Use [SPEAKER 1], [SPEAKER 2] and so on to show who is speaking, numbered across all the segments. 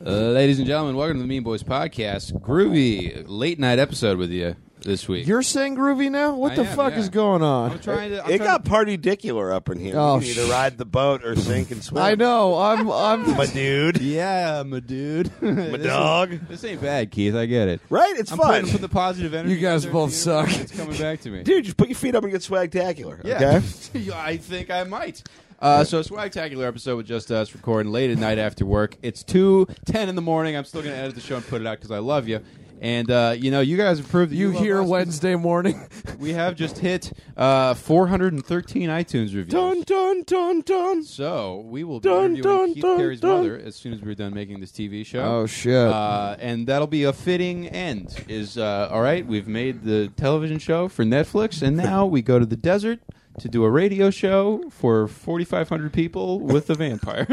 [SPEAKER 1] Ladies and gentlemen, welcome to the Mean Boys Podcast. Groovy late night episode with you this week.
[SPEAKER 2] You're saying groovy now? What
[SPEAKER 1] I
[SPEAKER 2] the
[SPEAKER 1] am,
[SPEAKER 2] fuck
[SPEAKER 1] yeah.
[SPEAKER 2] is going
[SPEAKER 1] I'm
[SPEAKER 2] on?
[SPEAKER 1] trying to. I'm
[SPEAKER 3] It
[SPEAKER 1] trying
[SPEAKER 3] got partidicular up in here.
[SPEAKER 2] Oh,
[SPEAKER 3] you can either
[SPEAKER 2] sh-
[SPEAKER 3] ride the boat or sink and swim.
[SPEAKER 2] I know. I'm. I'm.
[SPEAKER 3] my dude,
[SPEAKER 1] Yeah, my dude.
[SPEAKER 3] my dog.
[SPEAKER 1] This ain't bad, Keith. I get it.
[SPEAKER 3] Right? It's
[SPEAKER 1] I'm
[SPEAKER 3] fun,
[SPEAKER 1] putting put the positive energy.
[SPEAKER 2] You guys
[SPEAKER 1] out there
[SPEAKER 2] both
[SPEAKER 1] to the universe.
[SPEAKER 2] suck.
[SPEAKER 1] It's coming back to me.
[SPEAKER 3] dude. Just put your feet up and get swagtacular.
[SPEAKER 1] Yeah.
[SPEAKER 3] Okay.
[SPEAKER 1] Yeah, I think I might. Uh, so, a swagtacular episode with just us recording late at night after work. It's two ten in the morning. I'm still going to edit the show and put it out because I love you. And, uh, you know, you guys have proved that you,
[SPEAKER 2] You
[SPEAKER 1] love
[SPEAKER 2] here
[SPEAKER 1] us.
[SPEAKER 2] Wednesday morning?
[SPEAKER 1] We have just hit uh, 413 iTunes reviews.
[SPEAKER 2] dun dun dun dun.
[SPEAKER 1] So, we will be
[SPEAKER 2] Dun,
[SPEAKER 1] interviewing
[SPEAKER 2] dun,
[SPEAKER 1] Keith
[SPEAKER 2] dun,
[SPEAKER 1] Carey's
[SPEAKER 2] dun.
[SPEAKER 1] mother as soon as we're done making this TV show.
[SPEAKER 2] Oh shit.
[SPEAKER 1] Uh, and that'll be a fitting end. Is uh, all right. We've made the television show for Netflix, and now we go to the desert to do a radio show for 4,500 people with a vampire.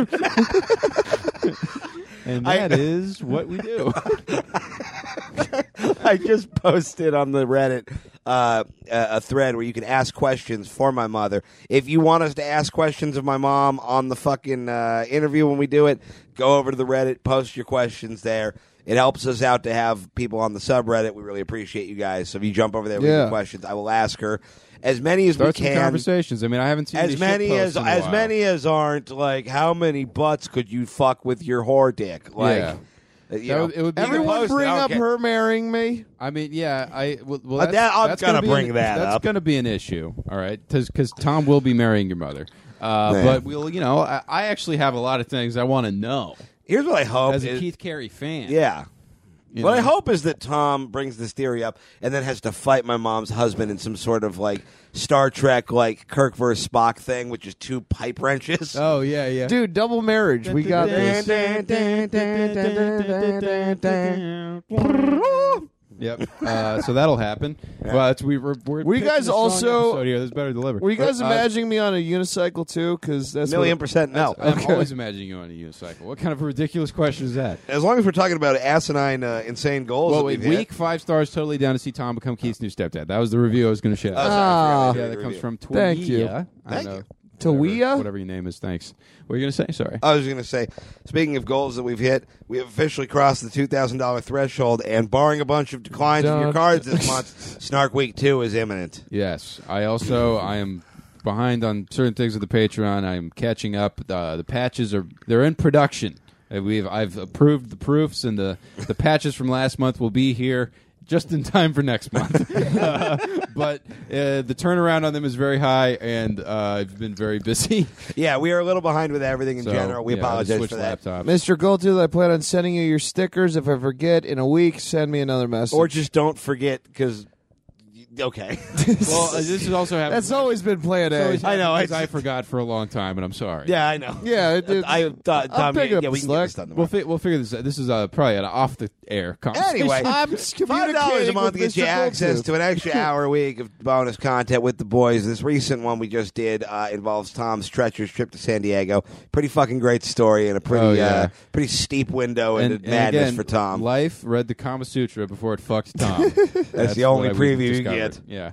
[SPEAKER 1] and
[SPEAKER 3] I-
[SPEAKER 1] that is what we do.
[SPEAKER 3] I just posted on the Reddit uh, a a thread where you can ask questions for my mother. If you want us to ask questions of my mom on the fucking uh, interview when we do it, go over to the Reddit, post your questions there. It helps us out to have people on the subreddit. We really appreciate you guys. So if you jump over there with
[SPEAKER 2] Yeah.
[SPEAKER 3] your questions, I will ask her as many as
[SPEAKER 1] Start
[SPEAKER 3] we
[SPEAKER 1] some
[SPEAKER 3] can.
[SPEAKER 1] conversations. I mean, I haven't seen
[SPEAKER 3] As
[SPEAKER 1] these
[SPEAKER 3] many
[SPEAKER 1] shitposts
[SPEAKER 3] as
[SPEAKER 1] in a
[SPEAKER 3] as
[SPEAKER 1] while.
[SPEAKER 3] many as aren't like how many butts could you fuck with your whore dick? Like,
[SPEAKER 1] Yeah.
[SPEAKER 3] uh, you
[SPEAKER 1] That
[SPEAKER 3] know,
[SPEAKER 1] would- it would be-
[SPEAKER 3] you
[SPEAKER 2] Everyone
[SPEAKER 3] post it,
[SPEAKER 2] bring up
[SPEAKER 3] okay.
[SPEAKER 2] her marrying me.
[SPEAKER 1] I mean, yeah. I well, well
[SPEAKER 3] Uh,
[SPEAKER 1] that's,
[SPEAKER 3] that- I'm
[SPEAKER 1] that's
[SPEAKER 3] gonna
[SPEAKER 1] be an-
[SPEAKER 3] bring that
[SPEAKER 1] that's
[SPEAKER 3] up.
[SPEAKER 1] going to be an issue. All right, because Tom will be marrying your mother. Uh,
[SPEAKER 3] Yeah.
[SPEAKER 1] but we'll, you know, I, I actually have a lot of things I want to know.
[SPEAKER 3] Here's what I hope
[SPEAKER 1] as a
[SPEAKER 3] is-
[SPEAKER 1] Keith Carey fan.
[SPEAKER 3] Oh, Yeah.
[SPEAKER 1] You
[SPEAKER 3] what I
[SPEAKER 1] know?
[SPEAKER 3] hope is that Tom brings this theory up and then has to fight my mom's husband in some sort of like Star Trek, like Kirk versus Spock thing, which is two pipe wrenches.
[SPEAKER 1] Oh yeah, yeah.
[SPEAKER 2] Dude, double marriage. We got this.
[SPEAKER 1] Yep. Uh, so that'll happen. Well, it's, we were. We're
[SPEAKER 2] Were you
[SPEAKER 1] pitching
[SPEAKER 2] guys
[SPEAKER 1] a strong
[SPEAKER 2] also-
[SPEAKER 1] episode here. There's better deliver.
[SPEAKER 2] Were you guys
[SPEAKER 1] Uh,
[SPEAKER 2] imagining me on a unicycle too? Because that's
[SPEAKER 3] Million
[SPEAKER 2] what,
[SPEAKER 3] percent no.
[SPEAKER 1] I'm always imagining you on a unicycle. What kind of a ridiculous question is that?
[SPEAKER 3] As long as we're talking about asinine, uh, insane goals.
[SPEAKER 1] Well,
[SPEAKER 3] that
[SPEAKER 1] wait,
[SPEAKER 3] we've hit-
[SPEAKER 1] week five stars, totally down to see Tom become Keith's new stepdad. That was the review I was going to shout.
[SPEAKER 3] Oh, sorry,
[SPEAKER 1] out.
[SPEAKER 3] I forgot we
[SPEAKER 1] Ah. yeah, that
[SPEAKER 3] did a
[SPEAKER 1] comes
[SPEAKER 3] review.
[SPEAKER 1] from Twia.
[SPEAKER 2] Thank you.
[SPEAKER 1] I
[SPEAKER 3] Thank
[SPEAKER 1] know.
[SPEAKER 3] you.
[SPEAKER 2] Tawia?
[SPEAKER 1] Whatever, whatever your name is. Thanks. What are you going to say? Sorry.
[SPEAKER 3] I was going to say, speaking of goals that we've hit, we have officially crossed the two thousand dollar threshold, and barring a bunch of declines in
[SPEAKER 2] Dun.
[SPEAKER 3] your cards this month, Snark Week Two is imminent.
[SPEAKER 1] Yes, I also I am behind on certain things with the Patreon. I'm catching up. Uh, the patches are they're in production. Uh, We've I've approved the proofs and the the patches from last month will be here just in time for next month. Uh, but uh, the turnaround on them is very high, and uh, I've been very busy.
[SPEAKER 3] Yeah, we are a little behind with everything in
[SPEAKER 1] So,
[SPEAKER 3] general. We
[SPEAKER 1] yeah, I
[SPEAKER 3] apologize
[SPEAKER 1] switched
[SPEAKER 3] for that.
[SPEAKER 1] laptops.
[SPEAKER 2] Mr. Goldtooth, I plan on sending you your stickers. If I forget in a week, send me another message.
[SPEAKER 3] or just don't forget because okay
[SPEAKER 1] Well, uh, this is also happening.
[SPEAKER 2] that's always been plan A.
[SPEAKER 1] I know.
[SPEAKER 3] I-
[SPEAKER 1] I forgot for a long time, and I'm sorry.
[SPEAKER 3] yeah i know
[SPEAKER 2] Yeah, it- it-
[SPEAKER 3] i thought
[SPEAKER 2] I'm
[SPEAKER 3] Tom,
[SPEAKER 2] picking
[SPEAKER 3] yeah,
[SPEAKER 2] up
[SPEAKER 3] we
[SPEAKER 2] the
[SPEAKER 3] can get
[SPEAKER 2] slack.
[SPEAKER 3] this done
[SPEAKER 1] We'll,
[SPEAKER 3] tomorrow.
[SPEAKER 1] fi- we'll figure this out. This is uh, probably an off the air conversation.
[SPEAKER 3] anyway
[SPEAKER 2] I'm
[SPEAKER 3] Five dollars a month gets you access to an extra hour a week of bonus content with the boys. This recent one we just did uh, involves Tom's treacherous trip to San Diego. Pretty fucking great story and a pretty
[SPEAKER 1] Oh, yeah.
[SPEAKER 3] uh, pretty steep window
[SPEAKER 1] and,
[SPEAKER 3] into
[SPEAKER 1] and
[SPEAKER 3] madness
[SPEAKER 1] again,
[SPEAKER 3] for Tom.
[SPEAKER 1] Life read the Kama Sutra before it fucked Tom. That's,
[SPEAKER 3] the only
[SPEAKER 1] what I-
[SPEAKER 3] preview
[SPEAKER 1] we
[SPEAKER 3] you
[SPEAKER 1] discovered.
[SPEAKER 3] get.
[SPEAKER 1] Yeah.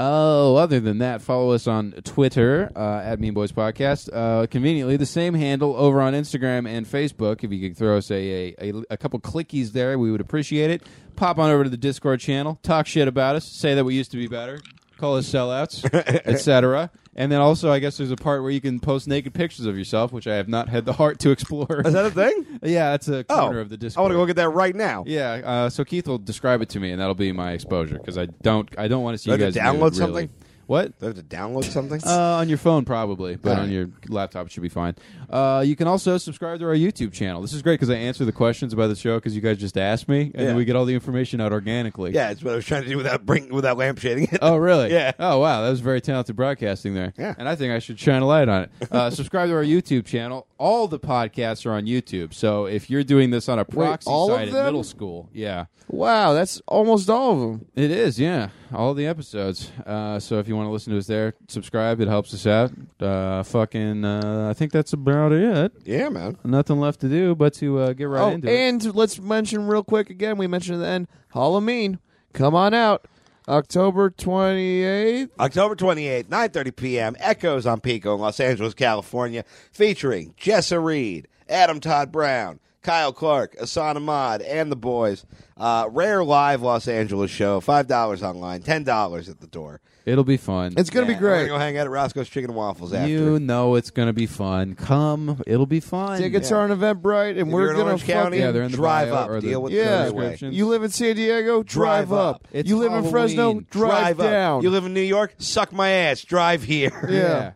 [SPEAKER 1] Oh, other than that, follow us on Twitter uh, at Mean Boys Podcast. Uh, conveniently, the same handle over on Instagram and Facebook. If you could throw us a, a, a, a couple clickies there, we would appreciate it. Pop on over to the Discord channel, talk shit about us, say that we used to be better, call us sellouts, etc. And then also, I guess there's a part where you can post naked pictures of yourself, which I have not had the heart to explore.
[SPEAKER 3] Is that a thing?
[SPEAKER 1] Yeah, that's a
[SPEAKER 3] Oh,
[SPEAKER 1] corner of the
[SPEAKER 3] I
[SPEAKER 1] Discord.
[SPEAKER 3] want to go get that right now.
[SPEAKER 1] Yeah, uh, so Keith will describe it to me, and that'll be my exposure because I don't, I don't want to see
[SPEAKER 3] Do I
[SPEAKER 1] you
[SPEAKER 3] have
[SPEAKER 1] guys
[SPEAKER 3] to
[SPEAKER 1] nude,
[SPEAKER 3] download
[SPEAKER 1] really.
[SPEAKER 3] something?
[SPEAKER 1] What?
[SPEAKER 3] Do I have to download something?
[SPEAKER 1] Uh, on your phone, probably, but
[SPEAKER 3] All
[SPEAKER 1] on
[SPEAKER 3] right.
[SPEAKER 1] your laptop it should be fine. Uh, you can also subscribe to our YouTube channel. This is great because I answer the questions about the show because you guys just asked me, and then
[SPEAKER 3] Yeah.
[SPEAKER 1] we get all the information out organically.
[SPEAKER 3] yeah, it's what I was trying to do without bring without lampshading it.
[SPEAKER 1] Oh, really?
[SPEAKER 3] Yeah.
[SPEAKER 1] Oh, wow. That was very talented broadcasting there.
[SPEAKER 3] Yeah.
[SPEAKER 1] And I think I should shine a light on it. Uh, subscribe to our YouTube channel. All the podcasts are on YouTube. So if you're doing this on a proxy
[SPEAKER 2] all of
[SPEAKER 1] site
[SPEAKER 2] them?
[SPEAKER 1] at middle school, yeah.
[SPEAKER 2] Wow, that's almost all of them.
[SPEAKER 1] It is, yeah. All the episodes. Uh, so if you want to listen to us there, subscribe. It helps us out. Uh, fucking, uh, I think that's about it.
[SPEAKER 3] yeah, man.
[SPEAKER 1] Nothing left to do but to uh, get right
[SPEAKER 2] oh,
[SPEAKER 1] into it.
[SPEAKER 2] and let's mention real quick again. We mentioned at the end Halloween. Come on out, October twenty eighth.
[SPEAKER 3] October 28th, 9.30 p.m., Echoes on Pico in Los Angeles, California, featuring Jessa Reed, Adam Todd Brown, Kyle Clark, Asan Ahmad, and the boys. Uh, rare live Los Angeles show. Five dollars online, ten dollars at the door.
[SPEAKER 1] It'll be fun.
[SPEAKER 2] It's gonna
[SPEAKER 3] Yeah,
[SPEAKER 2] be
[SPEAKER 3] we're
[SPEAKER 2] great.
[SPEAKER 3] gonna go hang out at Roscoe's Chicken and Waffles after.
[SPEAKER 1] you know it's gonna be fun. Come, it'll be fun.
[SPEAKER 2] Tickets are on Eventbrite, and
[SPEAKER 3] If
[SPEAKER 2] we're
[SPEAKER 3] you're in
[SPEAKER 2] gonna
[SPEAKER 3] Orange County,
[SPEAKER 1] Yeah,
[SPEAKER 2] fucking-
[SPEAKER 1] they're in the
[SPEAKER 3] drive
[SPEAKER 1] bio
[SPEAKER 3] up.
[SPEAKER 1] or the-
[SPEAKER 3] deal with
[SPEAKER 2] Yeah.
[SPEAKER 3] the freeway.
[SPEAKER 1] description.
[SPEAKER 2] You live in San Diego, drive,
[SPEAKER 3] Drive
[SPEAKER 2] up.
[SPEAKER 3] up.
[SPEAKER 1] It's
[SPEAKER 2] you live in Fresno,
[SPEAKER 1] Halloween.
[SPEAKER 2] drive, down.
[SPEAKER 3] You live in New York? Suck my ass. Drive here.
[SPEAKER 1] yeah.
[SPEAKER 2] yeah.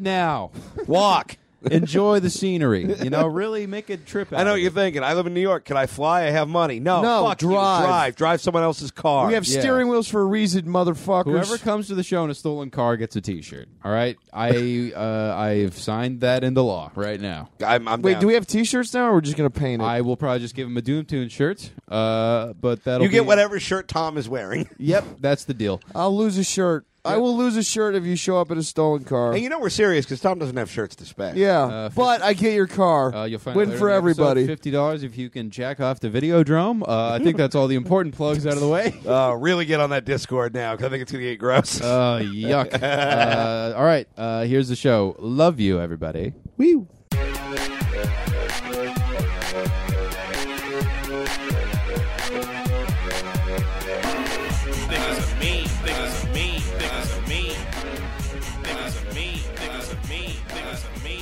[SPEAKER 1] now.
[SPEAKER 3] Walk.
[SPEAKER 1] Enjoy the scenery. You know, really make a trip. Out
[SPEAKER 3] I know
[SPEAKER 1] of
[SPEAKER 3] what you're thinking. I live in New York. Can I fly? I have money. No,
[SPEAKER 2] No,
[SPEAKER 3] fuck you.
[SPEAKER 2] drive.
[SPEAKER 3] Drive. Drive someone else's car.
[SPEAKER 2] we have
[SPEAKER 1] Yeah.
[SPEAKER 2] steering wheels for a reason, motherfuckers.
[SPEAKER 1] Whoever comes to the show in a stolen car gets a T-shirt. All right, I uh, I've signed that into law right now.
[SPEAKER 3] I'm, I'm
[SPEAKER 2] Wait,
[SPEAKER 3] down.
[SPEAKER 2] do we have T-shirts now, or we're just gonna paint it?
[SPEAKER 1] I will probably just give him a Doom Tune shirt. Uh, but that'll
[SPEAKER 3] You get
[SPEAKER 1] be-
[SPEAKER 3] whatever shirt Tom is wearing.
[SPEAKER 1] Yep, that's the deal.
[SPEAKER 2] I'll lose a shirt. I will lose a shirt if you show up in a stolen car.
[SPEAKER 3] And you know we're serious because Tom doesn't have shirts to spare.
[SPEAKER 2] yeah,
[SPEAKER 1] Uh, fif-
[SPEAKER 2] but I get your car.
[SPEAKER 1] Uh, you'll find
[SPEAKER 2] Win
[SPEAKER 1] out
[SPEAKER 2] for
[SPEAKER 1] later in the episode,
[SPEAKER 2] everybody.
[SPEAKER 1] Fifty dollars if you can jack off the Videodrome. Uh, I think that's all the important plugs out of the way.
[SPEAKER 3] Uh, really get on that Discord now because I think it's going to get gross.
[SPEAKER 1] Uh, yuck. Uh, all right, uh, here's the show. Love you, everybody.
[SPEAKER 2] Whew.
[SPEAKER 4] Niggas are mean, niggas are mean, niggas are mean. Niggas are mean, niggas are mean, niggas are mean.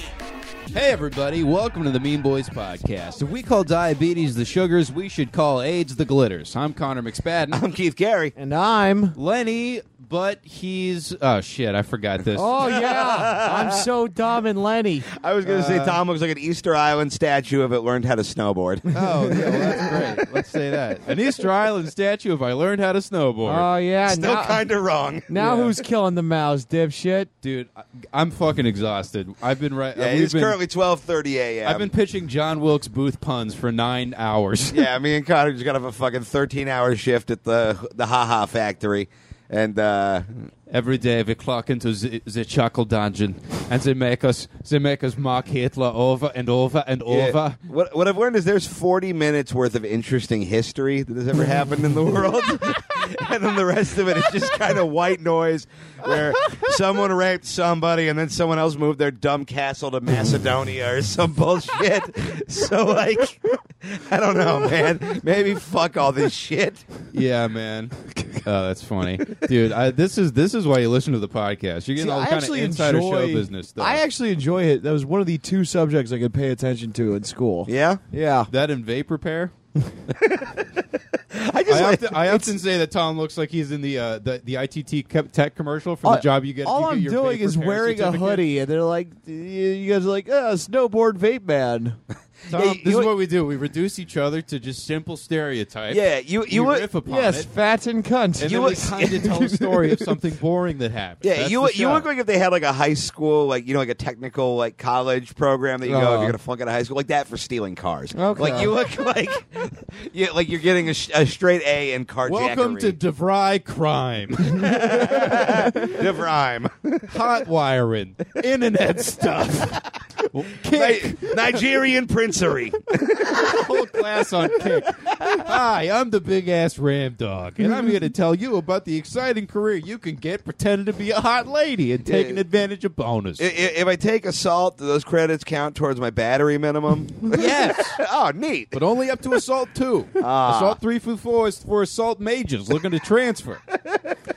[SPEAKER 1] Hey, everybody, welcome to the Mean Boys Podcast. If we call diabetes the sugars, we should call AIDS the glitters. I'm Connor McSpadden.
[SPEAKER 3] I'm Keith Gary.
[SPEAKER 2] And I'm.
[SPEAKER 1] Lenny, but he's. Oh, shit, I forgot this.
[SPEAKER 2] Oh yeah, I'm so dumb and Lenny.
[SPEAKER 3] I was going to say Tom looks like an Easter Island statue if it learned how to snowboard.
[SPEAKER 1] Oh, yeah, well, that's great. Let's say that. An Easter Island statue if I learned how to snowboard.
[SPEAKER 5] Oh yeah,
[SPEAKER 3] Still
[SPEAKER 5] now,
[SPEAKER 3] kind of wrong.
[SPEAKER 5] now
[SPEAKER 1] Yeah.
[SPEAKER 5] who's killing the mouse, dipshit?
[SPEAKER 1] Dude, I, I'm fucking exhausted. I've been right.
[SPEAKER 3] Yeah,
[SPEAKER 1] we've
[SPEAKER 3] it's
[SPEAKER 1] been-
[SPEAKER 3] currently 12:30 a.m.
[SPEAKER 1] I've been pitching John Wilkes Booth puns for nine hours.
[SPEAKER 3] yeah, me and Connor just got off a fucking 13 hour shift at the the Ha Ha Factory. And uh,
[SPEAKER 1] Every day we clock into the, the chuckle dungeon, and they make us they make us mock Hitler over and over and
[SPEAKER 3] yeah,
[SPEAKER 1] over.
[SPEAKER 3] what what I've learned is there's 40 minutes worth of interesting history that has ever happened in the world, and then the rest of it is just kind of white noise, where someone raped somebody and then someone else moved their dumb castle to Macedonia or some bullshit. So like, I don't know, man. Maybe fuck all this shit.
[SPEAKER 1] Yeah, man. Oh, that's funny, dude. I, this is this is why you listen to the podcast. You're getting
[SPEAKER 5] See,
[SPEAKER 1] all
[SPEAKER 5] I
[SPEAKER 1] kind of
[SPEAKER 5] actually
[SPEAKER 1] insider
[SPEAKER 5] enjoy,
[SPEAKER 1] show business stuff.
[SPEAKER 5] I actually enjoy it. That was one of the two subjects I could pay attention to in school.
[SPEAKER 3] Yeah,
[SPEAKER 5] Yeah.
[SPEAKER 1] that and vape repair.
[SPEAKER 3] I just
[SPEAKER 1] I
[SPEAKER 3] like-
[SPEAKER 1] often, I often say that Tom looks like he's in the uh, the, the ITT co- tech commercial for the
[SPEAKER 5] All-
[SPEAKER 1] job you get.
[SPEAKER 5] All
[SPEAKER 1] you get
[SPEAKER 5] I'm
[SPEAKER 1] your
[SPEAKER 5] doing
[SPEAKER 1] vape
[SPEAKER 5] is
[SPEAKER 1] repair
[SPEAKER 5] wearing a
[SPEAKER 1] certificate.
[SPEAKER 5] hoodie, and they're like, y- "You guys are like, uh, snowboard vape man."
[SPEAKER 1] Tom,
[SPEAKER 3] Yeah,
[SPEAKER 1] this
[SPEAKER 3] you-
[SPEAKER 1] is what we do. We reduce each other to just simple stereotypes.
[SPEAKER 3] yeah. You
[SPEAKER 1] you
[SPEAKER 3] you would.
[SPEAKER 1] riff upon
[SPEAKER 5] yes,
[SPEAKER 1] it.
[SPEAKER 5] fat and cunt.
[SPEAKER 1] And
[SPEAKER 3] You
[SPEAKER 1] then
[SPEAKER 3] would-
[SPEAKER 1] we kind of tell a story of something boring that happened.
[SPEAKER 3] Yeah,
[SPEAKER 1] That's
[SPEAKER 3] you
[SPEAKER 1] the
[SPEAKER 3] look, you
[SPEAKER 1] show.
[SPEAKER 3] look like if they had like a high school, like you know, like a technical like college program that you go if
[SPEAKER 5] Uh-huh.
[SPEAKER 3] you're gonna flunk out of high school, like that for stealing cars.
[SPEAKER 5] Okay.
[SPEAKER 3] Like you look like, yeah, like you're getting a, sh- a straight A in carjackery.
[SPEAKER 1] Welcome to DeVry Crime,
[SPEAKER 3] Div Rhyme,
[SPEAKER 1] hot wiring, internet stuff, kick,
[SPEAKER 3] Ni- Nigerian princery.
[SPEAKER 1] whole class on kick. Hi, I'm the big ass ram dog, and I'm here to tell you about the exciting career you can get pretending to be a hot lady and taking advantage of bonus.
[SPEAKER 3] I- i- if I take assault, do those credits count towards my battery minimum?
[SPEAKER 1] yes.
[SPEAKER 3] oh, neat.
[SPEAKER 1] But only up to assault two.
[SPEAKER 3] Ah.
[SPEAKER 1] Assault three through four is for assault majors looking to transfer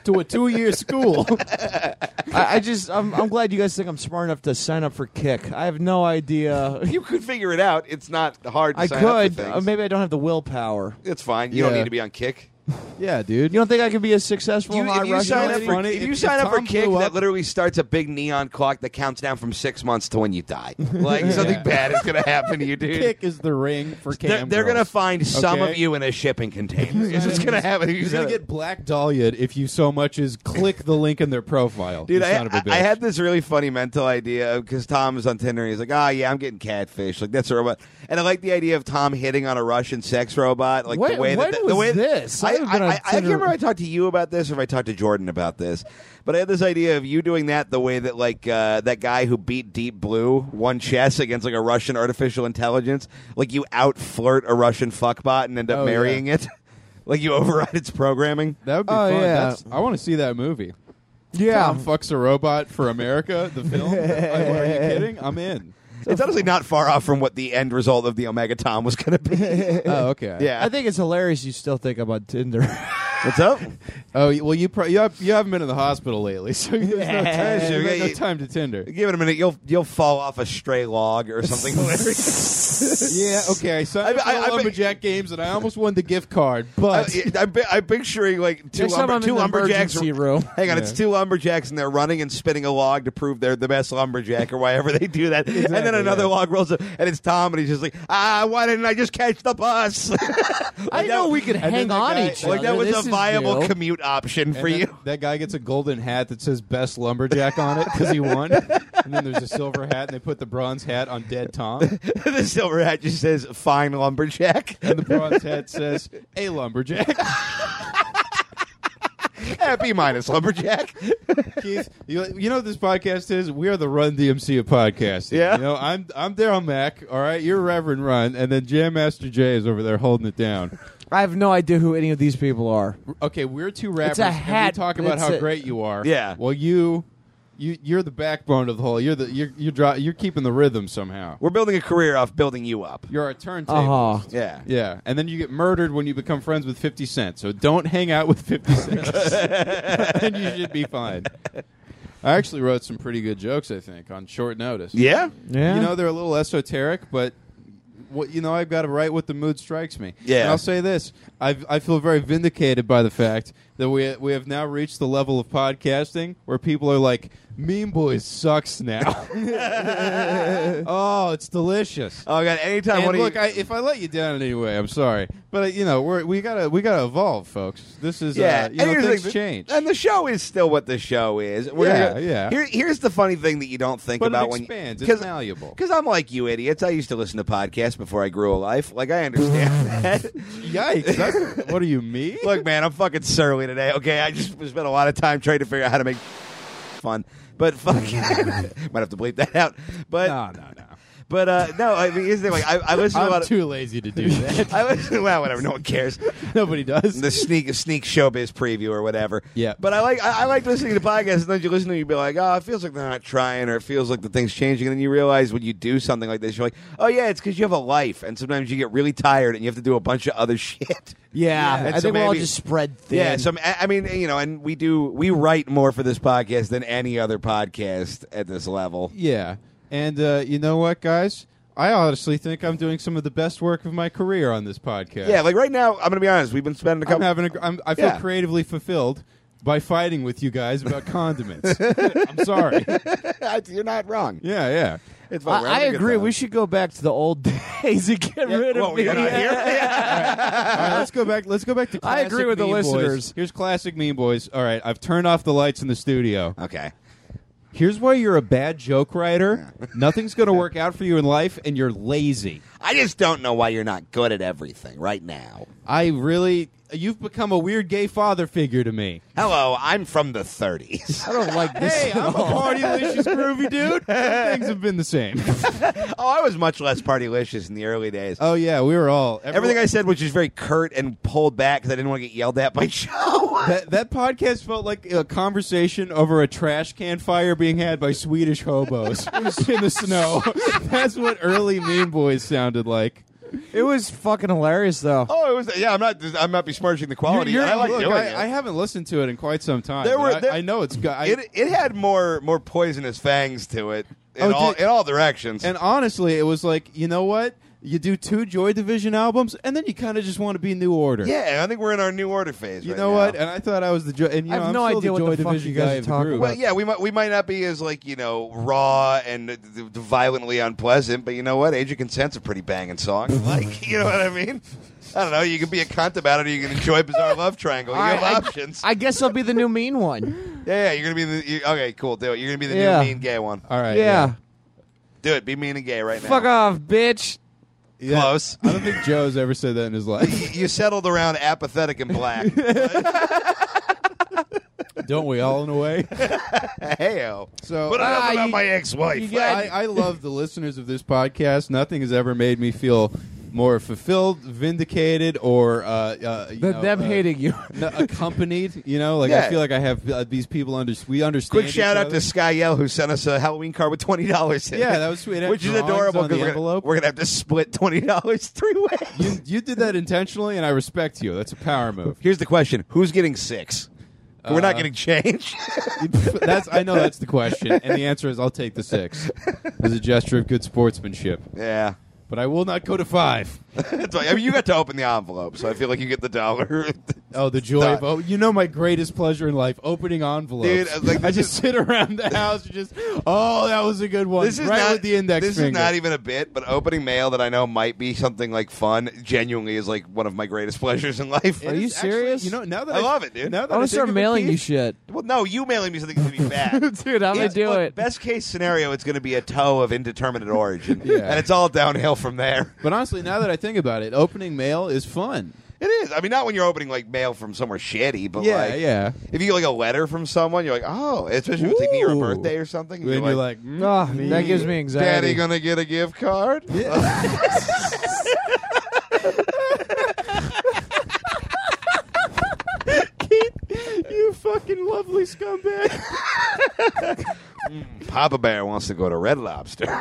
[SPEAKER 1] to a two-year school.
[SPEAKER 5] I, I just, I'm, I'm glad you guys think I'm smart enough to sign up for Kick. I have no idea.
[SPEAKER 3] you could figure it out. It's not hard. To
[SPEAKER 5] I
[SPEAKER 3] sign up for
[SPEAKER 5] could.
[SPEAKER 3] things.
[SPEAKER 5] Uh, maybe I don't have the willpower.
[SPEAKER 3] it's fine. You don't
[SPEAKER 1] Yeah.
[SPEAKER 3] need to be on kick.
[SPEAKER 1] yeah, dude.
[SPEAKER 5] You don't think I could be a successful
[SPEAKER 3] You-
[SPEAKER 5] hot
[SPEAKER 3] if you
[SPEAKER 5] Russian
[SPEAKER 3] sign
[SPEAKER 1] know
[SPEAKER 3] up
[SPEAKER 1] what's
[SPEAKER 3] for,
[SPEAKER 1] funny?
[SPEAKER 3] if you
[SPEAKER 1] If-
[SPEAKER 3] sign
[SPEAKER 1] if
[SPEAKER 3] up for
[SPEAKER 1] Tom
[SPEAKER 3] kick,
[SPEAKER 1] blew
[SPEAKER 3] that
[SPEAKER 1] up-
[SPEAKER 3] literally starts a big neon clock that counts down from six months to when you die. Like something bad is going to happen to you, dude.
[SPEAKER 1] Kick is the ring for cam.
[SPEAKER 3] they're they're going to
[SPEAKER 1] girls.
[SPEAKER 3] find some
[SPEAKER 1] Okay.
[SPEAKER 3] of you in a shipping container. It's just going to happen.
[SPEAKER 1] You're gonna get black dahlia if you so much as click the link in their profile.
[SPEAKER 3] Dude,
[SPEAKER 1] you
[SPEAKER 3] I,
[SPEAKER 1] son of a
[SPEAKER 3] I-
[SPEAKER 1] bitch.
[SPEAKER 3] I had this really funny mental idea because Tom is on Tinder and he's like, "Ah, yeah, I'm getting catfish." Like that's a robot, and I like the idea of Tom hitting on a Russian sex robot. Like
[SPEAKER 5] When-
[SPEAKER 3] the way that
[SPEAKER 5] when
[SPEAKER 3] that, the
[SPEAKER 5] was
[SPEAKER 3] way
[SPEAKER 5] this? I
[SPEAKER 3] I, I,
[SPEAKER 5] haven't been on
[SPEAKER 3] I- I can't
[SPEAKER 5] Tinder-
[SPEAKER 3] remember if I talked to you about this or if I talked to Jordan about this, but I had this idea of you doing that the way that like uh, that guy who beat Deep Blue won chess against like a Russian artificial intelligence. Like you out flirt a Russian fuckbot and end up
[SPEAKER 1] Oh, yeah.
[SPEAKER 3] marrying it. Like you override its programming.
[SPEAKER 1] that would be
[SPEAKER 5] Oh,
[SPEAKER 1] fun.
[SPEAKER 5] yeah.
[SPEAKER 1] That's- I want to see that movie.
[SPEAKER 5] Yeah.
[SPEAKER 1] Tom fucks a robot for America. The film. Like, are you kidding? I'm in.
[SPEAKER 3] It's honestly not far off from what the end result of the Omega Tom was going to be.
[SPEAKER 1] Oh, okay.
[SPEAKER 3] yeah.
[SPEAKER 5] I think it's hilarious you still think about Tinder.
[SPEAKER 3] What's up?
[SPEAKER 1] Oh, y- well, you pro- you, have, you haven't been in the hospital lately, so there's no time,
[SPEAKER 3] Yeah.
[SPEAKER 1] there's
[SPEAKER 3] Yeah,
[SPEAKER 1] no
[SPEAKER 3] you-
[SPEAKER 1] time to Tinder.
[SPEAKER 3] Give it a minute. You'll you'll fall off a stray log or something. hilarious.
[SPEAKER 1] Yeah, okay. So I,
[SPEAKER 3] I-
[SPEAKER 1] signed up for
[SPEAKER 3] I- I-
[SPEAKER 1] the lumberjack games, and I almost won the gift card, but
[SPEAKER 3] I, I, Uh, I'm picturing like two,
[SPEAKER 5] Next time
[SPEAKER 3] lumber-
[SPEAKER 5] I'm in
[SPEAKER 3] two
[SPEAKER 5] the
[SPEAKER 3] lumberjacks.
[SPEAKER 5] emergency room.
[SPEAKER 3] Hang on, it's two lumberjacks and they're running and spinning a log to prove they're the best lumberjack or whatever they do that. and then another log rolls up and it's Tom and he's just like, ah, why didn't I just catch the bus?
[SPEAKER 5] I
[SPEAKER 3] Like,
[SPEAKER 5] know
[SPEAKER 3] that-
[SPEAKER 5] we could
[SPEAKER 3] and then
[SPEAKER 5] hang
[SPEAKER 3] the
[SPEAKER 5] on
[SPEAKER 3] guy-
[SPEAKER 5] each
[SPEAKER 3] Like that
[SPEAKER 5] other.
[SPEAKER 3] was
[SPEAKER 5] This
[SPEAKER 3] a
[SPEAKER 5] is
[SPEAKER 3] viable
[SPEAKER 5] new.
[SPEAKER 3] commute option
[SPEAKER 1] and
[SPEAKER 3] for
[SPEAKER 1] then
[SPEAKER 3] you.
[SPEAKER 1] that guy gets a golden hat that says "Best Lumberjack" on it because he won, and then there's a silver hat, and they put the bronze hat on Dead Tom,
[SPEAKER 3] the silver hat just says "Fine lumberjack."
[SPEAKER 1] and the bronze hat says "A Lumberjack."
[SPEAKER 3] Happy minus lumberjack.
[SPEAKER 1] Keith, you, you know what this podcast is? We are the Run DMC of podcasts.
[SPEAKER 3] Yeah.
[SPEAKER 1] You know, I'm I'm Daryl Mack, all right? You're Reverend Run, and then Jam Master Jay is over there holding it down.
[SPEAKER 5] I have no idea who any of these people are.
[SPEAKER 1] Okay, we're two rappers
[SPEAKER 5] a
[SPEAKER 1] and we
[SPEAKER 5] hat.
[SPEAKER 1] talk about
[SPEAKER 5] It's
[SPEAKER 1] how
[SPEAKER 5] a-
[SPEAKER 1] great you are.
[SPEAKER 3] Yeah.
[SPEAKER 1] Well you you you're the backbone of the whole. You're the you're you're dri you're keeping the rhythm somehow.
[SPEAKER 3] We're building a career off building you up.
[SPEAKER 1] You're our turntable.
[SPEAKER 5] Uh huh.
[SPEAKER 3] Yeah.
[SPEAKER 1] Yeah, and then you get murdered when you become friends with 50 Cent. So don't hang out with 50 Cent. and you should be fine. I actually wrote some pretty good jokes, I think, on short notice.
[SPEAKER 3] Yeah.
[SPEAKER 5] Yeah.
[SPEAKER 1] You know, they're a little esoteric, but what you know, I've got to write what the mood strikes me.
[SPEAKER 3] Yeah.
[SPEAKER 1] And I'll say this: I've, I feel very vindicated by the fact that we we have now reached the level of podcasting where people are like, "Meme Boys sucks now." oh, it's delicious.
[SPEAKER 3] Oh god! Anytime
[SPEAKER 1] And
[SPEAKER 3] one
[SPEAKER 1] look,
[SPEAKER 3] of you,
[SPEAKER 1] I, if I let you down in any way, I'm sorry, but uh, you know we're, we gotta we gotta evolve, folks. This is uh, you
[SPEAKER 3] and
[SPEAKER 1] know,
[SPEAKER 3] here's the
[SPEAKER 1] things
[SPEAKER 3] thing,
[SPEAKER 1] change.
[SPEAKER 3] and the show is still what the show is.
[SPEAKER 1] Yeah,
[SPEAKER 3] gonna-
[SPEAKER 1] yeah.
[SPEAKER 3] Here, here's the funny thing that you don't think
[SPEAKER 1] But it
[SPEAKER 3] about
[SPEAKER 1] expands.
[SPEAKER 3] when
[SPEAKER 1] It's malleable.
[SPEAKER 3] Because I'm like you idiots. I used to listen to podcasts before I grew a life. Like I understand that.
[SPEAKER 1] Yikes! that's- what are you me?
[SPEAKER 3] Look, man, I'm fucking surly today. Okay, I just spent a lot of time trying to figure out how to make fun. But fuck, might have to bleep that out. But
[SPEAKER 1] no, no, no.
[SPEAKER 3] but uh, no, I mean, here's the thing. Like I, I listen to a
[SPEAKER 1] I'm
[SPEAKER 3] lot of.
[SPEAKER 1] too lazy to do that.
[SPEAKER 3] I listen. Well, whatever. No one cares.
[SPEAKER 1] Nobody does.
[SPEAKER 3] the sneak sneak showbiz preview or whatever.
[SPEAKER 1] Yeah.
[SPEAKER 3] But I like I, I like listening to podcasts. And then you listen to it, you be like, oh, it feels like they're not trying, or it feels like the thing's changing. And then you realize when you do something like this, you're like, oh yeah, it's because you have a life, and sometimes you get really tired, and you have to do a bunch of other shit.
[SPEAKER 5] Yeah,
[SPEAKER 3] And
[SPEAKER 5] I
[SPEAKER 3] so
[SPEAKER 5] think we're all
[SPEAKER 3] maybe-
[SPEAKER 5] just spread thin.
[SPEAKER 3] Yeah, so I I mean, you know, and we do we write more for this podcast than any other podcast at this level.
[SPEAKER 1] Yeah. And uh, you know what, guys? I honestly think I'm doing some of the best work of my career on this podcast.
[SPEAKER 3] Yeah, like right now, I'm gonna be honest. We've been spending a
[SPEAKER 1] I'm
[SPEAKER 3] couple.
[SPEAKER 1] having a gr- I'm, I feel
[SPEAKER 3] Yeah.
[SPEAKER 1] creatively fulfilled by fighting with you guys about condiments. I'm sorry.
[SPEAKER 3] you're not wrong.
[SPEAKER 1] Yeah, yeah.
[SPEAKER 3] It's fine.
[SPEAKER 5] I,
[SPEAKER 3] We're
[SPEAKER 5] I
[SPEAKER 3] having a good
[SPEAKER 5] agree.
[SPEAKER 3] time.
[SPEAKER 5] We should go back to the old days and get rid of
[SPEAKER 3] Well, we're
[SPEAKER 5] me.
[SPEAKER 3] not here.
[SPEAKER 1] All right, let's go back. Let's go back to.
[SPEAKER 5] I
[SPEAKER 1] Classic
[SPEAKER 5] agree with the
[SPEAKER 1] Mean Boys.
[SPEAKER 5] listeners.
[SPEAKER 1] Here's classic Mean Boys. All right, I've turned off the lights in the studio.
[SPEAKER 3] Okay.
[SPEAKER 1] Here's why you're a bad joke writer. Nothing's going to work out for you in life, and you're lazy.
[SPEAKER 3] I just don't know why you're not good at everything right now.
[SPEAKER 1] I really, you've become a weird gay father figure to me.
[SPEAKER 3] Hello, I'm from the 30s.
[SPEAKER 5] I don't like this.
[SPEAKER 1] Hey,
[SPEAKER 5] at
[SPEAKER 1] I'm a
[SPEAKER 5] all.
[SPEAKER 1] party licious groovy dude. Things have been the same.
[SPEAKER 3] oh, I was much less partylicious in the early days.
[SPEAKER 1] Oh yeah, we were all
[SPEAKER 3] Everything I said was just very curt and pulled back because I didn't want to get yelled at by Joe.
[SPEAKER 1] that, that podcast felt like a conversation over a trash can fire being had by Swedish hobos in the snow. That's what early Mean Boys sounded like.
[SPEAKER 5] It was fucking hilarious, though.
[SPEAKER 3] oh, it was. Yeah, I'm not. I'm not besmirching the quality.
[SPEAKER 1] You're-
[SPEAKER 3] I like
[SPEAKER 1] look,
[SPEAKER 3] doing
[SPEAKER 1] I,
[SPEAKER 3] it.
[SPEAKER 1] I haven't listened to it in quite some time.
[SPEAKER 3] There
[SPEAKER 1] but
[SPEAKER 3] were-
[SPEAKER 1] I,
[SPEAKER 3] there-
[SPEAKER 1] I know it's got. I-
[SPEAKER 3] it it had more more poisonous fangs to it
[SPEAKER 1] Oh,
[SPEAKER 3] in all
[SPEAKER 1] did-
[SPEAKER 3] in all directions.
[SPEAKER 1] and honestly, it was like you know what. You do two Joy Division albums, and then you kind of just want to be New Order.
[SPEAKER 3] yeah, I think we're in our new order phase.
[SPEAKER 1] You
[SPEAKER 3] right
[SPEAKER 1] know
[SPEAKER 3] now.
[SPEAKER 1] what? And I thought I was the Joy. And you
[SPEAKER 5] I
[SPEAKER 1] know,
[SPEAKER 5] have
[SPEAKER 1] I'm
[SPEAKER 5] no
[SPEAKER 1] still
[SPEAKER 5] idea
[SPEAKER 1] the
[SPEAKER 5] what
[SPEAKER 1] Joy
[SPEAKER 5] the fuck
[SPEAKER 1] Division
[SPEAKER 5] you guys
[SPEAKER 1] guy
[SPEAKER 5] are
[SPEAKER 1] of the
[SPEAKER 5] talking
[SPEAKER 1] group.
[SPEAKER 5] about.
[SPEAKER 3] Well, yeah, we might we might not be as like you know raw and uh, d- d- violently unpleasant, but you know what? Age of Consent's a pretty banging song. like, you know what I mean? I don't know. You can be a cunt about it, or you can enjoy Bizarre Love Triangle. You
[SPEAKER 5] All right,
[SPEAKER 3] have
[SPEAKER 5] I-
[SPEAKER 3] options.
[SPEAKER 5] I guess I'll be the new mean one.
[SPEAKER 3] yeah, yeah, you're gonna be the you, okay. Cool, do it. You're gonna be the
[SPEAKER 5] Yeah.
[SPEAKER 3] new mean gay one.
[SPEAKER 1] All right.
[SPEAKER 5] yeah.
[SPEAKER 3] Do it. Be mean and gay right now.
[SPEAKER 5] Fuck off, bitch.
[SPEAKER 1] Yeah.
[SPEAKER 3] Close.
[SPEAKER 1] I don't think Joe's ever said that in his life.
[SPEAKER 3] Y- You settled around apathetic and black.
[SPEAKER 1] Don't we all in a way?
[SPEAKER 3] Heyo.
[SPEAKER 1] So
[SPEAKER 3] But enough
[SPEAKER 5] Ah,
[SPEAKER 3] about
[SPEAKER 5] you-
[SPEAKER 3] my ex-wife.
[SPEAKER 5] you got-
[SPEAKER 1] I, I love the listeners of this podcast. Nothing has ever made me feel more fulfilled, vindicated, or uh, uh, you
[SPEAKER 2] Than
[SPEAKER 1] know,
[SPEAKER 2] them
[SPEAKER 1] uh,
[SPEAKER 2] hating you.
[SPEAKER 1] no, accompanied. You know, like I
[SPEAKER 3] Yeah.
[SPEAKER 1] feel like I have uh, these people under. We understand.
[SPEAKER 3] Quick
[SPEAKER 1] each
[SPEAKER 3] shout out
[SPEAKER 1] other.
[SPEAKER 3] to Sky Yell who sent us a Halloween card with twenty dollars in
[SPEAKER 1] Yeah,
[SPEAKER 3] it.
[SPEAKER 1] that was sweet. It had
[SPEAKER 3] Which is
[SPEAKER 1] drawings
[SPEAKER 3] adorable
[SPEAKER 1] on the
[SPEAKER 3] because we're, gonna-
[SPEAKER 1] envelope.
[SPEAKER 3] we're gonna have to split twenty dollars three ways.
[SPEAKER 1] You, you did that intentionally, and I respect you. That's a power move. Uh,
[SPEAKER 3] Here's the question: Who's getting six? we're not getting change.
[SPEAKER 1] that's I know that's the question, and the answer is I'll take the six as a gesture of good sportsmanship.
[SPEAKER 3] yeah,
[SPEAKER 1] But I will not go to five.
[SPEAKER 3] that's why. I mean, you got to open the envelope, so I feel like you get the dollar.
[SPEAKER 1] Oh, the joy of oh, you know my greatest pleasure in life, opening envelopes.
[SPEAKER 3] Dude, I was like,
[SPEAKER 1] I
[SPEAKER 3] this
[SPEAKER 1] just
[SPEAKER 3] is-
[SPEAKER 1] sit around the house and just oh, that was a good one.
[SPEAKER 3] This is
[SPEAKER 1] right
[SPEAKER 3] not
[SPEAKER 1] with the index
[SPEAKER 3] This
[SPEAKER 1] finger.
[SPEAKER 3] is not even a bit, but opening mail that I know might be something like fun. Genuinely, is like one of my greatest pleasures in life.
[SPEAKER 1] It
[SPEAKER 5] you
[SPEAKER 1] is actually-
[SPEAKER 5] serious?
[SPEAKER 1] you know, now that
[SPEAKER 3] I love it, dude.
[SPEAKER 1] Now that
[SPEAKER 5] I want to
[SPEAKER 1] think
[SPEAKER 5] Oh, start
[SPEAKER 1] of it,
[SPEAKER 5] mailing
[SPEAKER 1] Keith,
[SPEAKER 5] you shit.
[SPEAKER 3] Well, no, you mailing me something is gonna be bad.
[SPEAKER 2] Dude, I'm going
[SPEAKER 3] It's-
[SPEAKER 2] to do
[SPEAKER 3] look,
[SPEAKER 2] it.
[SPEAKER 3] Best case scenario, it's going to be a toe of indeterminate origin,
[SPEAKER 1] Yeah.
[SPEAKER 3] and it's all downhill from there.
[SPEAKER 1] But honestly, now that I think about it, opening mail is fun.
[SPEAKER 3] It is. I mean, not when you're opening like mail from somewhere shitty, but
[SPEAKER 1] yeah,
[SPEAKER 3] like,
[SPEAKER 1] yeah.
[SPEAKER 3] if you get like a letter from someone, you're like, oh, especially if it's like your
[SPEAKER 1] Ooh.
[SPEAKER 3] birthday or something.
[SPEAKER 1] When you're like, mm,
[SPEAKER 5] Ah,
[SPEAKER 2] that gives me
[SPEAKER 3] Daddy
[SPEAKER 2] anxiety.
[SPEAKER 3] gonna get a gift card?
[SPEAKER 1] you "Mmm, fucking lovely scumbag.
[SPEAKER 3] Papa Bear wants to go to Red Lobster.
[SPEAKER 1] All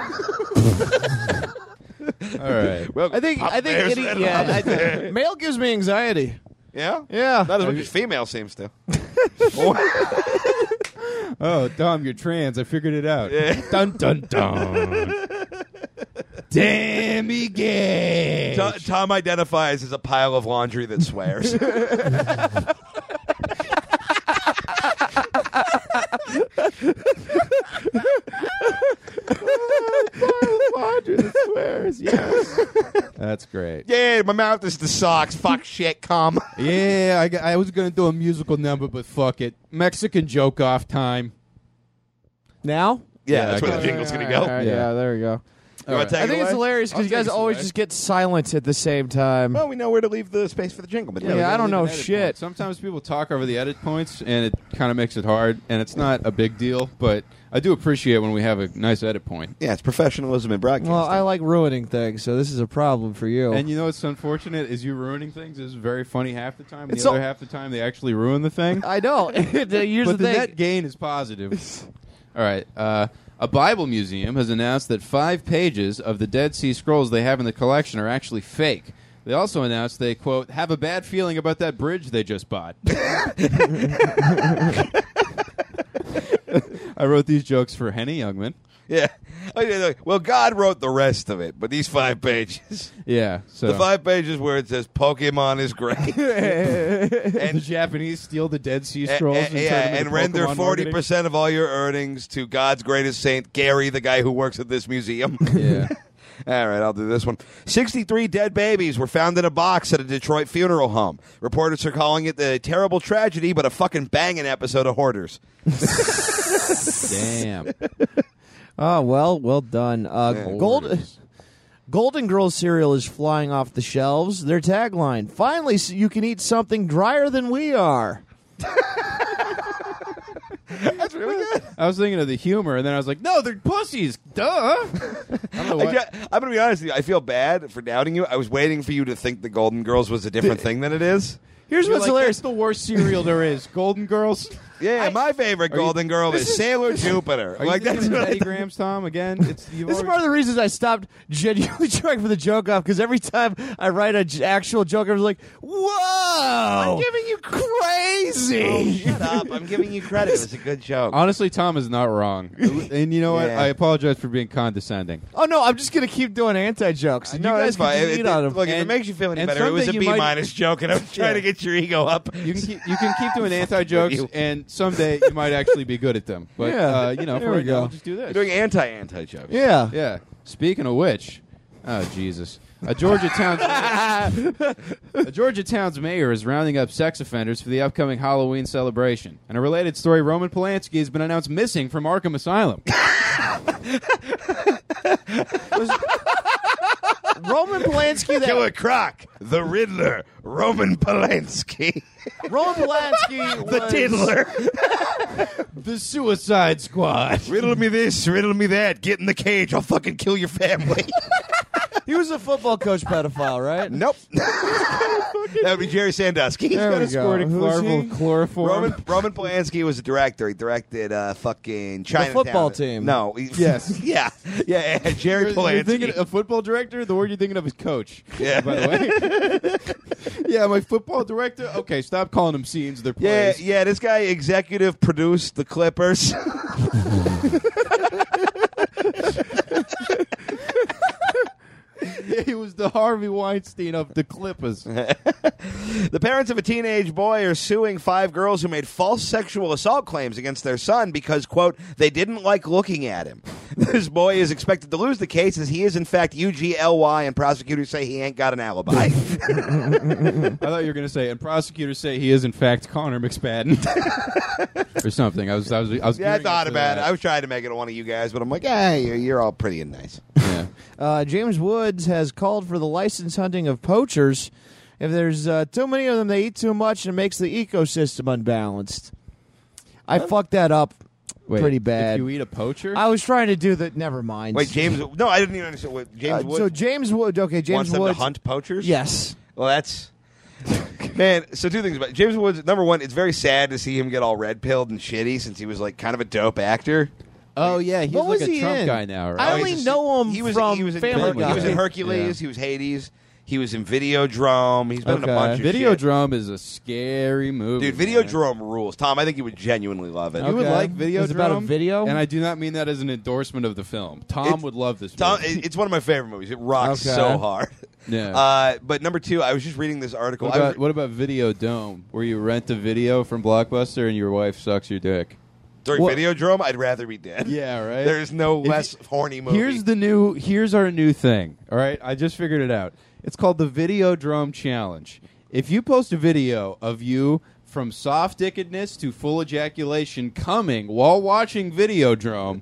[SPEAKER 1] right.
[SPEAKER 3] well,
[SPEAKER 5] I think.
[SPEAKER 3] Papa
[SPEAKER 5] I think.
[SPEAKER 3] Bear's
[SPEAKER 5] Any,
[SPEAKER 3] Red
[SPEAKER 5] yeah. I
[SPEAKER 3] Lobster.
[SPEAKER 5] think mail gives me anxiety.
[SPEAKER 3] yeah,
[SPEAKER 5] Yeah.
[SPEAKER 3] Not as much as female seems to.
[SPEAKER 1] Oh, Dom, you're trans. I figured it out. Dun dun dun. Damn, he gay.
[SPEAKER 3] Tom, Tom identifies as a pile of laundry that swears.
[SPEAKER 1] That's great.
[SPEAKER 3] yeah, my mouth is the socks. Fuck shit, come.
[SPEAKER 1] Yeah, I, g- I was gonna do a musical number, but fuck it. Mexican joke off time.
[SPEAKER 5] Now.
[SPEAKER 3] Yeah,
[SPEAKER 1] Yeah, I
[SPEAKER 3] that's where the
[SPEAKER 1] got it.
[SPEAKER 3] jingle's gonna
[SPEAKER 2] All
[SPEAKER 3] go.
[SPEAKER 2] right,
[SPEAKER 1] Yeah.
[SPEAKER 2] yeah. there we go.
[SPEAKER 3] You wanna
[SPEAKER 1] All right.
[SPEAKER 3] take
[SPEAKER 5] I
[SPEAKER 3] it
[SPEAKER 5] think it's
[SPEAKER 3] away?
[SPEAKER 5] hilarious
[SPEAKER 1] I'll
[SPEAKER 5] because you
[SPEAKER 1] take
[SPEAKER 5] guys
[SPEAKER 1] this
[SPEAKER 5] always
[SPEAKER 1] away.
[SPEAKER 5] just get silent at the same time.
[SPEAKER 3] Well, we know where to leave the space for the jingle, but
[SPEAKER 5] Yeah, I don't
[SPEAKER 1] leave an
[SPEAKER 5] know
[SPEAKER 1] edit
[SPEAKER 5] shit.
[SPEAKER 1] point. Sometimes people talk over the edit points, and it kind of makes it hard. And it's not a big deal, but I do appreciate when we have a nice edit point.
[SPEAKER 3] yeah, it's professionalism in broadcasting.
[SPEAKER 5] Well, I like ruining things, so this is a problem for you.
[SPEAKER 1] And you know what's unfortunate is you ruining things is very funny half the time. and
[SPEAKER 5] It's
[SPEAKER 1] The other
[SPEAKER 5] all-
[SPEAKER 1] half the time they actually ruin the thing.
[SPEAKER 5] I know. Here's
[SPEAKER 1] but
[SPEAKER 5] the
[SPEAKER 1] the,
[SPEAKER 5] thing.
[SPEAKER 1] net gain is positive. All right. Uh, a Bible museum has announced that five pages of the Dead Sea Scrolls they have in the collection are actually fake. They also announced they, quote, have a bad feeling about that bridge they just bought. I wrote these jokes for Henny Youngman.
[SPEAKER 3] yeah. Oh, yeah, like, Well, God wrote the rest of it, but these five pages,
[SPEAKER 1] Yeah. So
[SPEAKER 3] the five pages where it says Pokemon is great,
[SPEAKER 1] the Japanese steal the Dead Sea
[SPEAKER 3] and,
[SPEAKER 1] Scrolls and, turn
[SPEAKER 3] yeah,
[SPEAKER 1] them into
[SPEAKER 3] and render
[SPEAKER 1] Pokemon
[SPEAKER 3] forty
[SPEAKER 1] marketing.
[SPEAKER 3] percent of all your earnings to God's greatest saint Gary, the guy who works at this museum.
[SPEAKER 1] Yeah.
[SPEAKER 3] All right, I'll do this one. 63 dead babies were found in a box at a Detroit funeral home. Reporters are calling it the terrible tragedy, but a fucking banging episode of Hoarders.
[SPEAKER 1] Damn.
[SPEAKER 5] Oh well, well done. Uh, Gold, Golden Girls cereal is flying off the shelves. Their tagline: "Finally, s- you can eat something drier than we are."
[SPEAKER 1] I was thinking of the humor, and then I was like, no, they're pussies. Duh. I don't know
[SPEAKER 3] I
[SPEAKER 1] what-
[SPEAKER 3] am going to be honest with you. I feel bad for doubting you. I was waiting for you to think the Golden Girls was a different thing than it is.
[SPEAKER 1] Here's
[SPEAKER 5] You're
[SPEAKER 1] what's
[SPEAKER 5] like,
[SPEAKER 1] hilarious:
[SPEAKER 5] "That's
[SPEAKER 1] the worst cereal there is, Golden Girls.
[SPEAKER 3] Yeah, my favorite Golden Girl is, Sailor Jupiter. Like that's what I
[SPEAKER 1] Betty
[SPEAKER 3] th-
[SPEAKER 1] Graham's Tom again. It's you've
[SPEAKER 5] This is one
[SPEAKER 1] already-
[SPEAKER 5] of the reasons I stopped genuinely trying for the joke off because every time I write an actual joke, I was like,
[SPEAKER 1] Oh.
[SPEAKER 5] "Whoa!" I'm giving you crazy.
[SPEAKER 3] Shut up. I'm giving you credit. It's a good joke.
[SPEAKER 1] Honestly, Tom is not wrong, and you know what?
[SPEAKER 3] Yeah.
[SPEAKER 1] I apologize for being condescending.
[SPEAKER 5] Oh, no, I'm just gonna keep doing anti jokes. You
[SPEAKER 3] no,
[SPEAKER 5] guys
[SPEAKER 3] that's fine.
[SPEAKER 5] can
[SPEAKER 3] It-
[SPEAKER 5] eat
[SPEAKER 3] it-
[SPEAKER 5] on 'em.
[SPEAKER 3] Look, if it
[SPEAKER 1] And-
[SPEAKER 3] makes you feel any
[SPEAKER 1] and
[SPEAKER 3] better, it was a
[SPEAKER 1] something
[SPEAKER 3] B
[SPEAKER 1] you might-
[SPEAKER 3] minus joke, and I was trying to get your ego up.
[SPEAKER 1] You can keep, you can keep doing anti jokes, and someday you might actually be good at them. But
[SPEAKER 5] Yeah.
[SPEAKER 1] uh, you know,
[SPEAKER 5] There
[SPEAKER 1] for
[SPEAKER 5] we
[SPEAKER 1] right now,
[SPEAKER 5] go.
[SPEAKER 1] we'll just do this.
[SPEAKER 3] You're doing anti anti jokes.
[SPEAKER 5] yeah.
[SPEAKER 1] yeah. Speaking of which, oh Jesus, a Georgia town's a Georgia town's mayor is rounding up sex offenders for the upcoming Halloween celebration. And a related story: Roman Polanski has been announced missing from Arkham Asylum.
[SPEAKER 5] Roman Polanski. That
[SPEAKER 3] Killer Croc, the Riddler, Roman Polanski,
[SPEAKER 5] Roman Polanski.
[SPEAKER 3] the
[SPEAKER 5] was-
[SPEAKER 3] Tiddler.
[SPEAKER 1] the Suicide Squad.
[SPEAKER 3] riddle me this, riddle me that. Get in the cage, I'll fucking kill your family.
[SPEAKER 5] he was a football coach pedophile, right?
[SPEAKER 3] Nope. that would be Jerry Sandusky.
[SPEAKER 5] There we
[SPEAKER 1] Got a squirting
[SPEAKER 5] go. Who's
[SPEAKER 1] larval
[SPEAKER 5] he?
[SPEAKER 1] chloroform.
[SPEAKER 3] Roman Roman Polanski was the director. He directed uh, fucking Chinatown.
[SPEAKER 5] football team.
[SPEAKER 3] No. he-
[SPEAKER 1] Yes.
[SPEAKER 3] yeah. Yeah. yeah, Jerry
[SPEAKER 1] You're, you're
[SPEAKER 3] Polanski.
[SPEAKER 1] thinking a football director. The word you're thinking of is coach.
[SPEAKER 3] Yeah.
[SPEAKER 1] By the way. yeah, my football director. Okay, stop calling them scenes. They're
[SPEAKER 3] yeah.
[SPEAKER 1] plays.
[SPEAKER 3] Yeah. This guy executive produced the Clippers.
[SPEAKER 1] he was the Harvey Weinstein of the Clippers.
[SPEAKER 3] the parents of a teenage boy are suing five girls who made false sexual assault claims against their son because, quote, they didn't like looking at him. This boy is expected to lose the case as he is, in fact, UGLY, and prosecutors say he ain't got an alibi.
[SPEAKER 1] I thought you were going to say, and prosecutors say he is in fact Connor McSpadden or something. I was, I was, I was.
[SPEAKER 3] yeah, I
[SPEAKER 1] gearing up
[SPEAKER 3] thought
[SPEAKER 1] for
[SPEAKER 3] about it.
[SPEAKER 1] that.
[SPEAKER 3] I was trying to make it one of you guys, but I'm like, hey, you're, you're all pretty and nice.
[SPEAKER 1] Yeah.
[SPEAKER 5] Uh, James Woods has called for the license hunting of poachers. If there's uh, too many of them, they eat too much and it makes the ecosystem unbalanced. I fucked that up
[SPEAKER 1] Wait,
[SPEAKER 5] pretty
[SPEAKER 1] If
[SPEAKER 5] bad.
[SPEAKER 1] you eat a poacher,
[SPEAKER 5] I was trying to do that. Never mind.
[SPEAKER 3] Wait, James? No, I didn't even understand. What,
[SPEAKER 5] Uh,
[SPEAKER 3] James Woods
[SPEAKER 5] so James Wood. Okay, James
[SPEAKER 3] wants them
[SPEAKER 5] Woods.
[SPEAKER 3] to hunt poachers.
[SPEAKER 5] Yes.
[SPEAKER 3] Well, that's man. So two things about James Woods. Number one, it's very sad to see him get all red pilled and shitty since he was like kind of a dope actor.
[SPEAKER 1] oh yeah, he's
[SPEAKER 5] What
[SPEAKER 1] like
[SPEAKER 5] was
[SPEAKER 1] a
[SPEAKER 5] he
[SPEAKER 1] Trump
[SPEAKER 5] in?
[SPEAKER 1] guy now,
[SPEAKER 5] I
[SPEAKER 1] right?
[SPEAKER 3] Oh,
[SPEAKER 5] only
[SPEAKER 3] he's a-
[SPEAKER 5] know him
[SPEAKER 3] He was
[SPEAKER 5] from
[SPEAKER 3] he was in,
[SPEAKER 5] Family
[SPEAKER 3] He was
[SPEAKER 1] Guy.
[SPEAKER 3] in Hercules.
[SPEAKER 1] Yeah.
[SPEAKER 3] He was Hades. He was in Videodrome. He's been in a
[SPEAKER 5] Okay.
[SPEAKER 3] bunch of shit.
[SPEAKER 1] Videodrome is a scary movie,
[SPEAKER 3] Dude,
[SPEAKER 1] man.
[SPEAKER 3] Videodrome rules. Tom, I think you would genuinely love it.
[SPEAKER 1] You would
[SPEAKER 5] Okay.
[SPEAKER 1] like Videodrome.
[SPEAKER 5] It's about a video?
[SPEAKER 1] and I do not mean that as an endorsement of the film. Tom
[SPEAKER 3] It's-
[SPEAKER 1] would love this.
[SPEAKER 3] Tom,
[SPEAKER 1] movie.
[SPEAKER 3] it- it's one of my favorite movies. It rocks
[SPEAKER 5] Okay.
[SPEAKER 3] so hard.
[SPEAKER 1] Yeah.
[SPEAKER 3] Uh, but number two, I was just reading this article.
[SPEAKER 1] What
[SPEAKER 3] I was-
[SPEAKER 1] about, what about Video Dome, where you rent a video from Blockbuster and your wife sucks your dick?
[SPEAKER 3] during
[SPEAKER 5] What-
[SPEAKER 3] Videodrome, I'd rather be dead.
[SPEAKER 1] Yeah, right.
[SPEAKER 3] There's no
[SPEAKER 1] you-
[SPEAKER 3] less horny movie.
[SPEAKER 1] Here's the new. Here's our new thing. All right, I just figured it out. It's called the Video Drum Challenge. If you post a video of you from soft dickedness to full ejaculation coming while watching Videodrome,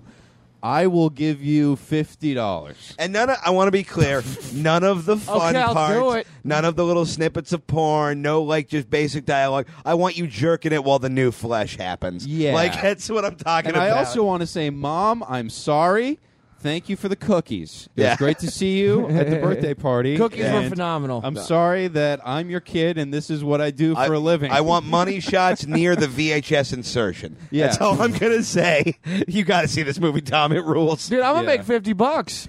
[SPEAKER 1] I will give you fifty dollars.
[SPEAKER 3] and none. Of, I want to be clear. none of the fun
[SPEAKER 5] Okay, I'll
[SPEAKER 3] parts.
[SPEAKER 5] do it.
[SPEAKER 3] None of the little snippets of porn. No, like just basic dialogue. I want you jerking it while the new flesh happens.
[SPEAKER 1] Yeah.
[SPEAKER 3] like that's what I'm talking
[SPEAKER 1] And I
[SPEAKER 3] about.
[SPEAKER 1] also want to say, Mom, I'm sorry. Thank you for the cookies. It
[SPEAKER 3] Yeah.
[SPEAKER 1] was great to see you at the birthday party.
[SPEAKER 5] Cookies were
[SPEAKER 1] and
[SPEAKER 5] phenomenal.
[SPEAKER 1] I'm sorry that I'm your kid and this is what I do for a living.
[SPEAKER 3] I want money shots near the VHS insertion.
[SPEAKER 1] Yeah.
[SPEAKER 3] That's all I'm gonna say. You got to see this movie, Tom. It rules.
[SPEAKER 5] Dude, I'm gonna
[SPEAKER 1] Yeah.
[SPEAKER 5] make fifty bucks.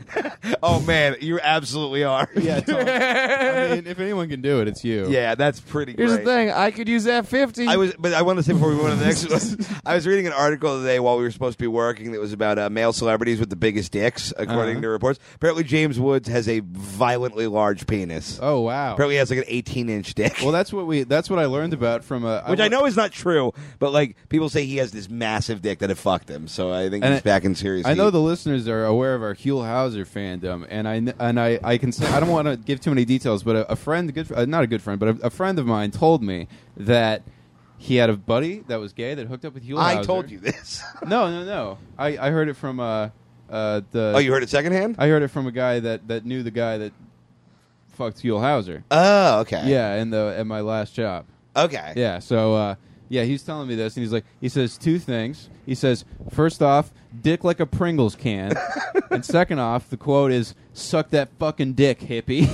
[SPEAKER 3] Oh man, you absolutely are.
[SPEAKER 1] Yeah, Tom. I mean, if anyone can do it, it's you.
[SPEAKER 3] Yeah, that's pretty.
[SPEAKER 5] Here's
[SPEAKER 3] great.
[SPEAKER 5] the thing: I could use that fifty.
[SPEAKER 3] I was, but I wanted to say before we went on to the next one, I was reading an article today while we were supposed to be working that was about uh, male celebrities with the biggest dicks,
[SPEAKER 1] Uh-huh.
[SPEAKER 3] according to reports. Apparently, James Woods has a violently large penis.
[SPEAKER 1] Oh wow.
[SPEAKER 3] Apparently, he has like an 18 inch dick.
[SPEAKER 1] Well, that's what we. That's what I learned about from uh, a.
[SPEAKER 3] which I know is not true, but like people say he has this massive dick that it fucked him. So I think
[SPEAKER 1] And
[SPEAKER 3] he's
[SPEAKER 1] I-
[SPEAKER 3] back in serious.
[SPEAKER 1] I know
[SPEAKER 3] heat.
[SPEAKER 1] the listeners are aware of our Huell Hauser fandom, and I kn- and I, I can say I don't want to give too many details, but a, a friend, good fr- uh, not a good friend, but a, a friend of mine told me that he had a buddy that was gay that hooked up with Huell.
[SPEAKER 3] I told you this.
[SPEAKER 1] No, no, no. I, I heard it from uh, uh, the.
[SPEAKER 3] oh, you heard it secondhand.
[SPEAKER 1] I heard it from a guy that, that knew the guy that fucked Huell Hauser.
[SPEAKER 3] oh, okay.
[SPEAKER 1] Yeah, in the at my last job.
[SPEAKER 3] Okay.
[SPEAKER 1] Yeah. So uh, yeah, he's telling me this, and he's like, he says two things. He says, first off, dick like a Pringles can, and second off, the quote is, "Suck that fucking dick, hippie."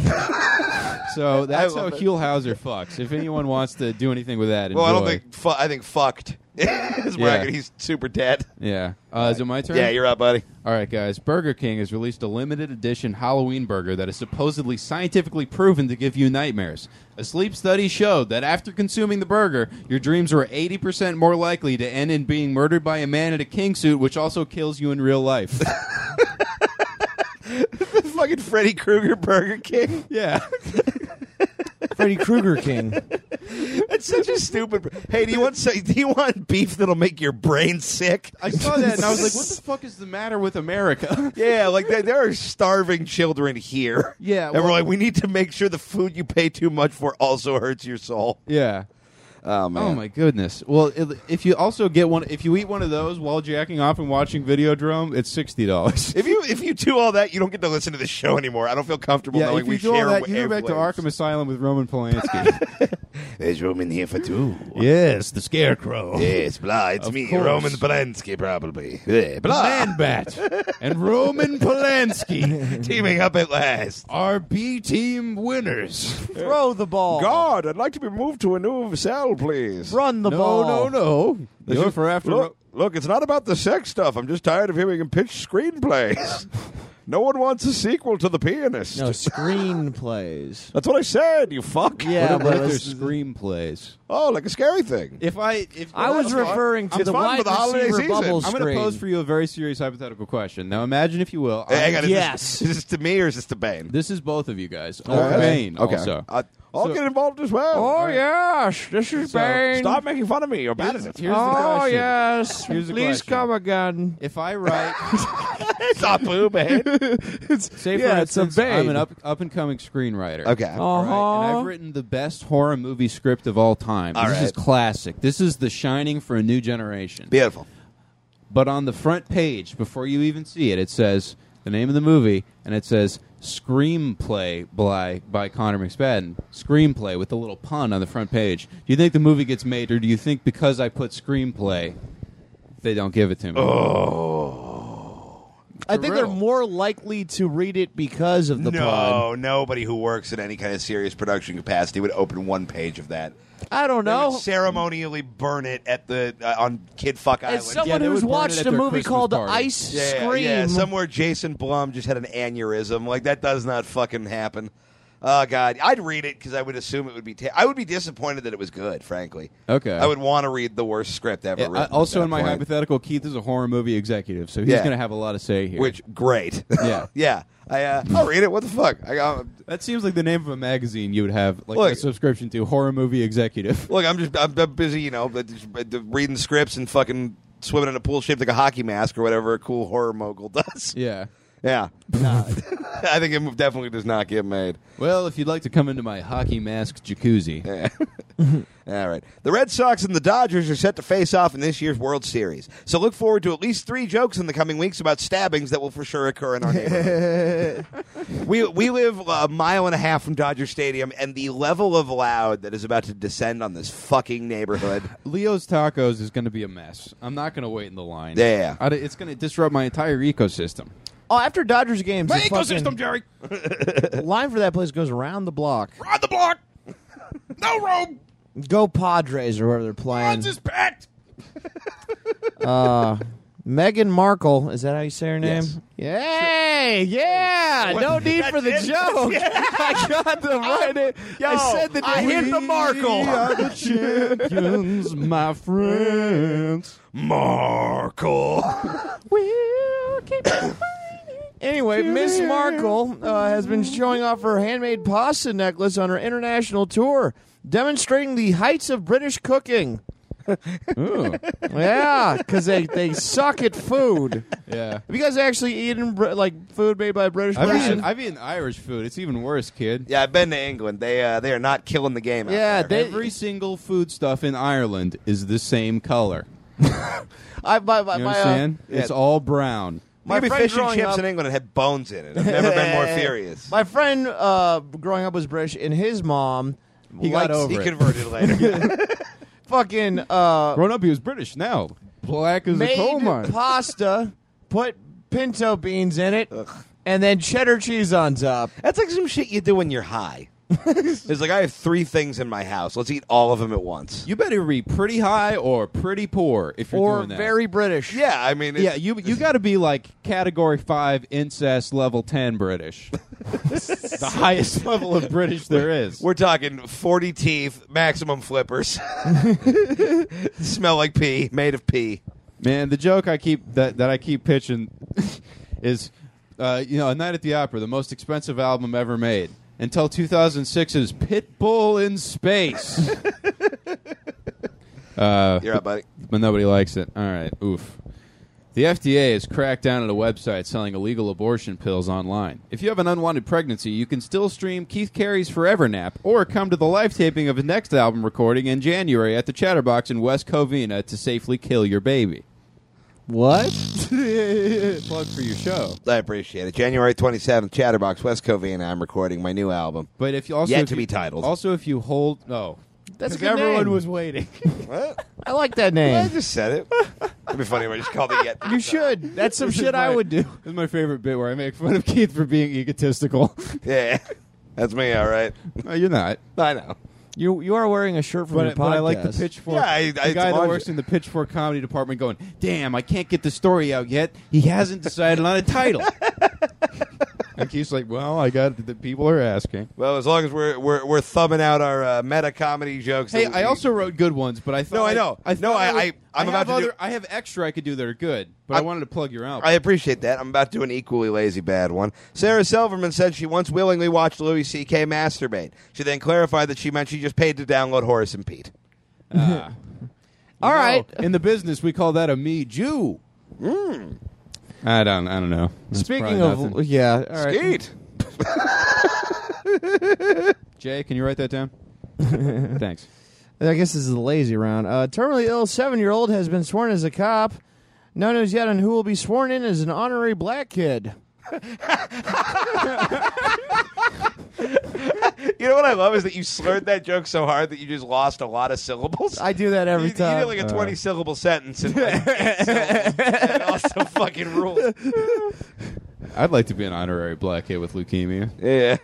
[SPEAKER 1] so that's how
[SPEAKER 3] love it.
[SPEAKER 1] Huelhauser fucks. If anyone wants to do anything with that, enjoy.
[SPEAKER 3] Well, I don't think. Fu- I think fucked. is where I
[SPEAKER 1] Yeah.
[SPEAKER 3] could- he's super dead.
[SPEAKER 1] Yeah. Uh, Is it my turn?
[SPEAKER 3] Yeah, you're up, buddy.
[SPEAKER 1] All right, guys. Burger King has released a limited edition Halloween burger that is supposedly scientifically proven to give you nightmares. A sleep study showed that after consuming the burger, your dreams were 80% more likely to end in being murdered by a man in a king suit, which also kills you in real life.
[SPEAKER 3] Fucking Freddy Krueger Burger King.
[SPEAKER 1] yeah.
[SPEAKER 5] Freddy Krueger King.
[SPEAKER 3] That's such a stupid. Hey, do you want so- do you want beef that'll make your brain sick?
[SPEAKER 1] I saw that and I was like, what the fuck is the matter with America?
[SPEAKER 3] Yeah, like there, there are starving children here.
[SPEAKER 1] Yeah,
[SPEAKER 3] and we're
[SPEAKER 1] well-
[SPEAKER 3] like, we need to make sure the food you pay too much for also hurts your soul.
[SPEAKER 1] yeah.
[SPEAKER 3] Oh man,
[SPEAKER 1] Oh my goodness! Well, it, if you also get one, if you eat one of those while jacking off and watching Videodrome, it's sixty dollars.
[SPEAKER 3] If you if you do all that, you don't get to listen to the show anymore. I don't feel comfortable
[SPEAKER 1] Yeah,
[SPEAKER 3] knowing
[SPEAKER 1] if
[SPEAKER 3] we
[SPEAKER 1] you do all
[SPEAKER 3] share
[SPEAKER 1] that, you go back to
[SPEAKER 3] wavelengths.
[SPEAKER 1] Arkham Asylum with Roman Polanski.
[SPEAKER 3] There's room in here for two.
[SPEAKER 1] Yes, the scarecrow.
[SPEAKER 3] Yes, blah, it's
[SPEAKER 1] Of
[SPEAKER 3] me,
[SPEAKER 1] course.
[SPEAKER 3] Roman Polanski, probably. Yeah, blah,
[SPEAKER 1] Man Bat and Roman Polanski,
[SPEAKER 3] teaming up at last.
[SPEAKER 1] our B team winners.
[SPEAKER 5] Throw the ball.
[SPEAKER 3] God, I'd like to be moved to a new cell, please.
[SPEAKER 5] Run the
[SPEAKER 1] No,
[SPEAKER 5] ball.
[SPEAKER 1] no, no. You're
[SPEAKER 3] This is-
[SPEAKER 1] for after.
[SPEAKER 3] Look, look, it's not about the sex stuff. I'm just tired of hearing him pitch screenplays. no one wants a sequel to The Pianist.
[SPEAKER 5] No screenplays.
[SPEAKER 3] That's what I said, you fuck.
[SPEAKER 5] Yeah,
[SPEAKER 1] what
[SPEAKER 5] but
[SPEAKER 1] if their
[SPEAKER 5] it's-
[SPEAKER 1] screenplays?
[SPEAKER 3] Oh, like a scary thing.
[SPEAKER 1] If I, if
[SPEAKER 5] I was referring to
[SPEAKER 3] It's
[SPEAKER 5] the
[SPEAKER 3] fun for
[SPEAKER 5] wide
[SPEAKER 3] the holiday
[SPEAKER 5] receiver
[SPEAKER 3] season.
[SPEAKER 5] bubble
[SPEAKER 1] I'm
[SPEAKER 5] screen.
[SPEAKER 1] going to pose for you a very serious hypothetical question. Now, imagine if you will.
[SPEAKER 3] Hey, hang
[SPEAKER 1] I-
[SPEAKER 3] on, is
[SPEAKER 5] Yes.
[SPEAKER 3] This, is this to me or is this to Bane?
[SPEAKER 1] this is both of you guys. Oh,
[SPEAKER 3] Okay.
[SPEAKER 1] Bane
[SPEAKER 3] Okay.
[SPEAKER 1] also.
[SPEAKER 3] Uh, I'll
[SPEAKER 1] So-
[SPEAKER 3] get involved as well.
[SPEAKER 5] Oh yes, this is
[SPEAKER 1] So,
[SPEAKER 5] Bang.
[SPEAKER 3] Stop making fun of me. You're bad at it.
[SPEAKER 1] Here's the
[SPEAKER 5] Oh
[SPEAKER 1] question.
[SPEAKER 5] yes,
[SPEAKER 1] Here's the
[SPEAKER 5] please
[SPEAKER 1] question.
[SPEAKER 5] come again.
[SPEAKER 1] If I write,
[SPEAKER 3] It's not Boo Bane.
[SPEAKER 1] say for
[SPEAKER 5] Yeah, it's a
[SPEAKER 1] instance, I'm
[SPEAKER 5] Bane.
[SPEAKER 1] an up up and coming screenwriter.
[SPEAKER 3] Okay.
[SPEAKER 1] All
[SPEAKER 5] Uh
[SPEAKER 1] right,
[SPEAKER 5] huh.
[SPEAKER 1] And I've written the best horror movie script of all time.
[SPEAKER 3] Uh-huh. All
[SPEAKER 1] this is
[SPEAKER 3] right.
[SPEAKER 1] classic. This is the shining for a new generation.
[SPEAKER 3] Beautiful.
[SPEAKER 1] But on the front page, before you even see it, it says the name of the movie, and it says Screenplay by, by Connor McSpadden. Screenplay with a little pun on the front page. Do you think the movie gets made, or do you think because I put screenplay, they don't give it to me?
[SPEAKER 5] I think they're
[SPEAKER 1] Riddle.
[SPEAKER 5] more likely to read it because of the pun.
[SPEAKER 3] no, nobody who works in any kind of serious production capacity would open one page of that.
[SPEAKER 5] I don't
[SPEAKER 3] They would
[SPEAKER 5] know.
[SPEAKER 3] ceremonially burn it at the uh, on Kid Fuck Island.
[SPEAKER 5] As someone
[SPEAKER 1] they would
[SPEAKER 5] who's
[SPEAKER 1] burn it
[SPEAKER 5] watched
[SPEAKER 1] at
[SPEAKER 5] a
[SPEAKER 1] their
[SPEAKER 5] movie
[SPEAKER 1] Christmas
[SPEAKER 5] called
[SPEAKER 1] party.
[SPEAKER 5] Ice
[SPEAKER 3] yeah,
[SPEAKER 5] Scream,
[SPEAKER 3] yeah, somewhere Jason Blum just had an aneurysm. Like that does not fucking happen. Oh god, I'd read it because I would assume it would be. ta- I would be disappointed that it was good. Frankly,
[SPEAKER 1] Okay.
[SPEAKER 3] I would want to read the worst script ever.
[SPEAKER 1] Yeah, I-
[SPEAKER 3] written at
[SPEAKER 1] also,
[SPEAKER 3] that
[SPEAKER 1] in my
[SPEAKER 3] point.
[SPEAKER 1] hypothetical, Keith is a horror movie executive, so he's
[SPEAKER 3] Yeah.
[SPEAKER 1] going to have a lot of say here.
[SPEAKER 3] which great.
[SPEAKER 1] Yeah.
[SPEAKER 3] yeah. I uh, I'll read it. What the fuck? I, I,
[SPEAKER 1] that seems like the name of a magazine you would have like
[SPEAKER 3] Look-
[SPEAKER 1] a subscription to, horror movie executive.
[SPEAKER 3] Look, I'm just I'm, I'm busy, you know, but just- but just reading scripts and fucking swimming in a pool shaped like a hockey mask or whatever a cool horror mogul does.
[SPEAKER 1] yeah.
[SPEAKER 3] Yeah, I think it definitely does not get made.
[SPEAKER 1] Well, if you'd like to come into my hockey mask jacuzzi,
[SPEAKER 3] Yeah. All right. The Red Sox and the Dodgers are set to face off in this year's World Series. So look forward to at least three jokes in the coming weeks about stabbings that will for sure occur in our neighborhood. we, we live a mile and a half from Dodger Stadium, and the level of loud that is about to descend on this fucking neighborhood.
[SPEAKER 1] Leo's Tacos is going to be a mess. I'm not going to wait in the line.
[SPEAKER 3] Yeah.
[SPEAKER 1] I- it's going to disrupt my entire ecosystem.
[SPEAKER 5] Oh, after Dodgers games, the fucking
[SPEAKER 4] Jerry.
[SPEAKER 5] line for that place goes around the block.
[SPEAKER 4] Ride the block. No rope.
[SPEAKER 5] Go Padres or whoever they're playing.
[SPEAKER 4] packed.
[SPEAKER 5] Meghan Markle, is that how you say her name? Yay!
[SPEAKER 3] Yes.
[SPEAKER 5] Yeah! No need for the joke. I got the right. I, I said the
[SPEAKER 3] Oh, I hit the Markle.
[SPEAKER 1] Champions, my friends.
[SPEAKER 3] Markle.
[SPEAKER 5] Anyway, Miss Markle uh, has been showing off her handmade pasta necklace on her international tour, demonstrating the heights of British cooking.
[SPEAKER 1] Ooh.
[SPEAKER 5] Yeah, because they, they suck at food.
[SPEAKER 1] Yeah.
[SPEAKER 5] Have you guys actually eaten Br- like food made by a British
[SPEAKER 1] I've
[SPEAKER 5] person?
[SPEAKER 1] eaten, I've eaten Irish food. It's even worse, kid.
[SPEAKER 3] Yeah, I've been to England. They uh, they are not killing the game. out
[SPEAKER 5] Yeah,
[SPEAKER 3] there.
[SPEAKER 5] they-
[SPEAKER 1] Every single foodstuff in Ireland is the same color.
[SPEAKER 5] I, my, my,
[SPEAKER 1] You
[SPEAKER 5] my, uh,
[SPEAKER 1] understand?
[SPEAKER 3] Yeah.
[SPEAKER 1] It's all brown.
[SPEAKER 3] You could be
[SPEAKER 5] friend
[SPEAKER 3] fish and
[SPEAKER 5] growing
[SPEAKER 3] chips
[SPEAKER 5] up-
[SPEAKER 3] in England and had bones in it. I've never been more furious.
[SPEAKER 5] My friend uh, growing up was British, and his mom
[SPEAKER 1] He
[SPEAKER 5] liked
[SPEAKER 1] got over
[SPEAKER 3] He
[SPEAKER 1] it.
[SPEAKER 3] converted later.
[SPEAKER 5] fucking uh,
[SPEAKER 1] Grown up, he was British. Now, black as a
[SPEAKER 5] made
[SPEAKER 1] coal mine.
[SPEAKER 5] pasta, put pinto beans in it, and then cheddar cheese on top.
[SPEAKER 3] That's like some shit you do when you're high. it's like I have three things in my house. Let's eat all of them at once.
[SPEAKER 1] You better be pretty high or pretty poor if you're
[SPEAKER 5] Or
[SPEAKER 1] doing that.
[SPEAKER 5] very British.
[SPEAKER 3] yeah, I mean, it's,
[SPEAKER 1] Yeah, you you got to be like category five incest level ten British, the highest level of British there is.
[SPEAKER 3] We're talking forty teeth, maximum flippers, smell like pee, made of pee.
[SPEAKER 1] Man, the joke I keep that, that I keep pitching is, uh, you know, a night at the opera, the most expensive album ever made until 2006's Pitbull in Space. uh,
[SPEAKER 3] You're up, buddy.
[SPEAKER 1] but nobody likes it. All right, oof. The FDA has cracked down on a website selling illegal abortion pills online. If you have an unwanted pregnancy, you can still stream Keith Carey's Forever Nap or come to the live taping of his next album recording in January at the Chatterbox in West Covina to safely kill your baby.
[SPEAKER 5] What?
[SPEAKER 1] Plug for your show.
[SPEAKER 3] I appreciate it. January twenty seventh, Chatterbox, West Covina. I'm recording my new album.
[SPEAKER 1] But if you also
[SPEAKER 3] Yet
[SPEAKER 1] if
[SPEAKER 3] to
[SPEAKER 1] you-
[SPEAKER 3] be titled.
[SPEAKER 1] Also, if you hold oh. no, That's a
[SPEAKER 5] Because
[SPEAKER 1] good
[SPEAKER 5] everyone
[SPEAKER 1] name.
[SPEAKER 5] was waiting.
[SPEAKER 3] What?
[SPEAKER 5] I like that
[SPEAKER 3] I
[SPEAKER 5] name.
[SPEAKER 3] just said it. It'd be funny if I just called it yet.
[SPEAKER 5] You should. That's some shit I would do.
[SPEAKER 1] This is my favorite bit where I make fun of Keith for being egotistical.
[SPEAKER 3] Yeah. That's me, all right.
[SPEAKER 1] no, you're not.
[SPEAKER 3] I know.
[SPEAKER 5] You you are wearing a shirt from your
[SPEAKER 1] But,
[SPEAKER 5] podcast.
[SPEAKER 1] but I like the pitchfork.
[SPEAKER 3] Yeah, I- I
[SPEAKER 1] the guy that
[SPEAKER 3] told
[SPEAKER 1] works
[SPEAKER 3] you.
[SPEAKER 1] in the pitchfork comedy department going, damn, I can't get the story out yet. He hasn't decided on a title. and Keith's like, well, I got the people are asking.
[SPEAKER 3] Well, as long as we're we're, we're thumbing out our uh, meta comedy jokes.
[SPEAKER 1] Hey,
[SPEAKER 3] that
[SPEAKER 1] I
[SPEAKER 3] we-
[SPEAKER 1] also wrote good ones, but I thought
[SPEAKER 3] No, I
[SPEAKER 1] I'd-
[SPEAKER 3] know. No,
[SPEAKER 1] thought
[SPEAKER 3] I-
[SPEAKER 1] would-
[SPEAKER 3] I- I'm
[SPEAKER 1] have
[SPEAKER 3] about to do-
[SPEAKER 1] other- I have extra I could do that are good, but I
[SPEAKER 3] I'm-
[SPEAKER 1] wanted to plug your album.
[SPEAKER 3] I appreciate that. I'm about to do an equally lazy bad one. Sarah Silverman said she once willingly watched Louis C.K. masturbate. She then clarified that she meant she just paid to download Horace and Pete.
[SPEAKER 1] Ah.
[SPEAKER 5] All
[SPEAKER 1] You know,
[SPEAKER 5] right.
[SPEAKER 1] In the business, we call that a me Jew. I don't. I don't know. That's
[SPEAKER 5] Mm. Speaking
[SPEAKER 1] probably
[SPEAKER 5] of,
[SPEAKER 1] nothing.
[SPEAKER 5] yeah, all right.
[SPEAKER 3] Skeet.
[SPEAKER 1] Jay, can you write that down? Thanks.
[SPEAKER 5] I guess this is the lazy round. Uh, terminally ill seven-year-old has been sworn as a cop. No news yet on who will be sworn in as an honorary black kid.
[SPEAKER 3] You know what I love is that you slurred that joke so hard that you just lost a lot of syllables.
[SPEAKER 5] I do that every
[SPEAKER 3] you,
[SPEAKER 5] time.
[SPEAKER 3] You did like a twenty syllable sentence and like, eight syllables. That also fucking rules.
[SPEAKER 1] I'd like to be an honorary black kid with leukemia.
[SPEAKER 3] Yeah.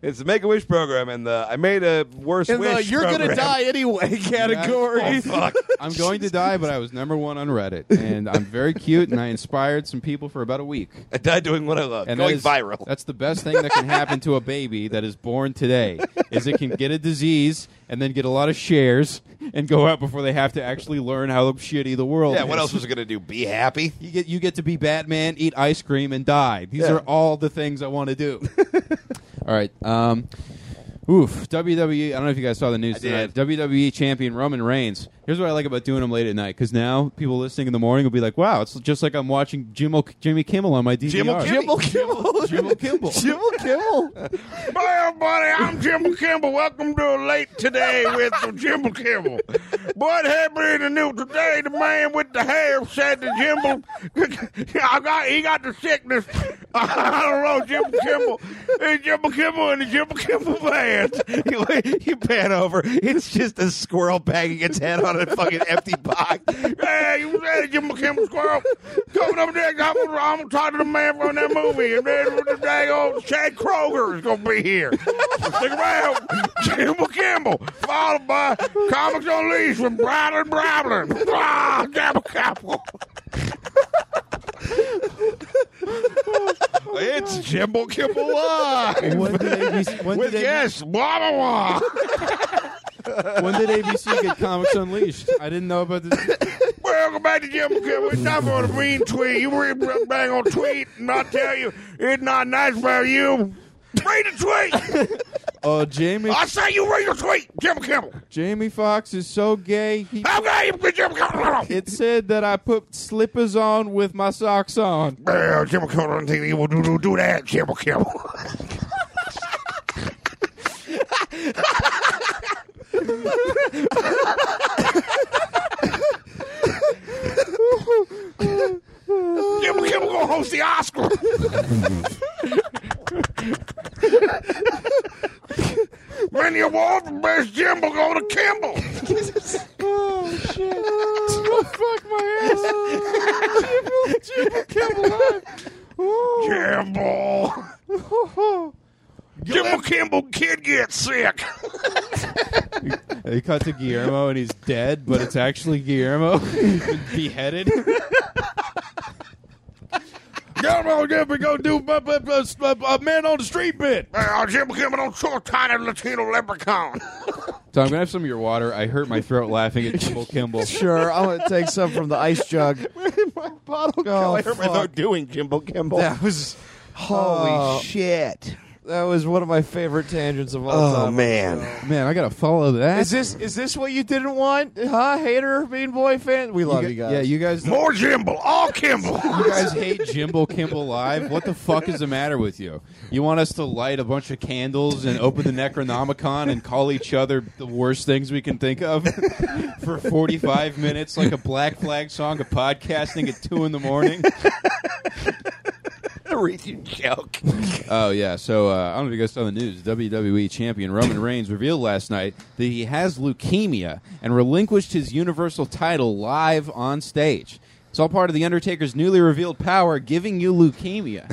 [SPEAKER 3] It's the Make a Wish program and the I made a worse
[SPEAKER 5] in
[SPEAKER 3] wish.
[SPEAKER 5] the Uh, "you're
[SPEAKER 3] program.
[SPEAKER 5] gonna die anyway" category.
[SPEAKER 3] Oh, fuck.
[SPEAKER 1] I'm going to die, but I was number one on Reddit, and I'm very cute, and I inspired some people for about a week.
[SPEAKER 3] I died doing what I love.
[SPEAKER 1] And
[SPEAKER 3] going
[SPEAKER 1] that is,
[SPEAKER 3] viral.
[SPEAKER 1] That's the best thing that can happen to a baby that is born today. Is it can get a disease and then get a lot of shares and go out before they have to actually learn how shitty the world
[SPEAKER 3] yeah,
[SPEAKER 1] is.
[SPEAKER 3] what else was it gonna do? Be happy?
[SPEAKER 1] You get you get to be Batman, eat ice cream, and die. These
[SPEAKER 3] Yeah.
[SPEAKER 1] are all the things I want to do. all right. Um, oof. WWE. I don't know if you guys saw the news
[SPEAKER 3] I
[SPEAKER 1] tonight.
[SPEAKER 3] did.
[SPEAKER 1] WWE champion Roman Reigns. Here's what I like about doing them late at night because now people listening in the morning will be like, "Wow, it's just like I'm watching Jim o- Jimmy Kimmel on my DVR."
[SPEAKER 3] Jimmy.
[SPEAKER 5] Kimmel.
[SPEAKER 1] Jimmy Kimmel.
[SPEAKER 5] Jimmy Kimmel.
[SPEAKER 3] Well, buddy, I'm Jimbo Kimball. Welcome to Late Today with Jimbo Kimball. What happened in the news today? The man with the hair said to Jimbo, I got, he got the sickness. I don't know, Jimbo Kimball. It's Jimbo Kimball and the Jimbo Kimball band. You, you pan over. It's just a squirrel banging its head on a fucking empty box. Hey, you said Jimbo Kimball squirrel. Coming up there, I'm gonna- I'm going to talk to the man from that movie. And then the day old Chad Kroger is going to be here. Stick around. Jimbo Kimball, followed by Comics Unleashed from Browder and Browder. Ah, Jimbo Kimball. it's Jimbo Kimball Live.
[SPEAKER 1] When did ABC, when
[SPEAKER 3] With
[SPEAKER 1] did ABC,
[SPEAKER 3] yes, blah, blah, blah.
[SPEAKER 1] when did ABC get Comics Unleashed? I didn't know about this.
[SPEAKER 3] Welcome back to Jim Kimmel. It's not going to mean tweet. You read bang on tweet, and I tell you, it's not nice about you. Read the tweet.
[SPEAKER 1] Oh, Jamie
[SPEAKER 3] I say you read the tweet, Jim Kimmel.
[SPEAKER 1] Jamie Fox is so gay. He,
[SPEAKER 3] How dare you put Jim Kimmel on?
[SPEAKER 1] it said that I put slippers on with my socks on.
[SPEAKER 3] Well, Jim Kimmel on TV will do, do, do that, Jim Kimmel. Jim Kimmel gonna host the Oscar. Win the award for best Jimbo go to Kimball. Jimbo. Jimbo Kimball kid gets sick.
[SPEAKER 1] They cut to Guillermo and he's dead, but it's actually Guillermo He's been beheaded. Guillermo, yeah, we go do a, man on the street bit.
[SPEAKER 3] Well, Jimbo Kimmel on short tiny Latino leprechaun.
[SPEAKER 1] So I'm gonna have some of your water. I hurt my throat laughing at Kimball Kimball.
[SPEAKER 5] Sure, I'm gonna take some from the ice jug.
[SPEAKER 3] My bottle
[SPEAKER 5] Oh, fuck.
[SPEAKER 3] doing Jimbo Kimball. Oh.
[SPEAKER 5] That was uh,
[SPEAKER 3] Holy shit.
[SPEAKER 5] That was one of my favorite tangents of all
[SPEAKER 3] Oh
[SPEAKER 5] time.
[SPEAKER 3] man.
[SPEAKER 1] Man, I gotta follow that.
[SPEAKER 5] Is this is this what you didn't want, huh? Hater, mean boy fan. We love you, guys.
[SPEAKER 1] Yeah, you guys.
[SPEAKER 3] More Jimbo, all Kimball.
[SPEAKER 1] You guys hate Jimbo Kimball Live? What the fuck is the matter with you? You want us to light a bunch of candles and open the Necronomicon and call each other the worst things we can think of for 45 minutes, like a Black Flag song of podcasting at 2 in the morning?
[SPEAKER 3] to read your joke.
[SPEAKER 1] Oh yeah, so uh, I don't know if you guys saw the news. WWE champion Roman Reigns revealed last night that he has leukemia and relinquished his Universal title live on stage. It's all part of the Undertaker's newly revealed power, giving you leukemia.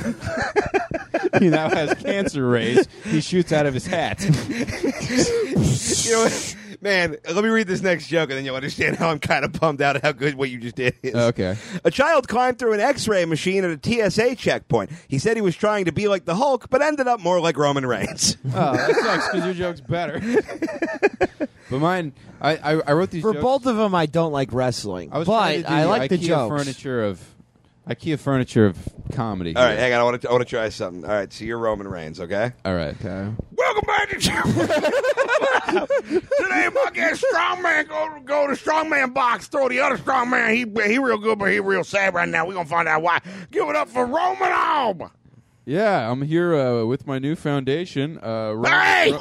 [SPEAKER 1] he now has cancer rays. He shoots out of his hat.
[SPEAKER 3] you know what? Man, let me read this next joke, and then you'll understand how I'm kind of bummed out at how good what you just did is.
[SPEAKER 1] Okay.
[SPEAKER 3] A child climbed through an X-ray machine at a TSA checkpoint. He said he was trying to be like the Hulk, but ended up more like Roman Reigns.
[SPEAKER 1] Oh, that sucks because your joke's better. but mine, I, I, I wrote these
[SPEAKER 5] For
[SPEAKER 1] jokes.
[SPEAKER 5] both of them, I don't like wrestling,
[SPEAKER 1] I was trying
[SPEAKER 5] but
[SPEAKER 1] to do
[SPEAKER 5] I
[SPEAKER 1] the
[SPEAKER 5] like the
[SPEAKER 1] IKEA
[SPEAKER 5] jokes.
[SPEAKER 1] furniture of IKEA furniture of comedy.
[SPEAKER 3] All right,
[SPEAKER 1] here.
[SPEAKER 3] hang on. I want to I want to try something. All right, so you're Roman Reigns, okay?
[SPEAKER 1] all right. Okay.
[SPEAKER 3] Welcome back to Today, my guest strongman go go to strongman box. Throw the other strongman. He he real good, but he real sad right now. We gonna find out why. Give it up for Roman Alba.
[SPEAKER 1] Yeah, I'm here uh, with my new foundation, uh, Roman,
[SPEAKER 3] Hey!
[SPEAKER 1] Ro-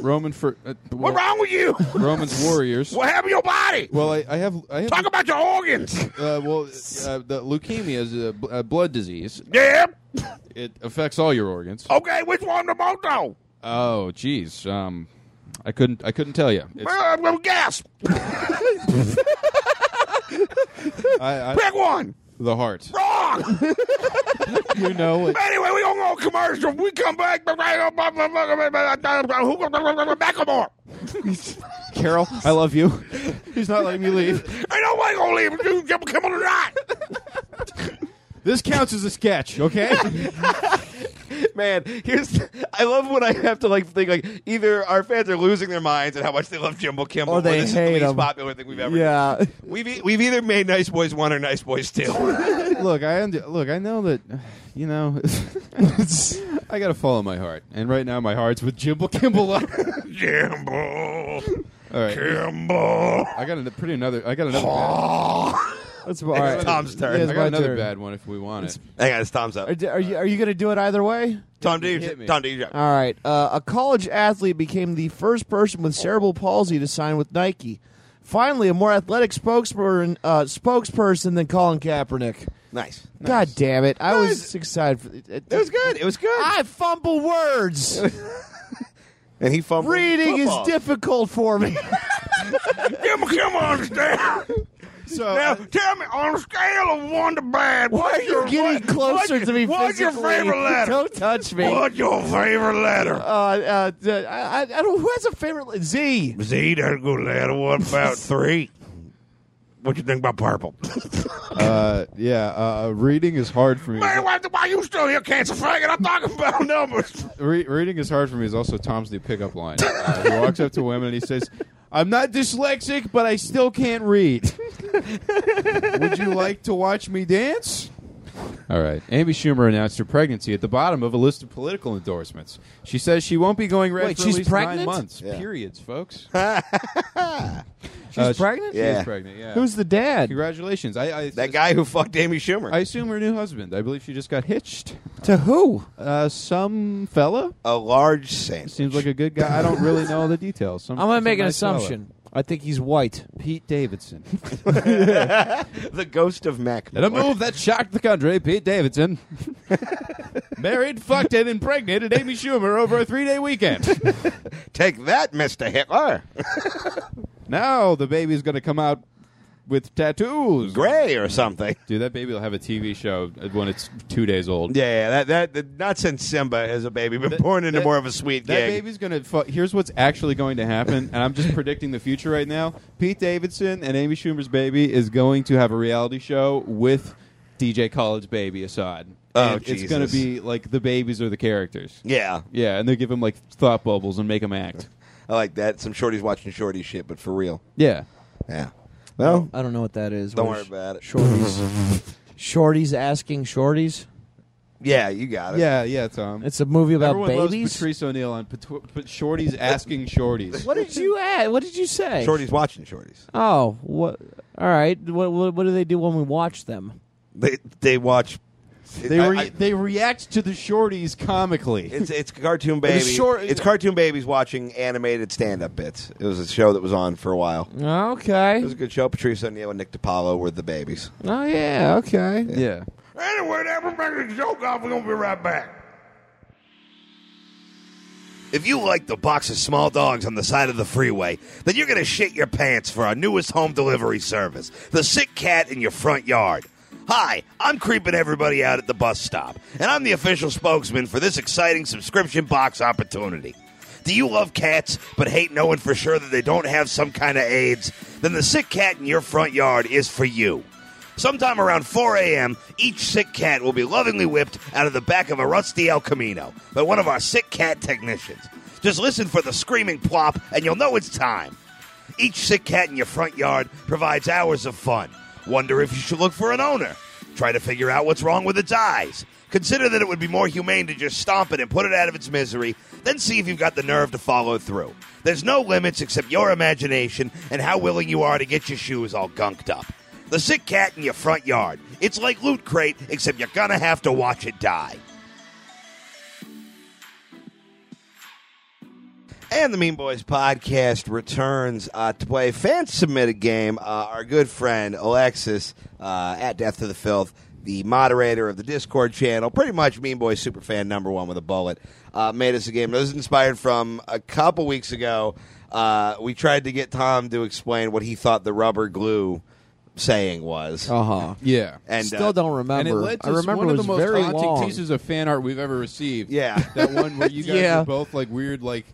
[SPEAKER 1] Roman for uh, well,
[SPEAKER 3] What's wrong with you?
[SPEAKER 1] Roman's Warriors.
[SPEAKER 3] What happened to your body?
[SPEAKER 1] Well, I, I have I have
[SPEAKER 3] Talk about your organs.
[SPEAKER 1] uh, well uh, the leukemia is a, b- a blood disease.
[SPEAKER 3] Yeah.
[SPEAKER 1] It affects all your organs.
[SPEAKER 3] Okay. Which one the most though?
[SPEAKER 1] Oh, jeez. Um, I couldn't I couldn't tell you. It's,
[SPEAKER 3] Well, well, guess.
[SPEAKER 1] I, I,
[SPEAKER 3] Pick one.
[SPEAKER 1] the heart.
[SPEAKER 3] Wrong.
[SPEAKER 1] You know. It,
[SPEAKER 3] Anyway, we gonna go on commercial. We come back. Macklemore.
[SPEAKER 1] Carol, I love you. He's not letting me leave.
[SPEAKER 3] Ain't nobody gonna leave. You come on tonight.
[SPEAKER 1] This counts as a sketch, okay?
[SPEAKER 3] Man, here's I love when I have to like think like either our fans are losing their minds at how much they love Jimbo Kimmel,
[SPEAKER 5] Or they
[SPEAKER 3] this
[SPEAKER 5] hate
[SPEAKER 3] is the least
[SPEAKER 5] him.
[SPEAKER 3] popular thing we've ever.
[SPEAKER 5] Yeah,
[SPEAKER 3] done. we've e- we've either made Nice Boys One or Nice Boys Two.
[SPEAKER 1] look, I und- look. I know that, you know. I gotta follow my heart, and right now my heart's with Jimbo Kimball. All
[SPEAKER 3] Jimbo,
[SPEAKER 1] right,
[SPEAKER 3] Jimbo.
[SPEAKER 1] I got a pretty another. I got another. Bad,
[SPEAKER 5] that's all right.
[SPEAKER 3] Tom's turn.
[SPEAKER 5] Yes.
[SPEAKER 1] I
[SPEAKER 5] it's
[SPEAKER 1] got
[SPEAKER 5] my
[SPEAKER 1] another
[SPEAKER 5] turn.
[SPEAKER 1] bad one if we want it.
[SPEAKER 3] Hang on, it's Tom's up.
[SPEAKER 5] Are, are you are you gonna do it either way?
[SPEAKER 3] Tom, do
[SPEAKER 1] hit me.
[SPEAKER 3] you? Tom, do you?
[SPEAKER 5] All right. Uh, a college athlete became the first person with cerebral palsy to sign with Nike. Finally, a more athletic spokesperson, uh, spokesperson than Colin Kaepernick.
[SPEAKER 3] Nice.
[SPEAKER 5] God damn it! I was,
[SPEAKER 3] was-
[SPEAKER 5] excited. For, it,
[SPEAKER 3] It was good. It was good.
[SPEAKER 5] I fumble words.
[SPEAKER 3] and he fumbled.
[SPEAKER 5] Reading is difficult for me.
[SPEAKER 3] Jimbo Kimmel on the scale.
[SPEAKER 1] So
[SPEAKER 3] Now, tell me, on a scale of one to bad,
[SPEAKER 5] Why are you getting closer to me
[SPEAKER 3] What's your
[SPEAKER 5] physically?
[SPEAKER 3] favorite letter?
[SPEAKER 5] Don't touch me.
[SPEAKER 3] What's your favorite letter?
[SPEAKER 5] Uh, uh, d- I, I- I don't. Who has a favorite? le- Z.
[SPEAKER 3] Z, that's a good letter. What about three? What you think about purple?
[SPEAKER 1] uh, yeah, uh, reading is hard for me.
[SPEAKER 3] Man, why, why you still here, cancer faggot? I'm talking about numbers.
[SPEAKER 1] Re- reading is hard for me is also Tom's new pickup line. Uh, he walks up to women and he says, "I'm not dyslexic, but I still can't read. Would you like to watch me dance?" All right. Amy Schumer announced her pregnancy at the bottom of a list of political endorsements. She says she won't be going red
[SPEAKER 5] Wait,
[SPEAKER 1] for
[SPEAKER 5] she's
[SPEAKER 1] at least nine
[SPEAKER 5] pregnant?
[SPEAKER 1] months.
[SPEAKER 3] Yeah.
[SPEAKER 1] Periods, folks.
[SPEAKER 5] She's
[SPEAKER 1] Uh, she-
[SPEAKER 5] pregnant.
[SPEAKER 1] She
[SPEAKER 3] Yeah.
[SPEAKER 1] is pregnant. Yeah.
[SPEAKER 5] Who's the dad?
[SPEAKER 1] Congratulations. I, I
[SPEAKER 3] That guy who fucked Amy Schumer.
[SPEAKER 1] I assume her new husband. I believe she just got hitched.
[SPEAKER 5] To who?
[SPEAKER 1] Uh, some fella
[SPEAKER 3] a large saint.
[SPEAKER 1] seems like a good guy. I don't really know all the details. Some,
[SPEAKER 5] I'm gonna
[SPEAKER 1] some
[SPEAKER 5] make an
[SPEAKER 1] nice fella.
[SPEAKER 5] assumption. I think he's white.
[SPEAKER 1] Pete Davidson.
[SPEAKER 3] The ghost of Mac.
[SPEAKER 1] In a move that shocked the country, Pete Davidson married, fucked, and impregnated Amy Schumer over a three day weekend.
[SPEAKER 3] Take that, Mr. Hitler.
[SPEAKER 1] now the baby's going to come out with tattoos.
[SPEAKER 3] Gray or something.
[SPEAKER 1] Dude, that baby will have a TV show when it's two days old.
[SPEAKER 3] Yeah, that, that that- not since Simba as a baby, but
[SPEAKER 1] That-
[SPEAKER 3] born into
[SPEAKER 1] that-
[SPEAKER 3] more of a sweet
[SPEAKER 1] That
[SPEAKER 3] gig.
[SPEAKER 1] baby's gonna. Fu- Here's what's actually going to happen, and I'm just predicting the future right now. Pete Davidson and Amy Schumer's baby is going to have a reality show with DJ Khaled's baby Assad.
[SPEAKER 3] Oh,
[SPEAKER 1] and It's gonna
[SPEAKER 3] Jesus.
[SPEAKER 1] be like the babies are the characters.
[SPEAKER 3] Yeah,
[SPEAKER 1] Yeah, and they give him like thought bubbles and make him act.
[SPEAKER 3] I like that. Some shorties watching shorty shit, but for real.
[SPEAKER 1] Yeah.
[SPEAKER 3] Yeah. Well,
[SPEAKER 5] I don't know what that is.
[SPEAKER 3] Don't
[SPEAKER 5] What
[SPEAKER 3] worry
[SPEAKER 5] is-
[SPEAKER 3] about it.
[SPEAKER 5] Shorties. shorties asking shorties.
[SPEAKER 3] yeah, you got it.
[SPEAKER 1] Yeah, yeah, Tom.
[SPEAKER 5] It's a movie about
[SPEAKER 1] Everyone loves
[SPEAKER 5] babies.
[SPEAKER 1] Patrice O'Neill on Patw- Pat- Shorty's asking Shorties.
[SPEAKER 5] What did you add? What did you say?
[SPEAKER 3] Shorties watching shorties.
[SPEAKER 5] Oh, what? All right. What, what? What do they do when we watch them?
[SPEAKER 3] They they watch.
[SPEAKER 1] They
[SPEAKER 3] I-
[SPEAKER 1] re-
[SPEAKER 3] I-
[SPEAKER 1] they react to the Shorties comically.
[SPEAKER 3] It's it's cartoon baby.
[SPEAKER 1] was short-
[SPEAKER 3] it's cartoon babies watching animated stand up bits. It was a show that was on for a while. It
[SPEAKER 5] Okay.
[SPEAKER 3] was a good show. Patrice O'Neill and Nick DiPaolo were the babies.
[SPEAKER 5] Oh yeah. Okay.
[SPEAKER 1] yeah.
[SPEAKER 6] Anyway, that will make the joke off. We're going to be right back.
[SPEAKER 3] If you like the box of small dogs on the side of the freeway, then you're going to shit your pants for our newest home delivery service the sick cat in your front yard. Hi, I'm creeping everybody out at the bus stop, and I'm the official spokesman for this exciting subscription box opportunity. Do you love cats but hate knowing for sure that they don't have some kind of AIDS? Then the sick cat in your front yard is for you. Sometime around 4 a.m., each sick cat will be lovingly whipped out of the back of a rusty El Camino by one of our sick cat technicians. Just listen for the screaming plop, and you'll know it's time. Each sick cat in your front yard provides hours of fun. Wonder if you should look for an owner. Try to figure out what's wrong with its eyes. Consider that it would be more humane to just stomp it and put it out of its misery, then see if you've got the nerve to follow through. There's no limits except your imagination and how willing you are to get your shoes all gunked up. The sick cat in your front yard. It's like Loot Crate, except you're gonna have to watch it die. And the Mean Boys podcast returns uh, to play a fan submitted game. Uh, our good friend Alexis uh, at Death to the Filth, the moderator of the Discord channel, pretty much Mean Boys superfan number one with a bullet, uh, made us a game. This is inspired from a couple weeks ago. Uh, we tried to get Tom to explain what he thought the rubber glue saying was.
[SPEAKER 5] Uh huh.
[SPEAKER 1] Yeah.
[SPEAKER 3] And
[SPEAKER 5] Still
[SPEAKER 3] uh,
[SPEAKER 5] don't remember.
[SPEAKER 1] And it led to
[SPEAKER 5] I remember
[SPEAKER 1] one
[SPEAKER 5] it
[SPEAKER 1] of
[SPEAKER 5] was
[SPEAKER 1] the most
[SPEAKER 5] very
[SPEAKER 1] haunting
[SPEAKER 5] long.
[SPEAKER 1] pieces of fan art we've ever received.
[SPEAKER 3] Yeah.
[SPEAKER 1] that one where you guys
[SPEAKER 5] Yeah.
[SPEAKER 1] were both like weird, like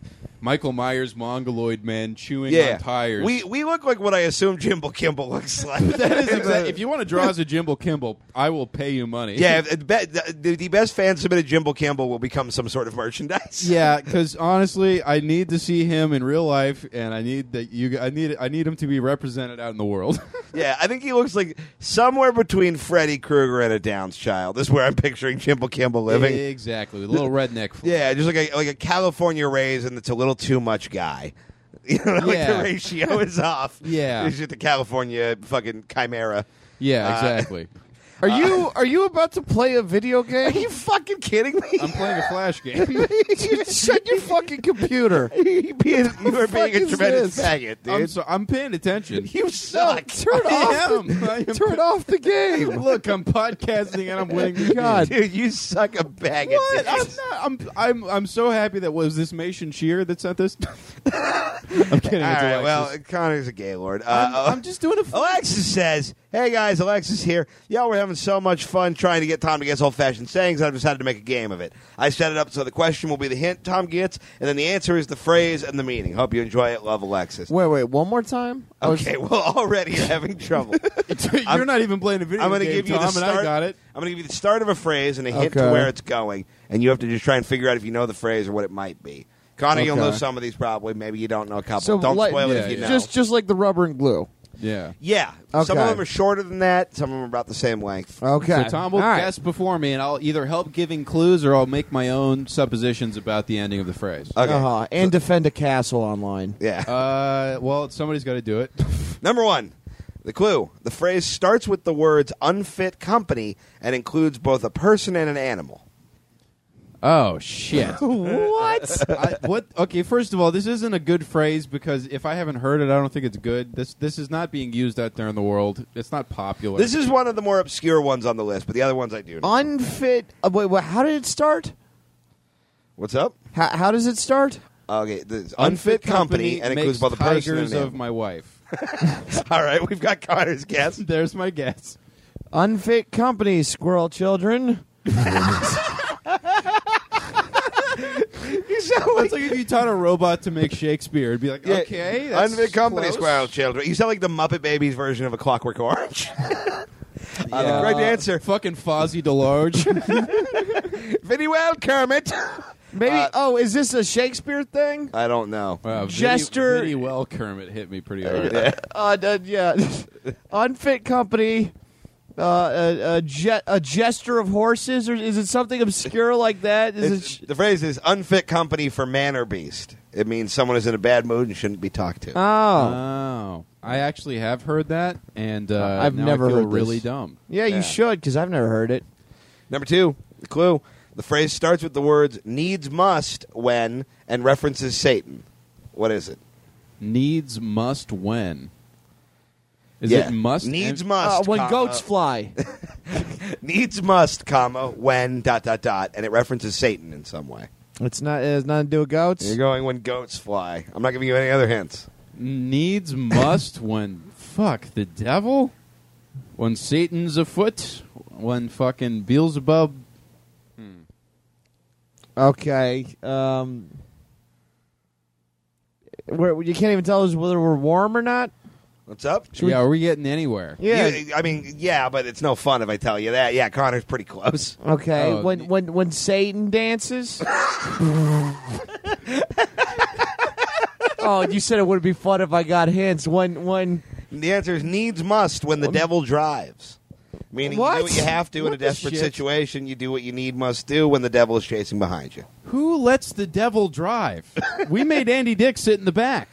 [SPEAKER 1] Michael Myers mongoloid men chewing
[SPEAKER 3] yeah,
[SPEAKER 1] on tires.
[SPEAKER 3] We we look like what I assume Jimbo Kimball looks like.
[SPEAKER 1] That is exact- if you want to draw as a Jimbo Kimball, I will pay you money.
[SPEAKER 3] yeah, if- if be- the, the best fan submitted Jimbo Kimball will become some sort of merchandise.
[SPEAKER 1] Yeah, because honestly, I need to see him in real life, and I need that you. I need. I need him to be represented out in the world.
[SPEAKER 3] yeah. I think he looks like somewhere between Freddy Krueger and a Downs child. Is where I'm picturing Jimbo Kimball living.
[SPEAKER 1] exactly, with a little redneck. fl-
[SPEAKER 3] Yeah, just like a like a California raise, and it's a little too much guy. You know, like
[SPEAKER 1] Yeah.
[SPEAKER 3] the ratio is off.
[SPEAKER 1] Yeah.
[SPEAKER 3] it's just the California fucking chimera.
[SPEAKER 1] yeah, exactly.
[SPEAKER 5] Are
[SPEAKER 1] Uh,
[SPEAKER 5] you are you about to play a video
[SPEAKER 3] Are
[SPEAKER 5] game?
[SPEAKER 3] you fucking kidding me?
[SPEAKER 1] I'm playing a flash game.
[SPEAKER 5] you shut your fucking computer.
[SPEAKER 3] you being, you are
[SPEAKER 5] fuck
[SPEAKER 3] being a
[SPEAKER 5] is
[SPEAKER 3] tremendous
[SPEAKER 5] this?
[SPEAKER 3] faggot, dude.
[SPEAKER 1] I'm, so, I'm paying attention.
[SPEAKER 3] you suck.
[SPEAKER 5] Turn off.
[SPEAKER 1] I am. I am
[SPEAKER 5] The, turn off the game.
[SPEAKER 1] Look, I'm podcasting and I'm winning the game.
[SPEAKER 5] God.
[SPEAKER 3] Dude, you suck a bag
[SPEAKER 1] What?
[SPEAKER 3] of
[SPEAKER 1] I'm,
[SPEAKER 3] dicks.
[SPEAKER 1] not, I'm I'm I'm so happy that was this Mason Shear that sent this. I'm kidding.
[SPEAKER 3] All
[SPEAKER 1] it's
[SPEAKER 3] right,
[SPEAKER 1] Alexis.
[SPEAKER 3] well, Connor's a gaylord. Uh,
[SPEAKER 1] I'm just doing a. F-
[SPEAKER 3] Alexis says, "Hey guys, Alexis here. Y'all were having so much fun trying to get Tom to guess old-fashioned sayings. I've decided to make a game of it. I set it up so the question will be the hint Tom gets, and then the answer is the phrase and the meaning. Hope you enjoy it. Love, Alexis.
[SPEAKER 5] Wait, wait, one more time. I was-
[SPEAKER 3] Okay, well, already you're having trouble.
[SPEAKER 1] You're
[SPEAKER 3] I'm-
[SPEAKER 1] not even playing a video.
[SPEAKER 3] I'm
[SPEAKER 1] going
[SPEAKER 3] gonna
[SPEAKER 1] to
[SPEAKER 3] give you
[SPEAKER 1] Tom,
[SPEAKER 3] the
[SPEAKER 1] and
[SPEAKER 3] start.
[SPEAKER 1] I got it.
[SPEAKER 3] I'm going to give you the start of a phrase and a hint to
[SPEAKER 5] Okay.
[SPEAKER 3] where it's going, and you have to just try and figure out if you know the phrase or what it might be. Connor, you'll
[SPEAKER 5] Okay.
[SPEAKER 3] know some of these probably. Maybe you don't know a couple.
[SPEAKER 5] So
[SPEAKER 3] don't
[SPEAKER 5] like-
[SPEAKER 3] spoil it
[SPEAKER 1] yeah,
[SPEAKER 3] if you
[SPEAKER 1] yeah.
[SPEAKER 3] know.
[SPEAKER 5] Just just like the rubber and glue.
[SPEAKER 1] Yeah.
[SPEAKER 3] yeah, some of
[SPEAKER 5] Okay.
[SPEAKER 3] them are shorter than that. Some of them are about the same length.
[SPEAKER 5] Okay.
[SPEAKER 1] So Tom will
[SPEAKER 5] All right.
[SPEAKER 1] guess before me, and I'll either help giving clues or I'll make my own suppositions about the ending of the phrase.
[SPEAKER 3] Okay.
[SPEAKER 5] Uh-huh. And defend a castle online.
[SPEAKER 3] Yeah.
[SPEAKER 1] Uh, well, somebody's got to do it.
[SPEAKER 3] Number one, the clue. The phrase starts with the words unfit company and includes both a person and an animal.
[SPEAKER 1] Oh shit!
[SPEAKER 5] what?
[SPEAKER 1] I, what? Okay, first of all, this isn't a good phrase because if I haven't heard it, I don't think it's good. This this is not being used out there in the world. It's not popular.
[SPEAKER 3] This is one of the more obscure ones on the list, but the other ones I do. know.
[SPEAKER 5] Unfit. Uh, wait, wait, how did it start?
[SPEAKER 3] What's up?
[SPEAKER 5] How, how does it start?
[SPEAKER 3] Okay, the unfit, company, and
[SPEAKER 1] makes
[SPEAKER 3] includes both a person and
[SPEAKER 1] tigers
[SPEAKER 3] an
[SPEAKER 1] of
[SPEAKER 3] animal.
[SPEAKER 1] my wife.
[SPEAKER 3] All right, we've got Connor's guess.
[SPEAKER 1] There's my guess.
[SPEAKER 5] Unfit company, squirrel children.
[SPEAKER 3] You sound
[SPEAKER 1] It's like if you taught a robot to make Shakespeare, it'd be like,
[SPEAKER 3] Yeah,
[SPEAKER 1] okay, that's
[SPEAKER 3] unfit company,
[SPEAKER 1] close.
[SPEAKER 3] squirrel children. You sound like the Muppet Babies version of a Clockwork Orange. Uh, the correct answer.
[SPEAKER 1] Fucking Fozzie DeLarge.
[SPEAKER 3] Very well, Kermit.
[SPEAKER 5] Maybe.
[SPEAKER 3] Uh,
[SPEAKER 5] oh, is this a Shakespeare thing?
[SPEAKER 3] I don't know.
[SPEAKER 1] wow,
[SPEAKER 5] Jester-
[SPEAKER 1] Vinny, Vinny well, Kermit hit me pretty hard.
[SPEAKER 5] Uh, d- yeah. Unfit company. Uh, a, a, ge- a gesture of horses, or is it something obscure like that? Is it?
[SPEAKER 3] It's-
[SPEAKER 5] Sh-
[SPEAKER 3] the phrase is unfit company for man or beast. It means someone is in a bad mood and shouldn't be talked to.
[SPEAKER 5] oh,
[SPEAKER 1] Oh, I actually have heard that, and uh,
[SPEAKER 5] I've
[SPEAKER 1] now
[SPEAKER 5] never
[SPEAKER 1] I feel
[SPEAKER 5] heard this.
[SPEAKER 1] really dumb.
[SPEAKER 5] yeah, you
[SPEAKER 3] yeah.
[SPEAKER 5] should because I've never heard it.
[SPEAKER 3] Number two, the clue. The phrase starts with the words needs must when and references Satan. What is it?
[SPEAKER 1] Needs must when. Is
[SPEAKER 3] Yeah.
[SPEAKER 1] it must?
[SPEAKER 3] Needs
[SPEAKER 1] and-
[SPEAKER 3] must.
[SPEAKER 5] Uh, when
[SPEAKER 3] comma.
[SPEAKER 5] goats fly.
[SPEAKER 3] needs must, comma when dot dot dot, and it references Satan in some way.
[SPEAKER 5] It's not. It has nothing to do with goats.
[SPEAKER 3] You're going when goats fly. I'm not giving you any other hints.
[SPEAKER 1] Needs must when fuck the devil, when Satan's afoot, when fucking Beelzebub.
[SPEAKER 5] Okay. Um, where you can't even tell us whether we're warm or not.
[SPEAKER 3] What's up?
[SPEAKER 1] yeah, are we getting anywhere?
[SPEAKER 3] You- I mean, yeah, but it's no fun if I tell you that. Yeah, Connor's pretty close.
[SPEAKER 5] Okay.
[SPEAKER 1] Oh,
[SPEAKER 5] when when when Satan dances. oh, you said it would be fun if I got hints. When when
[SPEAKER 3] The answer is needs must when the devil drives. Meaning you
[SPEAKER 5] What?
[SPEAKER 3] do what you have to in a
[SPEAKER 5] What the
[SPEAKER 3] desperate
[SPEAKER 5] shit?
[SPEAKER 3] situation. You do what you need must do when the devil is chasing behind you.
[SPEAKER 1] Who lets the devil drive? we made Andy Dick sit in the back.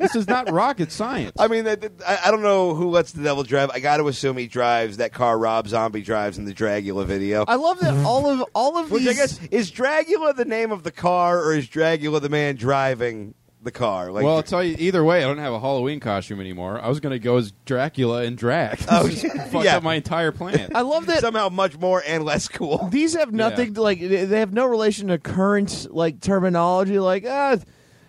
[SPEAKER 1] This is not rocket science.
[SPEAKER 3] I mean, that- that- I I don't know who lets the devil drive. I got to assume he drives that car Rob Zombie drives in the Dragula video.
[SPEAKER 5] I love that all of all of
[SPEAKER 3] Which
[SPEAKER 5] these.
[SPEAKER 3] I guess is Dragula the name of the car, or is Dragula the man driving the car? Like,
[SPEAKER 1] well, I'll tell you. Either way, I don't have a Halloween costume anymore. I was going to go as Dracula and drag.
[SPEAKER 3] Oh,
[SPEAKER 1] This just fucked
[SPEAKER 3] yeah.
[SPEAKER 1] up my entire plan.
[SPEAKER 5] I love that
[SPEAKER 3] somehow much more and less cool.
[SPEAKER 5] these have nothing to, like they they have no relation to current like terminology like ah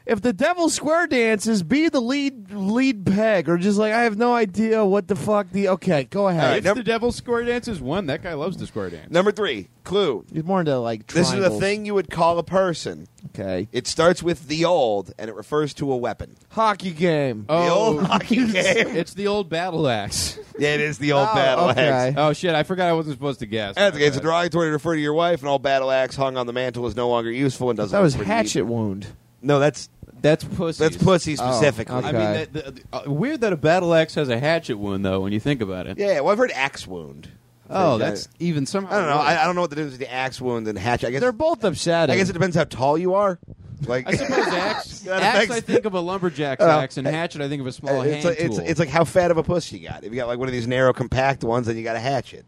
[SPEAKER 5] if the devil square dances be the lead lead peg or just like i have no idea what the fuck the okay go
[SPEAKER 3] All
[SPEAKER 5] ahead
[SPEAKER 3] right,
[SPEAKER 1] if
[SPEAKER 3] number-
[SPEAKER 1] the devil square dances one, that guy loves the square dance.
[SPEAKER 3] Number three, clue.
[SPEAKER 5] it's more into like
[SPEAKER 3] This is a
[SPEAKER 5] triangles.
[SPEAKER 3] thing you would call a person.
[SPEAKER 5] okay
[SPEAKER 3] It starts with the old, and it refers to a weapon.
[SPEAKER 5] hockey game
[SPEAKER 3] The old
[SPEAKER 1] Oh,
[SPEAKER 3] hockey game.
[SPEAKER 1] it's the old battle axe.
[SPEAKER 3] Yeah, it is the old battle
[SPEAKER 5] okay.
[SPEAKER 3] axe.
[SPEAKER 1] Oh shit! I forgot I wasn't supposed to guess.
[SPEAKER 3] That's okay. It's a derogatory to refer to your wife, and all battle axe hung on the mantle is no longer useful and doesn't.
[SPEAKER 5] that was
[SPEAKER 3] look pretty.
[SPEAKER 5] hatchet wound
[SPEAKER 3] No, that's
[SPEAKER 1] That's pussy.
[SPEAKER 3] that's pussy
[SPEAKER 5] Oh,
[SPEAKER 3] specifically.
[SPEAKER 1] I
[SPEAKER 5] okay.
[SPEAKER 1] mean, that, the, the- uh, weird that a battle axe has a hatchet wound though. When you think about it.
[SPEAKER 3] Yeah, well, I've heard axe wound.
[SPEAKER 1] Oh,
[SPEAKER 3] Okay.
[SPEAKER 1] that's even somehow.
[SPEAKER 3] I don't know.
[SPEAKER 1] worse.
[SPEAKER 3] I, I don't know what the difference between axe wound and hatchet. I guess
[SPEAKER 5] they're both upsetting
[SPEAKER 3] I guess it depends how tall you are. Like
[SPEAKER 1] I suppose axe.
[SPEAKER 3] That
[SPEAKER 1] axe,
[SPEAKER 3] affects-
[SPEAKER 1] I think of a lumberjack's
[SPEAKER 3] Uh,
[SPEAKER 1] axe, and hatchet, I think of a small hand
[SPEAKER 3] it's like, it's,
[SPEAKER 1] tool.
[SPEAKER 3] it's like how fat of a puss you got. If you got like one of these narrow, compact ones, then you got a hatchet.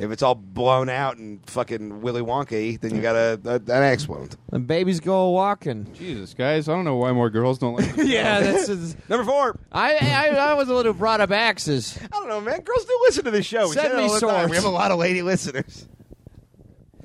[SPEAKER 3] If it's all blown out and fucking Willy Wonka, then you got a, a an axe wound.
[SPEAKER 5] the babies go walking
[SPEAKER 1] Jesus, guys, I don't know why more girls don't like.
[SPEAKER 5] yeah that's is,
[SPEAKER 3] Number four.
[SPEAKER 5] I, I i was the one who brought up axes
[SPEAKER 3] I don't know, man. Girls do listen to this show. We
[SPEAKER 5] Send
[SPEAKER 3] say that
[SPEAKER 5] me
[SPEAKER 3] all the time.
[SPEAKER 5] swords.
[SPEAKER 3] We have a lot of lady listeners.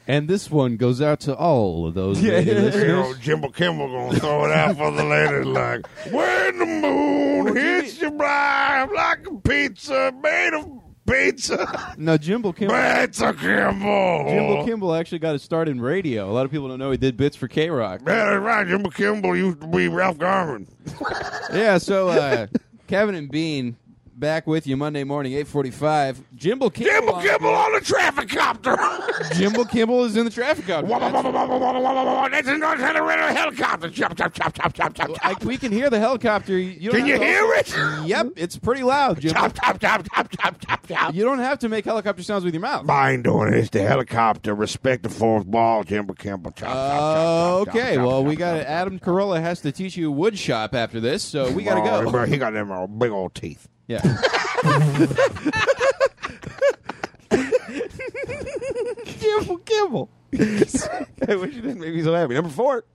[SPEAKER 1] and this one goes out to all of those. lady listeners.
[SPEAKER 6] You know, Jimbo Kimball gonna throw it out for the ladies like, when the moon hits your bride like a pizza, made of pizza.
[SPEAKER 1] Now, Jimbo Kimball,
[SPEAKER 6] Pizza Kimball.
[SPEAKER 1] Jimbo Kimball actually got his start in radio. A lot of people don't know he did bits for K Rock.
[SPEAKER 6] Yeah, that's right. Jimbo Kimball used to be Ralph Garman.
[SPEAKER 1] yeah, so uh, Kevin and Bean back with you Monday morning, eight forty-five. Jimbo Kimball,
[SPEAKER 6] Jimbo
[SPEAKER 1] on-
[SPEAKER 6] Kimball on the traffic copter.
[SPEAKER 1] Jimbo Kimball is in the traffic out.
[SPEAKER 6] Wubba, wubba, wubba, wubba, wubba, wubba. That's an accelerator helicopter. Chop, chop, chop, chop, chop, chop,
[SPEAKER 1] I,
[SPEAKER 6] chop.
[SPEAKER 1] we can hear the helicopter. You don't
[SPEAKER 6] Can you
[SPEAKER 1] have to also-
[SPEAKER 6] hear it?
[SPEAKER 1] Yep, it's pretty loud, Jimbo.
[SPEAKER 6] Chop, chop, chop, chop, chop, chop, chop.
[SPEAKER 1] You don't have to make helicopter sounds with your mouth.
[SPEAKER 6] Mind doing is the helicopter. Respect the fourth ball, Jimbo Kimball. Chop,
[SPEAKER 1] Uh,
[SPEAKER 6] chop, chop, chop,
[SPEAKER 1] okay,
[SPEAKER 6] chop,
[SPEAKER 1] well,
[SPEAKER 6] chop,
[SPEAKER 1] we got
[SPEAKER 6] chop,
[SPEAKER 1] Adam Carolla has to teach you wood shop after this, so we got
[SPEAKER 6] Oh,
[SPEAKER 1] to go.
[SPEAKER 6] bro, He got them uh, big old teeth.
[SPEAKER 1] Yeah.
[SPEAKER 5] Gimble, gimble.
[SPEAKER 3] I wish you didn't make me so happy. Number four.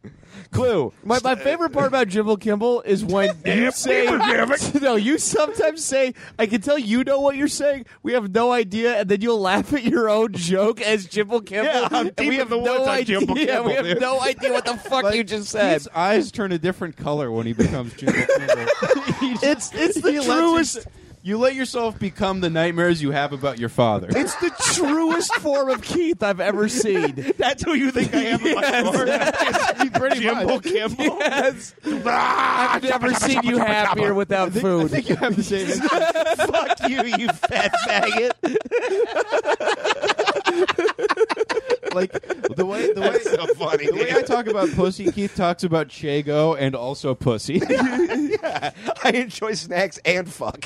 [SPEAKER 3] Clue.
[SPEAKER 5] My, my favorite part about Jimbo Kimball is when you
[SPEAKER 6] Yeah,
[SPEAKER 5] say,
[SPEAKER 6] people give it.
[SPEAKER 5] no, you sometimes say, I can tell you know what you're saying. We have no idea. And then you'll laugh at your own joke as Jimbo Kimball.
[SPEAKER 3] Yeah, I'm
[SPEAKER 5] and
[SPEAKER 3] deep
[SPEAKER 5] we
[SPEAKER 3] in
[SPEAKER 5] have
[SPEAKER 3] the woods
[SPEAKER 5] no
[SPEAKER 3] on
[SPEAKER 5] idea.
[SPEAKER 3] Jimbo
[SPEAKER 5] yeah, we
[SPEAKER 3] Kimball,
[SPEAKER 5] have
[SPEAKER 3] dude.
[SPEAKER 5] no idea what the fuck you just said.
[SPEAKER 1] His eyes turn a different color when he becomes Jimbo Kimmel. He just-
[SPEAKER 5] It's, it's the
[SPEAKER 1] he lets
[SPEAKER 5] truest.
[SPEAKER 1] yourse- you let yourself become the nightmares you have about your father.
[SPEAKER 5] It's the truest form of Keith I've ever seen.
[SPEAKER 3] That's who you think I am in my car?
[SPEAKER 1] pretty
[SPEAKER 3] Jimbo Kimbel.
[SPEAKER 5] Yes.
[SPEAKER 6] Ah,
[SPEAKER 5] I've never
[SPEAKER 6] choppa,
[SPEAKER 5] seen
[SPEAKER 6] choppa,
[SPEAKER 5] you
[SPEAKER 6] choppa,
[SPEAKER 5] happier
[SPEAKER 6] choppa.
[SPEAKER 5] without food.
[SPEAKER 1] I think you have the same.
[SPEAKER 3] Fuck you, you fat faggot.
[SPEAKER 1] like the way the way
[SPEAKER 3] That's so funny.
[SPEAKER 1] the way I talk about pussy, Keith talks about Chago and also pussy.
[SPEAKER 3] yeah, I enjoy snacks and fuck.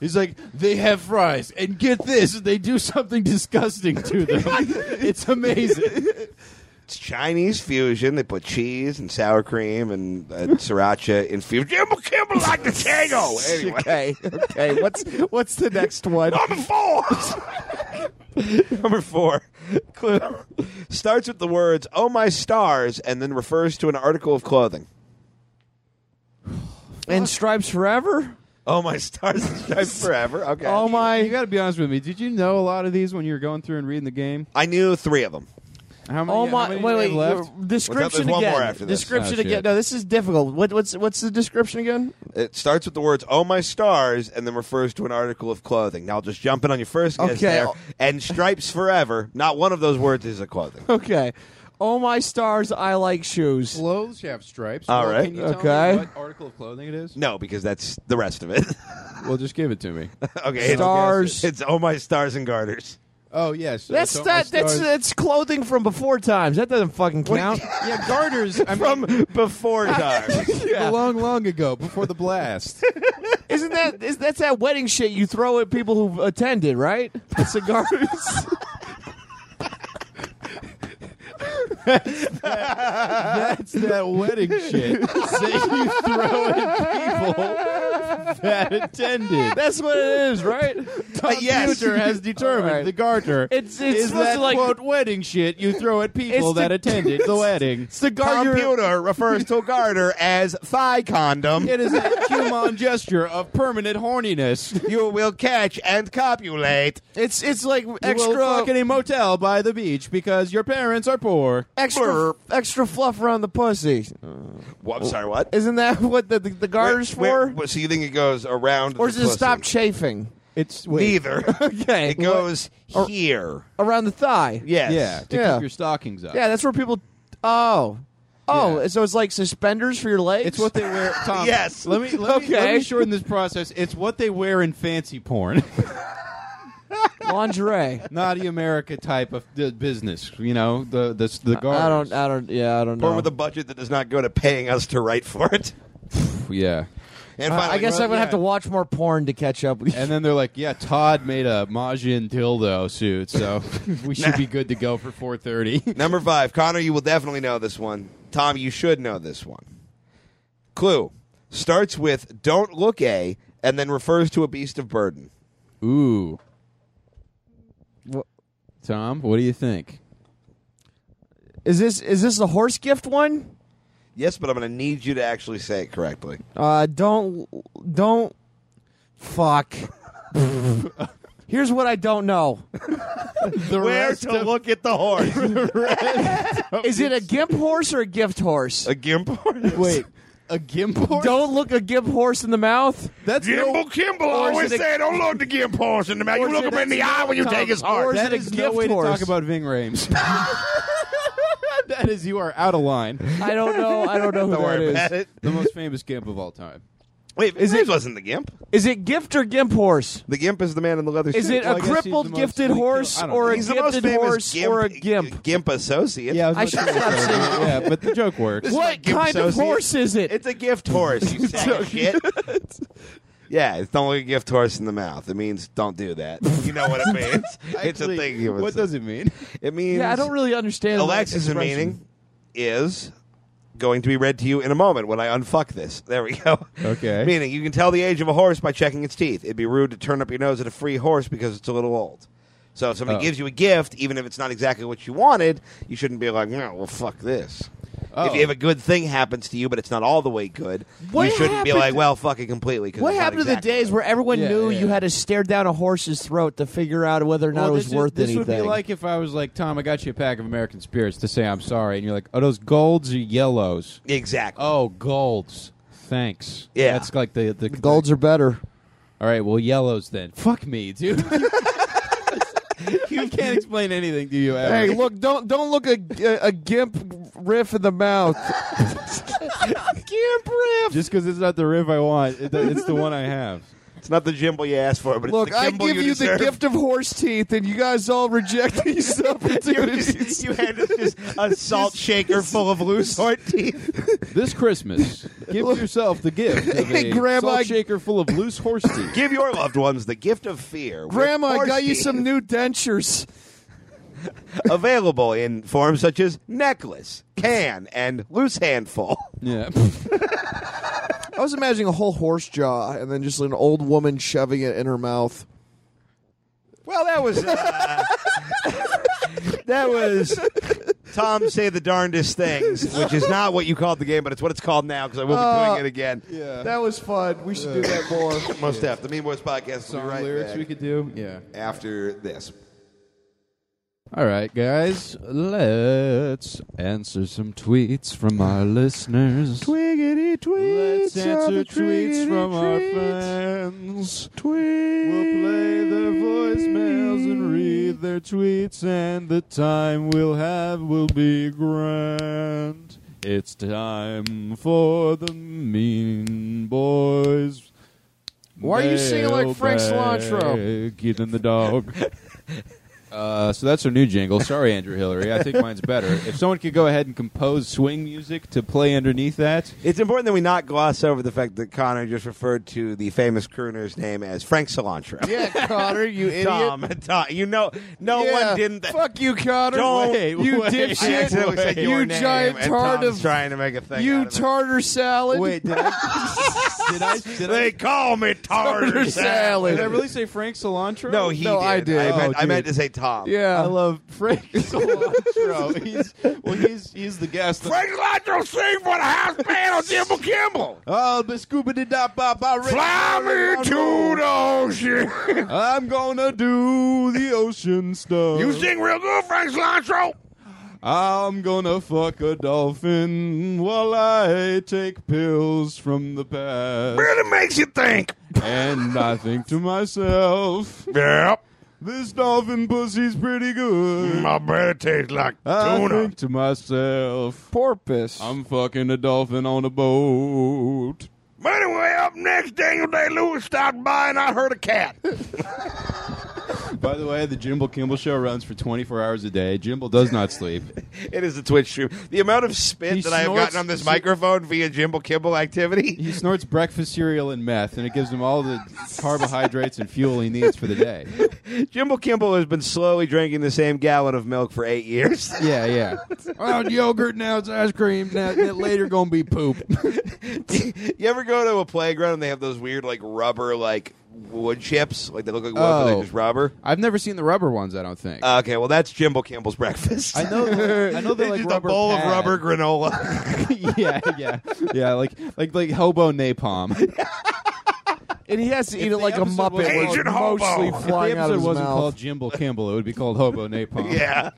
[SPEAKER 1] He's like, they have fries, and get this, they do something disgusting to them. it's amazing.
[SPEAKER 3] it's Chinese fusion. They put cheese and sour cream and uh, sriracha infused.
[SPEAKER 6] Jimbo Kimball like the tango. Anyway,
[SPEAKER 5] okay. Okay. What's what's the next
[SPEAKER 1] Oh,
[SPEAKER 5] one?
[SPEAKER 6] number four.
[SPEAKER 3] Number four, clue starts with the words "Oh my stars" and then refers to an article of clothing.
[SPEAKER 5] And Stripes Forever?
[SPEAKER 3] Oh my stars and stripes forever. Okay.
[SPEAKER 1] Oh my! You got to be honest with me. Did you know a lot of these when you were going through and reading the game?
[SPEAKER 3] I knew three of them.
[SPEAKER 1] How many?
[SPEAKER 5] Oh
[SPEAKER 1] How
[SPEAKER 5] my!
[SPEAKER 1] many
[SPEAKER 5] Wait,
[SPEAKER 1] do you
[SPEAKER 5] wait.
[SPEAKER 1] have left?
[SPEAKER 5] your Description
[SPEAKER 3] There's one
[SPEAKER 5] again.
[SPEAKER 3] more after this.
[SPEAKER 5] Description
[SPEAKER 1] Oh,
[SPEAKER 5] again.
[SPEAKER 1] shit.
[SPEAKER 5] No, this is difficult. What, what's what's the description again?
[SPEAKER 3] It starts with the words "Oh my stars" and then refers to an article of clothing. Now I'll just jump in on your first guess
[SPEAKER 5] Okay.
[SPEAKER 3] there. And stripes forever. Not one of those words is a clothing.
[SPEAKER 5] Okay. Oh my stars! I like shoes.
[SPEAKER 1] Clothes have stripes.
[SPEAKER 3] All
[SPEAKER 1] Well,
[SPEAKER 3] right.
[SPEAKER 1] Can you tell
[SPEAKER 5] Okay.
[SPEAKER 1] me what article of clothing it is?
[SPEAKER 3] No, because that's the rest of it.
[SPEAKER 1] Well, just give it to me.
[SPEAKER 3] okay,
[SPEAKER 5] Stars.
[SPEAKER 3] It's, it's oh my stars and garters.
[SPEAKER 1] Oh yes,
[SPEAKER 5] That's
[SPEAKER 1] so
[SPEAKER 5] that. That's
[SPEAKER 1] it.
[SPEAKER 5] that's clothing from before times. That doesn't fucking count.
[SPEAKER 1] yeah, garters. I mean,
[SPEAKER 3] From before times.
[SPEAKER 5] Yeah.
[SPEAKER 1] long, long ago, before the blast.
[SPEAKER 5] Isn't that is that's that wedding shit you throw at people who've attended, right? The cigars.
[SPEAKER 1] That's that wedding shit that you throw at people that attended.
[SPEAKER 5] that's what it is, right?
[SPEAKER 1] Tom
[SPEAKER 3] yes.
[SPEAKER 1] Future has determined
[SPEAKER 5] All right.
[SPEAKER 1] the garter
[SPEAKER 5] It's- it's
[SPEAKER 1] is
[SPEAKER 5] supposed
[SPEAKER 1] that
[SPEAKER 5] to, like-
[SPEAKER 1] quote wedding shit you throw at people
[SPEAKER 5] It's
[SPEAKER 1] that
[SPEAKER 5] the-
[SPEAKER 1] attended the wedding.
[SPEAKER 5] Cigar your
[SPEAKER 3] Computer refers to garter as thigh condom.
[SPEAKER 1] It is a human gesture of permanent horniness.
[SPEAKER 3] You will catch and copulate.
[SPEAKER 5] it's it's like
[SPEAKER 1] You will fuck
[SPEAKER 5] extra
[SPEAKER 1] in a motel by the beach because your parents are poor.
[SPEAKER 5] extra
[SPEAKER 3] Burp.
[SPEAKER 5] extra fluff around the pussy.
[SPEAKER 3] Well, I'm sorry, what?
[SPEAKER 5] Isn't that what the the, the garter's
[SPEAKER 3] Where-
[SPEAKER 5] for?
[SPEAKER 3] where- so you think it goes around?
[SPEAKER 5] or
[SPEAKER 3] the
[SPEAKER 5] does it
[SPEAKER 3] pussy?
[SPEAKER 5] stop chafing?
[SPEAKER 1] It's
[SPEAKER 3] Neither.
[SPEAKER 5] Okay,
[SPEAKER 3] it goes here.
[SPEAKER 5] around the thigh.
[SPEAKER 3] Yes.
[SPEAKER 1] Yeah, to
[SPEAKER 5] Yeah.
[SPEAKER 1] keep your stockings up.
[SPEAKER 5] yeah, that's where people. Oh, oh,
[SPEAKER 1] Yeah.
[SPEAKER 5] so it's like suspenders for your legs.
[SPEAKER 1] It's what they wear. Tom,
[SPEAKER 3] Yes.
[SPEAKER 1] Let me let, me, let
[SPEAKER 5] Okay.
[SPEAKER 1] me shorten this process. It's what they wear in fancy porn,
[SPEAKER 5] lingerie.
[SPEAKER 1] naughty America type of d- business. You know the the the
[SPEAKER 5] I
[SPEAKER 1] guards.
[SPEAKER 5] don't. I don't. Yeah, I don't know.
[SPEAKER 3] Or with a budget that does not go to paying us to write for it.
[SPEAKER 1] Yeah.
[SPEAKER 3] And
[SPEAKER 5] Uh, I-
[SPEAKER 3] finally,
[SPEAKER 5] I guess
[SPEAKER 1] well,
[SPEAKER 5] I'm gonna have
[SPEAKER 1] yeah.
[SPEAKER 5] to watch more porn to catch up.
[SPEAKER 1] And then they're like, "Yeah, Todd made a Majin dildo suit, so we should be good to go for 4:30."
[SPEAKER 3] Number five, Connor, you will definitely know this one. Tom, you should know this one. Clue starts with "Don't look a" and then refers to a beast of burden.
[SPEAKER 1] Ooh.
[SPEAKER 5] Wha-
[SPEAKER 1] Tom, what do you think?
[SPEAKER 5] is this is this the horse gift one?
[SPEAKER 3] Yes, but I'm going to need you to actually say it correctly.
[SPEAKER 5] Uh, don't don't fuck. Here's what I don't know:
[SPEAKER 1] The rest of-
[SPEAKER 3] look at the horse?
[SPEAKER 5] Is it a gimp horse or a gift horse?
[SPEAKER 3] a gimp horse.
[SPEAKER 1] Wait, a gimp horse?
[SPEAKER 5] Don't look a gimp horse in the mouth.
[SPEAKER 1] That's
[SPEAKER 6] Jimbo Kimball always
[SPEAKER 5] it a-
[SPEAKER 6] said, "Don't look the gimp horse in the mouth.
[SPEAKER 5] Or
[SPEAKER 6] You
[SPEAKER 5] is
[SPEAKER 6] look
[SPEAKER 5] it
[SPEAKER 6] him in
[SPEAKER 5] a-
[SPEAKER 6] the eye when you
[SPEAKER 5] Tom,
[SPEAKER 6] take his
[SPEAKER 5] or
[SPEAKER 6] heart."
[SPEAKER 5] is
[SPEAKER 1] That
[SPEAKER 5] it a
[SPEAKER 1] is
[SPEAKER 5] gift
[SPEAKER 1] no way to
[SPEAKER 5] horse?
[SPEAKER 1] talk about Ving Rames. that is you are out of line.
[SPEAKER 5] I don't know. I don't know who that is.
[SPEAKER 3] Is
[SPEAKER 1] The most famous gimp of all time.
[SPEAKER 3] Wait, is it wasn't the gimp?
[SPEAKER 5] Is it gift or gimp horse?
[SPEAKER 3] The gimp is the man in the leather
[SPEAKER 5] Is it
[SPEAKER 3] suit.
[SPEAKER 1] Well, I
[SPEAKER 5] a
[SPEAKER 1] guess he's the
[SPEAKER 5] crippled
[SPEAKER 1] most
[SPEAKER 5] gifted
[SPEAKER 1] likely-
[SPEAKER 5] horse
[SPEAKER 1] I don't
[SPEAKER 5] or
[SPEAKER 1] know.
[SPEAKER 5] a
[SPEAKER 3] He's the most
[SPEAKER 5] gifted
[SPEAKER 3] famous
[SPEAKER 5] horse
[SPEAKER 3] gimp,
[SPEAKER 5] or a gimp?
[SPEAKER 3] gimp associate.
[SPEAKER 1] Yeah,
[SPEAKER 5] I
[SPEAKER 1] I, was
[SPEAKER 5] should
[SPEAKER 1] about to
[SPEAKER 5] stop
[SPEAKER 1] say
[SPEAKER 5] saying
[SPEAKER 1] that. Yeah, but the joke works.
[SPEAKER 5] What
[SPEAKER 3] gimp
[SPEAKER 5] kind of
[SPEAKER 3] associate.
[SPEAKER 5] horse is it?
[SPEAKER 3] It's a gift horse, you sack of shit. Yeah, it's don't look a gift horse in the mouth. It means don't do that. You know what it means. it's a
[SPEAKER 1] Actually,
[SPEAKER 3] thing. you would
[SPEAKER 1] What
[SPEAKER 3] say.
[SPEAKER 1] does it mean?
[SPEAKER 3] it mean?
[SPEAKER 5] yeah, I don't really understand. that
[SPEAKER 3] Alexis'
[SPEAKER 5] expression.
[SPEAKER 3] meaning is going to be read to you in a moment when I unfuck this. There we go.
[SPEAKER 1] Okay.
[SPEAKER 3] meaning you can tell the age of a horse by checking its teeth. It'd be rude to turn up your nose at a free horse because it's a little old. So if somebody
[SPEAKER 1] Oh.
[SPEAKER 3] gives you a gift, even if it's not exactly what you wanted, you shouldn't be like, no, well, fuck this. If,
[SPEAKER 1] Oh.
[SPEAKER 3] if a good thing happens to you, but it's not all the way good,
[SPEAKER 5] What
[SPEAKER 3] you shouldn't be
[SPEAKER 5] happened-
[SPEAKER 3] like, well, fuck it completely. 'cause
[SPEAKER 5] What
[SPEAKER 3] it's not
[SPEAKER 5] happened to the
[SPEAKER 3] exactly
[SPEAKER 5] days
[SPEAKER 3] what
[SPEAKER 5] where everyone
[SPEAKER 1] Yeah,
[SPEAKER 5] knew
[SPEAKER 1] yeah,
[SPEAKER 5] you
[SPEAKER 1] yeah.
[SPEAKER 5] had to stare down a horse's throat to figure out whether or not it
[SPEAKER 1] Well,
[SPEAKER 5] was
[SPEAKER 1] this
[SPEAKER 5] worth
[SPEAKER 1] is, this
[SPEAKER 5] anything?
[SPEAKER 1] would be like if I was like, Tom, I got you a pack of American Spirits to say I'm sorry, and you're like, oh, those golds or yellows?
[SPEAKER 3] Exactly.
[SPEAKER 1] Oh, golds. Thanks.
[SPEAKER 3] Yeah.
[SPEAKER 1] That's like the the
[SPEAKER 5] golds are better.
[SPEAKER 1] All right, well, yellows then. Fuck me, dude. you can't explain anything to you. Ever.
[SPEAKER 5] Hey, look! Don't don't look a, a, gimp riff in the mouth. gimp riff.
[SPEAKER 1] Just because it's not the riff I want, it, it's the one I have.
[SPEAKER 3] It's not the jimble you asked for, but
[SPEAKER 5] Look,
[SPEAKER 3] it's the
[SPEAKER 5] I
[SPEAKER 3] gimbal
[SPEAKER 5] give you, the
[SPEAKER 3] deserve.
[SPEAKER 5] gift of horse teeth, and you guys all reject these opportunities.
[SPEAKER 3] you had just a salt shaker full of loose heart teeth.
[SPEAKER 1] This Christmas, give yourself the gift of
[SPEAKER 5] Hey,
[SPEAKER 1] a
[SPEAKER 5] Grandma, I-
[SPEAKER 1] salt shaker full of loose horse teeth.
[SPEAKER 3] Give your loved ones the gift of fear. with
[SPEAKER 5] Grandma, I
[SPEAKER 3] horse
[SPEAKER 5] got you
[SPEAKER 3] teeth.
[SPEAKER 5] some new dentures.
[SPEAKER 3] available in forms such as necklace, can, and loose handful.
[SPEAKER 1] yeah.
[SPEAKER 5] I was imagining a whole horse jaw, and then just an old woman shoving it in her mouth.
[SPEAKER 3] Well, that was uh, that was Tom say the darndest things, which is not what you called the game, but it's what it's called now because I will be
[SPEAKER 5] Uh,
[SPEAKER 3] doing it again.
[SPEAKER 5] That was fun. We should do that more.
[SPEAKER 3] Most F. The Mean Boys podcast will be
[SPEAKER 1] Song
[SPEAKER 3] right
[SPEAKER 1] lyrics
[SPEAKER 3] back
[SPEAKER 1] we could do. Yeah.
[SPEAKER 3] after this.
[SPEAKER 1] All right, guys, let's answer some tweets from our listeners.
[SPEAKER 5] Twiggity tweets.
[SPEAKER 1] Let's answer tweets from our fans. Tweets. We'll play their voicemails and read their tweets, and the time we'll have will be grand. It's time for the Mean Boys.
[SPEAKER 2] Why are you singing like Frank
[SPEAKER 1] Cilantro? Keaton the dog. Uh, so that's our new jingle. Sorry, Andrew Hillary. I think mine's better. If someone could go ahead and compose swing music to play underneath that,
[SPEAKER 3] It's important that we not gloss over the fact that Connor just referred to the famous crooner's name as Frank Cilantro.
[SPEAKER 2] Yeah, Connor, you idiot.
[SPEAKER 3] Tom, Tom, you know, no
[SPEAKER 2] Yeah.
[SPEAKER 3] one didn't. th-
[SPEAKER 2] Fuck you, Connor.
[SPEAKER 3] Don't
[SPEAKER 1] Wait,
[SPEAKER 2] you
[SPEAKER 1] wait,
[SPEAKER 2] dipshit.
[SPEAKER 3] I accidentally said your
[SPEAKER 2] you
[SPEAKER 3] name,
[SPEAKER 2] giant
[SPEAKER 3] and
[SPEAKER 2] tart
[SPEAKER 3] Tom's
[SPEAKER 2] of-
[SPEAKER 3] trying to make a thing.
[SPEAKER 2] You
[SPEAKER 3] out of it.
[SPEAKER 2] tartar salad.
[SPEAKER 1] Wait, did I? did I? Did I?
[SPEAKER 6] They call me Tartar
[SPEAKER 2] Tartar
[SPEAKER 6] Salad.
[SPEAKER 1] Did I
[SPEAKER 2] salad.
[SPEAKER 1] really say Frank Cilantro?
[SPEAKER 3] No, he
[SPEAKER 2] No,
[SPEAKER 3] did.
[SPEAKER 2] I did.
[SPEAKER 3] I meant,
[SPEAKER 1] Oh,
[SPEAKER 3] I meant to
[SPEAKER 1] dude.
[SPEAKER 3] say Tom.
[SPEAKER 1] I
[SPEAKER 2] Yeah.
[SPEAKER 1] love Frank Cilantro. he's well, he's he's the guest.
[SPEAKER 6] Frank Cilantro sing for the house band on Jimbo Kimball.
[SPEAKER 1] oh, but scuba did da ba ba. ra-
[SPEAKER 6] Fly me to the ocean.
[SPEAKER 1] I'm gonna do the ocean stuff.
[SPEAKER 6] you sing real good, Frank Cilantro.
[SPEAKER 1] I'm gonna fuck a dolphin while I take pills from the past,
[SPEAKER 6] Really makes you think.
[SPEAKER 1] and I think to myself,
[SPEAKER 6] Yep.
[SPEAKER 1] this dolphin pussy's pretty good.
[SPEAKER 6] My bread tastes like
[SPEAKER 1] Uh, I
[SPEAKER 6] tuna.
[SPEAKER 1] think to myself.
[SPEAKER 2] Porpoise.
[SPEAKER 1] I'm fucking a dolphin on a boat.
[SPEAKER 6] But anyway, up next, Daniel Day Lewis stopped by and I heard a cat.
[SPEAKER 1] By the way, the Jimbo Kimball show runs for 24 hours a day. Jimbo does not sleep.
[SPEAKER 3] It is a Twitch stream. The amount of spit
[SPEAKER 1] He
[SPEAKER 3] that I have
[SPEAKER 1] snorts-
[SPEAKER 3] gotten on this microphone via Jimbo Kimball activity.
[SPEAKER 1] He snorts breakfast cereal and meth, and it gives him all the carbohydrates and fuel he needs for the day.
[SPEAKER 3] Jimbo Kimball has been slowly drinking the same gallon of milk for eight years.
[SPEAKER 1] Yeah, yeah. On Oh, yogurt now, it's ice cream now. and then later gonna be poop.
[SPEAKER 3] you ever go to a playground and they have those weird, like, rubber, like, wood chips? Like, they look like wood, but they're
[SPEAKER 1] Oh.
[SPEAKER 3] just rubber?
[SPEAKER 1] I've never seen the rubber ones. I don't think.
[SPEAKER 3] Uh, okay, well, that's Jimbo Kimball's breakfast.
[SPEAKER 1] I know. I know they're like
[SPEAKER 3] It's just a
[SPEAKER 1] rubber
[SPEAKER 3] bowl
[SPEAKER 1] pad.
[SPEAKER 3] of rubber granola.
[SPEAKER 1] yeah, yeah, yeah. Like like like hobo napalm.
[SPEAKER 5] And he has to eat
[SPEAKER 1] If
[SPEAKER 5] it
[SPEAKER 1] the
[SPEAKER 5] like a
[SPEAKER 1] episode
[SPEAKER 5] muppet.
[SPEAKER 1] wasn't-
[SPEAKER 5] where it's
[SPEAKER 6] Agent Hobo.
[SPEAKER 5] mostly
[SPEAKER 6] If the
[SPEAKER 5] flying
[SPEAKER 1] if the episode
[SPEAKER 5] out of his
[SPEAKER 1] wasn't
[SPEAKER 5] mouth.
[SPEAKER 1] called Jimbo Kimball, it would be called Hobo Napalm.
[SPEAKER 6] yeah.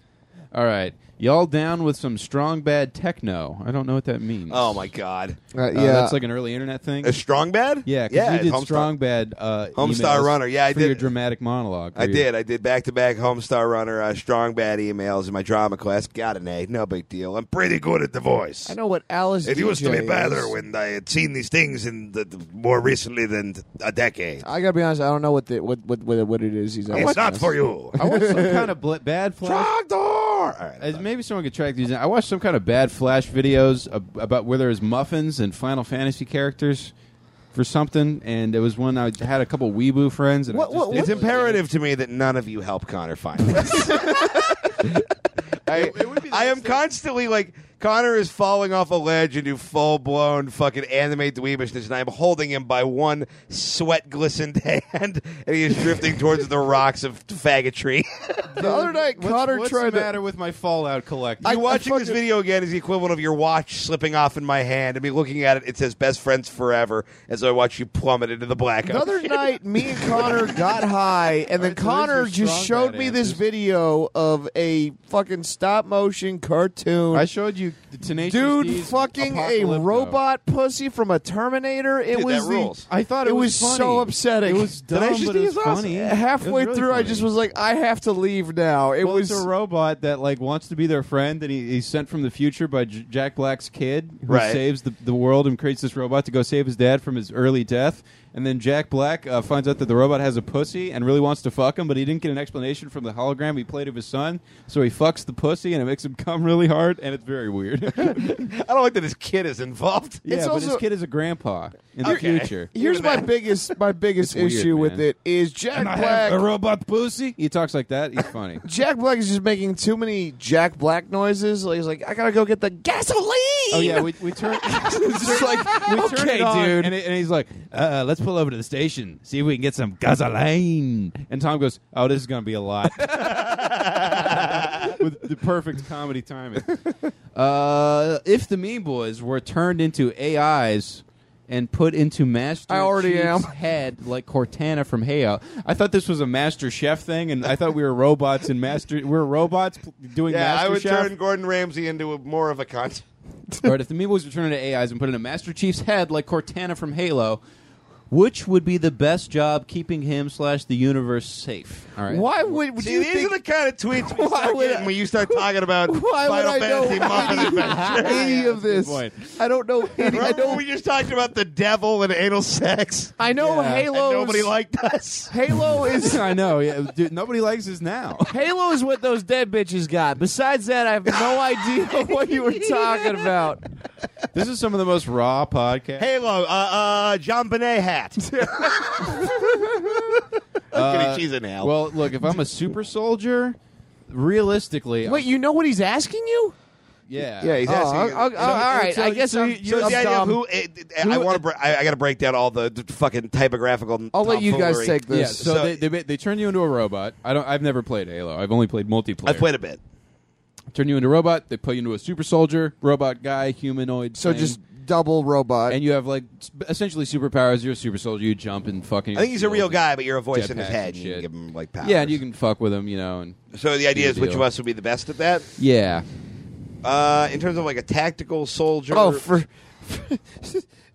[SPEAKER 1] All right. Y'all down with some strong bad techno. I don't know what that means.
[SPEAKER 3] oh, my God.
[SPEAKER 2] Uh,
[SPEAKER 1] Uh,
[SPEAKER 2] yeah.
[SPEAKER 1] That's like an early internet thing.
[SPEAKER 3] A strong bed?
[SPEAKER 1] yeah, because
[SPEAKER 3] yeah.
[SPEAKER 1] you
[SPEAKER 3] it's
[SPEAKER 1] did
[SPEAKER 3] Homestar-
[SPEAKER 1] strong bad uh,
[SPEAKER 3] Homestar
[SPEAKER 1] emails
[SPEAKER 3] Runner. Yeah, I
[SPEAKER 1] for
[SPEAKER 3] did.
[SPEAKER 1] your dramatic monologue.
[SPEAKER 3] I
[SPEAKER 1] where you-
[SPEAKER 3] did. I did back to back Homestar Runner, uh, Strong Bad emails in my drama class. Got an A. No big deal. I'm pretty
[SPEAKER 6] Pretty good at the voice.
[SPEAKER 5] I know what Alice
[SPEAKER 6] It
[SPEAKER 5] DJ
[SPEAKER 6] used to be
[SPEAKER 5] is.
[SPEAKER 6] better when I had seen these things in the, the- more recently than a decade.
[SPEAKER 5] I gotta be honest. I don't know what the, what, what what what it is. He's
[SPEAKER 6] It's not for you.
[SPEAKER 1] I watched some kind of bl- bad flash.
[SPEAKER 6] Doctor! All right.
[SPEAKER 1] As maybe someone could track these. down. I watched some kind of bad flash videos ab- about where there was muffins and Final Fantasy characters for something, and it was one I had a couple weeboo friends. And I
[SPEAKER 5] What-
[SPEAKER 1] just
[SPEAKER 5] what-
[SPEAKER 1] didn't
[SPEAKER 3] It's
[SPEAKER 1] really-
[SPEAKER 3] imperative to me that none of you help Connor find this. I, I am constantly like Connor is falling off a ledge into full blown fucking anime dweebishness, and I'm holding him by one sweat glistened hand, and he is drifting towards the rocks of faggotry.
[SPEAKER 5] The other night,
[SPEAKER 1] What's,
[SPEAKER 5] Connor
[SPEAKER 1] what's
[SPEAKER 5] tried
[SPEAKER 1] the
[SPEAKER 5] to.
[SPEAKER 1] matter with my Fallout collection?
[SPEAKER 3] you watching this
[SPEAKER 5] fucking-
[SPEAKER 3] video again is the equivalent of your watch slipping off in my hand, and me looking at it. It says "Best Friends Forever," as I watch you plummet into the black.
[SPEAKER 5] The other night, me and Connor got high, and then
[SPEAKER 1] Alright, so these
[SPEAKER 5] Connor
[SPEAKER 1] are
[SPEAKER 5] just
[SPEAKER 1] strong
[SPEAKER 5] showed
[SPEAKER 1] bad
[SPEAKER 5] me this
[SPEAKER 1] answers.
[SPEAKER 5] video of a fucking stop motion cartoon.
[SPEAKER 1] I showed you the Tenacious
[SPEAKER 5] Dude,
[SPEAKER 1] D's
[SPEAKER 5] fucking a
[SPEAKER 1] Apocalypto.
[SPEAKER 5] robot pussy from a Terminator. It
[SPEAKER 3] Dude,
[SPEAKER 5] was
[SPEAKER 3] that
[SPEAKER 5] the-
[SPEAKER 3] rules.
[SPEAKER 1] I thought
[SPEAKER 5] it,
[SPEAKER 1] it,
[SPEAKER 5] was,
[SPEAKER 1] funny.
[SPEAKER 5] so upsetting.
[SPEAKER 1] It was dumb,
[SPEAKER 3] Tenacious
[SPEAKER 1] but
[SPEAKER 3] D
[SPEAKER 1] it
[SPEAKER 3] is
[SPEAKER 1] was
[SPEAKER 3] awesome.
[SPEAKER 1] funny. It
[SPEAKER 5] Halfway
[SPEAKER 1] was really
[SPEAKER 5] through, I
[SPEAKER 1] funny.
[SPEAKER 5] just was like, I have to leave now. It
[SPEAKER 1] Well,
[SPEAKER 5] was
[SPEAKER 1] it's a robot that like wants to be their friend, and he, he's sent from the future by J- Jack Black's kid, who
[SPEAKER 3] Right.
[SPEAKER 1] saves the, the world and creates this robot to go save his dad from his early death. And then Jack Black uh, finds out that the robot has a pussy and really wants to fuck him, but he didn't get an explanation from the hologram he played of his son, so he fucks the pussy and it makes him come really hard, and it's very weird.
[SPEAKER 3] I don't like that his kid is involved.
[SPEAKER 1] yeah,
[SPEAKER 5] It's
[SPEAKER 1] but his
[SPEAKER 5] also-
[SPEAKER 1] kid is a grandpa in the
[SPEAKER 3] Okay.
[SPEAKER 1] future.
[SPEAKER 5] Here's my biggest my biggest
[SPEAKER 1] weird,
[SPEAKER 5] issue with
[SPEAKER 1] man.
[SPEAKER 5] it is Jack
[SPEAKER 1] And I
[SPEAKER 5] Black.
[SPEAKER 1] have a robot pussy. He talks like that. He's funny.
[SPEAKER 5] Jack Black is just making too many Jack Black noises. Like he's like, I gotta go get the gasoline.
[SPEAKER 1] Oh yeah, we we turn it's just like we turn
[SPEAKER 5] "Okay,
[SPEAKER 1] it on,
[SPEAKER 5] dude."
[SPEAKER 1] and, it- and he's like, uh, "Let's pull over to the station, see if we can get some gasoline." And Tom goes, "Oh, this is gonna be a lot." with the perfect comedy timing. Uh, if the Mean Boys were turned into AIs and put into Master
[SPEAKER 5] I already
[SPEAKER 1] Chief's
[SPEAKER 5] am.
[SPEAKER 1] head like Cortana from Heyo, I thought this was a Master Chef thing, and I thought we were robots and Master. We were robots pl- doing
[SPEAKER 3] Yeah,
[SPEAKER 1] Master
[SPEAKER 3] I would
[SPEAKER 1] Chef.
[SPEAKER 3] turn Gordon Ramsay into a, more of a cunt.
[SPEAKER 1] All right, if the Mean Boys were turned into AIs and put in a Master Chief's head like Cortana from Halo, which would be the best job keeping him slash the universe safe? All right.
[SPEAKER 5] Why would, would
[SPEAKER 3] See,
[SPEAKER 5] you
[SPEAKER 3] these
[SPEAKER 5] think?
[SPEAKER 3] are the kind of tweets we start
[SPEAKER 5] would
[SPEAKER 3] getting
[SPEAKER 5] I-
[SPEAKER 3] when you start talking about
[SPEAKER 5] why would
[SPEAKER 3] Final
[SPEAKER 5] I know
[SPEAKER 3] Fantasy Muffin Adventure.
[SPEAKER 5] any of this?
[SPEAKER 1] point.
[SPEAKER 5] I don't know. Any, I
[SPEAKER 3] Remember when
[SPEAKER 5] know.
[SPEAKER 3] we just talked about the devil and anal sex?
[SPEAKER 5] I know
[SPEAKER 1] Yeah. And
[SPEAKER 5] Halo.
[SPEAKER 3] Nobody liked us.
[SPEAKER 5] Halo is
[SPEAKER 1] I know. Yeah, dude, nobody likes us now.
[SPEAKER 5] Halo is what those dead bitches got. Besides that, I have no idea what you were talking about.
[SPEAKER 1] This is some of the most raw podcast.
[SPEAKER 3] Halo, uh, uh, John Bonet hat. I'm kidding, she's in hell.
[SPEAKER 1] Well, look, if I'm a super soldier, realistically,
[SPEAKER 5] Wait, you know what he's asking you?
[SPEAKER 1] yeah,
[SPEAKER 2] Yeah, he's
[SPEAKER 5] Oh,
[SPEAKER 2] asking.
[SPEAKER 5] I'll- I'll- all right, I guess I'm,
[SPEAKER 3] so
[SPEAKER 5] I'm
[SPEAKER 3] the idea
[SPEAKER 5] dumb.
[SPEAKER 3] of who, eh, eh, I want to. Br- I, I got to break down all the d- fucking typographical.
[SPEAKER 2] I'll let you guys
[SPEAKER 3] tomfoolery.
[SPEAKER 2] take
[SPEAKER 1] yeah.
[SPEAKER 2] this.
[SPEAKER 1] So,
[SPEAKER 3] So-
[SPEAKER 1] they, they ma- they turn you into a robot. I don't. I've never played Halo. I've only played multiplayer.
[SPEAKER 3] I've played a bit.
[SPEAKER 1] Turn you into a robot. They put you into a super soldier, robot guy, humanoid.
[SPEAKER 2] So
[SPEAKER 1] thing,
[SPEAKER 2] just double robot.
[SPEAKER 1] and you have like s- essentially superpowers. You're a super soldier. You jump and fucking.
[SPEAKER 3] I think he's a real guy, but you're a voice in
[SPEAKER 1] Jetpacks and
[SPEAKER 3] his head. And you can
[SPEAKER 1] shit.
[SPEAKER 3] give him like powers.
[SPEAKER 1] Yeah, and you can fuck with him, you know, and
[SPEAKER 3] So the idea
[SPEAKER 1] do
[SPEAKER 3] is, which
[SPEAKER 1] deal.
[SPEAKER 3] of us would be the best at that?
[SPEAKER 1] yeah.
[SPEAKER 3] Uh, in terms of like a tactical soldier.
[SPEAKER 5] Oh, for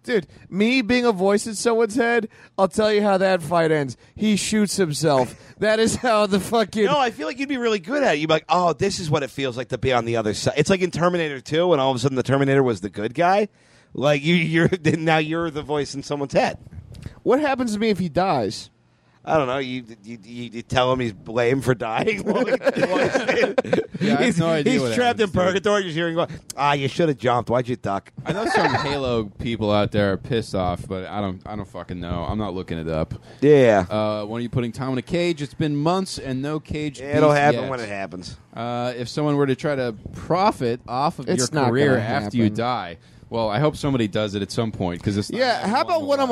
[SPEAKER 2] Dude, me being a voice in someone's head, I'll tell you how that fight ends. He shoots himself. that is how the fucking.
[SPEAKER 3] No, I feel like you'd be really good at it. You'd be like, oh, this is what it feels like to be on the other side. It's like in Terminator 2 when all of a sudden the Terminator was the good guy. Like you, you're now you're the voice in someone's head.
[SPEAKER 2] what happens to me if he dies?
[SPEAKER 3] I don't know. You you, you, you tell him he's blamed for dying. while he's the voice in.
[SPEAKER 1] Yeah, I have
[SPEAKER 3] he's
[SPEAKER 1] no idea
[SPEAKER 3] he's
[SPEAKER 1] what
[SPEAKER 3] trapped in
[SPEAKER 1] happens to him.
[SPEAKER 3] purgatory. Just hearing, going, ah, you should have jumped. Why'd you duck?
[SPEAKER 1] I know some Halo people out there are pissed off, but I don't I don't fucking know. I'm not looking it up.
[SPEAKER 3] Yeah,
[SPEAKER 1] Uh, when are you putting Tom in a cage? It's been months and no cage.
[SPEAKER 3] it'll
[SPEAKER 1] beast
[SPEAKER 3] happen
[SPEAKER 1] yet.
[SPEAKER 3] when it happens.
[SPEAKER 1] Uh, if someone were to try to profit off of
[SPEAKER 2] It's
[SPEAKER 1] your
[SPEAKER 2] not
[SPEAKER 1] career
[SPEAKER 2] gonna
[SPEAKER 1] after you
[SPEAKER 2] happen.
[SPEAKER 1] die, well, I hope somebody does it at some point because it's not
[SPEAKER 2] Yeah, how
[SPEAKER 1] happening
[SPEAKER 2] about when I'm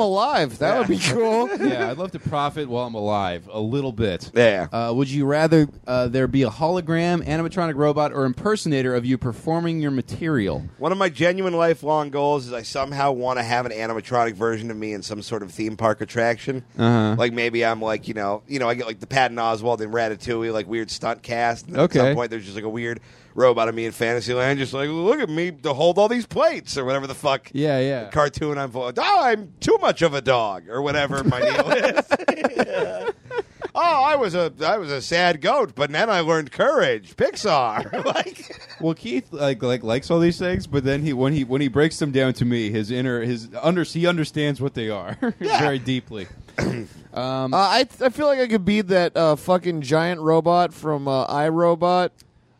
[SPEAKER 2] alive?
[SPEAKER 1] alive.
[SPEAKER 2] That would be cool.
[SPEAKER 1] yeah, I'd love to profit while I'm alive a little bit.
[SPEAKER 3] Yeah.
[SPEAKER 1] Uh, would you rather uh, there be a hologram, animatronic robot, or impersonator of you performing your material?
[SPEAKER 3] One of my genuine lifelong goals is I somehow want to have an animatronic version of me in some sort of theme park attraction.
[SPEAKER 1] Uh-huh.
[SPEAKER 3] Like maybe I'm like you know you know I get like the Patton Oswald in Ratatouille like weird stunt cast. And then
[SPEAKER 1] Okay.
[SPEAKER 3] At some point there's just like a weird robot of me in Fantasyland, just like look at me to hold all these plates or whatever the fuck.
[SPEAKER 1] Yeah, yeah.
[SPEAKER 3] Cartoon I'm vo- oh I'm too much of a dog or whatever my deal is. Oh, I was a I was a sad goat, but then I learned courage. Pixar, like
[SPEAKER 1] Well, Keith like like likes all these things, but then he when he when he breaks them down to me, his inner his under he understands what they are very deeply.
[SPEAKER 2] Uh, I I feel like I could be that uh, fucking giant robot from uh, iRobot.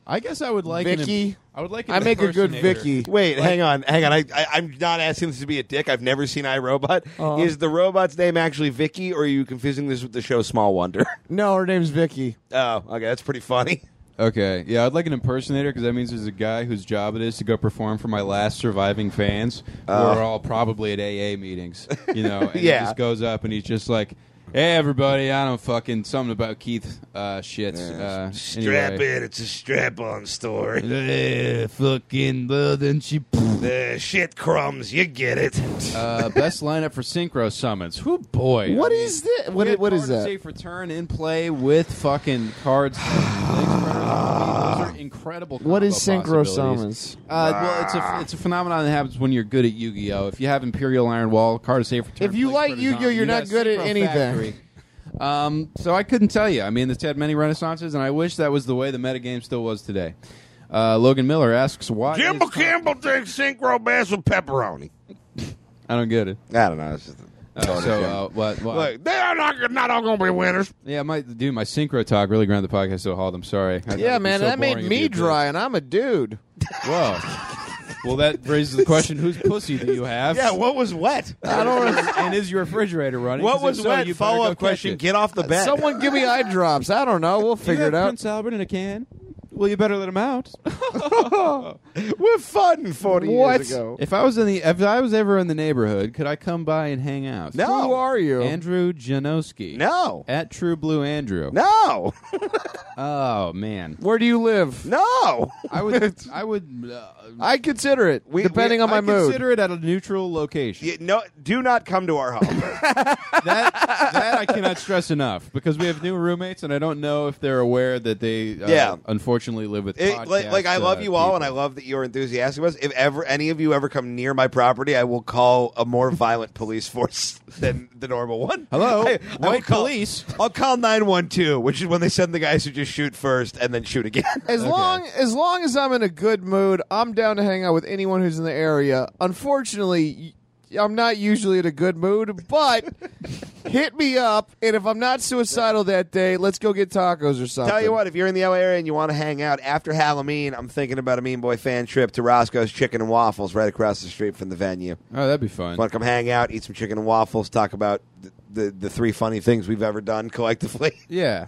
[SPEAKER 1] I guess I would like an-
[SPEAKER 2] Vicky?
[SPEAKER 1] I would like. An
[SPEAKER 2] I make a good
[SPEAKER 1] impersonator.
[SPEAKER 2] Vicky.
[SPEAKER 3] Wait, hang on, hang on. I, I I'm not asking this to be a dick. I've never seen iRobot. Is the robot's name actually Vicky, or are you confusing this with the show Small Wonder?
[SPEAKER 2] No, her name's Vicky.
[SPEAKER 3] oh, okay, that's pretty funny.
[SPEAKER 1] Okay, yeah, I'd like an impersonator because that means there's a guy whose job it is to go perform for my last surviving fans who
[SPEAKER 2] Uh.
[SPEAKER 1] are all probably at AA meetings, you know. And
[SPEAKER 3] Yeah.
[SPEAKER 1] he just goes up and he's just like, "Hey, everybody, I don't fucking something about Keith uh, shits." Uh,
[SPEAKER 6] Strap
[SPEAKER 1] anyway.
[SPEAKER 6] in. It's a strap on story.
[SPEAKER 1] Eh, fucking blood and she.
[SPEAKER 6] The shit crumbs. You get it.
[SPEAKER 1] Uh, best lineup for synchro summons. Who boy?
[SPEAKER 2] What
[SPEAKER 1] I mean,
[SPEAKER 2] is that?
[SPEAKER 1] we
[SPEAKER 2] What, i-
[SPEAKER 1] had
[SPEAKER 2] what is
[SPEAKER 1] cards
[SPEAKER 2] that?
[SPEAKER 1] Safe return in play with fucking cards. legs spreaders. Those are incredible.
[SPEAKER 2] What is
[SPEAKER 1] combo
[SPEAKER 2] synchro
[SPEAKER 1] possibilities.
[SPEAKER 2] summons?
[SPEAKER 1] Uh, well, it's a it's a phenomenon that happens when you're good at Yu-Gi-Oh. If you have Imperial Iron Wall, card of safe return.
[SPEAKER 2] If you
[SPEAKER 1] Blake
[SPEAKER 2] like
[SPEAKER 1] Predator,
[SPEAKER 2] Yu-Gi-Oh, you're
[SPEAKER 1] you got
[SPEAKER 2] not good at
[SPEAKER 1] Synchro
[SPEAKER 2] anything.
[SPEAKER 1] Factory. Um, so I couldn't tell you. I mean, this had many renaissances, and I wish that was the way the metagame still was today. Uh, Logan Miller asks why.
[SPEAKER 6] Jimbo
[SPEAKER 1] is-
[SPEAKER 6] Campbell thinks synchro bass with pepperoni.
[SPEAKER 1] I don't get it.
[SPEAKER 3] I don't know. It's just
[SPEAKER 1] Uh, so uh, what? what
[SPEAKER 6] Look, they are not not all going to be winners.
[SPEAKER 1] yeah, my dude, my synchro talk really ground the podcast so hard. I'm sorry. I-
[SPEAKER 2] Yeah,
[SPEAKER 1] it'd be
[SPEAKER 2] man,
[SPEAKER 1] so
[SPEAKER 2] that made
[SPEAKER 1] boring if
[SPEAKER 2] me
[SPEAKER 1] you did.
[SPEAKER 2] dry, and I'm a dude.
[SPEAKER 1] Whoa. Well, that raises the question: Whose pussy do you have?
[SPEAKER 3] yeah, what was wet?
[SPEAKER 1] I don't. And is your refrigerator running?
[SPEAKER 3] What
[SPEAKER 1] 'Cause if
[SPEAKER 3] was
[SPEAKER 1] so,
[SPEAKER 3] wet?
[SPEAKER 1] you better
[SPEAKER 3] Follow
[SPEAKER 1] go catch
[SPEAKER 3] up question.
[SPEAKER 1] it.
[SPEAKER 3] Get off the bed.
[SPEAKER 2] Someone give me eye drops. I don't know. We'll figure it out.
[SPEAKER 1] Albert in a can? Well, you better let him out.
[SPEAKER 3] We're fun 40
[SPEAKER 5] What?
[SPEAKER 3] years ago.
[SPEAKER 1] if I was in the, if I was ever in the neighborhood, could I come by and hang out?
[SPEAKER 3] No.
[SPEAKER 5] Who are you?
[SPEAKER 1] Andrew Janowski.
[SPEAKER 3] No.
[SPEAKER 1] At True Blue Andrew.
[SPEAKER 3] No.
[SPEAKER 1] Oh man,
[SPEAKER 5] Where do you live?
[SPEAKER 3] No.
[SPEAKER 1] I would, I would, uh,
[SPEAKER 5] I consider it, depending
[SPEAKER 3] we-
[SPEAKER 5] on my
[SPEAKER 1] I
[SPEAKER 5] mood.
[SPEAKER 1] consider it at a neutral location.
[SPEAKER 3] You- no, do not come to our home.
[SPEAKER 1] that that I cannot stress enough because we have new roommates and I don't know if they're aware that they uh,
[SPEAKER 3] Yeah.
[SPEAKER 1] unfortunately live with
[SPEAKER 3] It-
[SPEAKER 1] podcast,
[SPEAKER 3] like, like, I love
[SPEAKER 1] uh,
[SPEAKER 3] you all,
[SPEAKER 1] people.
[SPEAKER 3] and I love that you're enthusiastic about us. If ever any of you ever come near my property, I will call a more violent police force than the normal one.
[SPEAKER 1] Hello,
[SPEAKER 3] I- I will
[SPEAKER 1] white
[SPEAKER 3] call-
[SPEAKER 1] police.
[SPEAKER 3] I'll call nine one two, which is when they send the guys who just shoot first and then shoot again.
[SPEAKER 5] As long as long as I'm in a good mood, I'm down to hang out with anyone who's in the area. Unfortunately, y- I'm not usually in a good mood, but hit me up and if I'm not suicidal that day, let's go get tacos or something.
[SPEAKER 3] Tell you what, if you're in the LA area and you want to hang out after Halloween, I'm thinking about a Mean Boy fan trip to Roscoe's Chicken and Waffles right across the street from the venue.
[SPEAKER 1] Oh, that'd be fun.
[SPEAKER 3] Want to come hang out, eat some chicken and waffles, talk about the, the, the three funny things we've ever done collectively.
[SPEAKER 1] Yeah.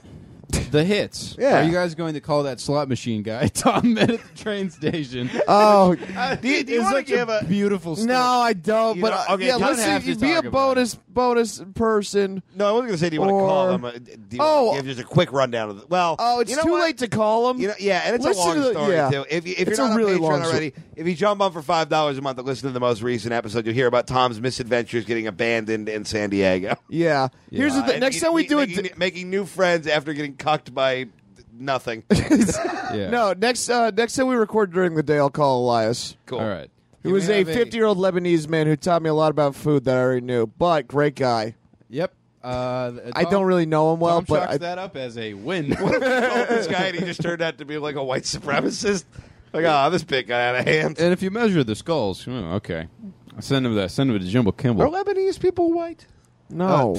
[SPEAKER 1] The hits.
[SPEAKER 3] Yeah.
[SPEAKER 1] Are you guys going to call that slot machine guy Tom met at the train station?
[SPEAKER 5] Oh,
[SPEAKER 3] Uh, do you,
[SPEAKER 1] It's such a beautiful story.
[SPEAKER 5] no, I don't.
[SPEAKER 3] You
[SPEAKER 5] but
[SPEAKER 3] don't-
[SPEAKER 5] uh,
[SPEAKER 3] okay,
[SPEAKER 5] yeah,
[SPEAKER 3] you don't
[SPEAKER 5] let's
[SPEAKER 1] have
[SPEAKER 5] see,
[SPEAKER 1] to
[SPEAKER 5] be
[SPEAKER 1] talk
[SPEAKER 5] a
[SPEAKER 1] about
[SPEAKER 5] bonus bonus person.
[SPEAKER 3] No, I was going to say, do you want to
[SPEAKER 5] Or-
[SPEAKER 3] call them? Uh, do you
[SPEAKER 5] Oh.
[SPEAKER 3] oh, give just a quick rundown of the, Well,
[SPEAKER 5] Oh, it's
[SPEAKER 3] you know
[SPEAKER 5] too
[SPEAKER 3] what?
[SPEAKER 5] late to call him.
[SPEAKER 3] You know, yeah, and it's
[SPEAKER 5] Listen
[SPEAKER 3] a long
[SPEAKER 5] to the-
[SPEAKER 3] story
[SPEAKER 5] yeah.
[SPEAKER 3] too. If, you, if
[SPEAKER 5] It's
[SPEAKER 3] you're
[SPEAKER 5] a
[SPEAKER 3] not
[SPEAKER 5] really
[SPEAKER 3] on Patreon
[SPEAKER 5] long story.
[SPEAKER 3] already, if you jump on for five dollars a month to listen to the most recent episode, you'll hear about Tom's misadventures getting abandoned in San Diego.
[SPEAKER 5] yeah. Here's the
[SPEAKER 3] Uh,
[SPEAKER 5] thing.
[SPEAKER 3] and
[SPEAKER 5] Next
[SPEAKER 3] he-
[SPEAKER 5] time we
[SPEAKER 3] he-
[SPEAKER 5] do it,
[SPEAKER 3] making, making new friends after getting cucked by nothing.
[SPEAKER 1] Yeah.
[SPEAKER 5] no. Next uh, next time we record during the day, I'll call Elias.
[SPEAKER 3] cool.
[SPEAKER 1] All right.
[SPEAKER 5] He
[SPEAKER 1] Do
[SPEAKER 5] was
[SPEAKER 1] we
[SPEAKER 5] a
[SPEAKER 1] have
[SPEAKER 5] 50 year old Lebanese man who taught me a lot about food that I already knew, but great guy.
[SPEAKER 1] Yep. Uh, th-
[SPEAKER 5] I
[SPEAKER 1] Tom-
[SPEAKER 5] don't really know him well,
[SPEAKER 1] Tom
[SPEAKER 5] but
[SPEAKER 1] chalks
[SPEAKER 5] I,
[SPEAKER 1] that up as a win.
[SPEAKER 3] Told this guy, and he just turned out to be like a white supremacist. Like, oh, this bit got out of hand.
[SPEAKER 1] and if you measure the skulls, hmm, okay. I'll send him that. Send him to Jumbo Kimball.
[SPEAKER 3] Lebanese people white?
[SPEAKER 5] no.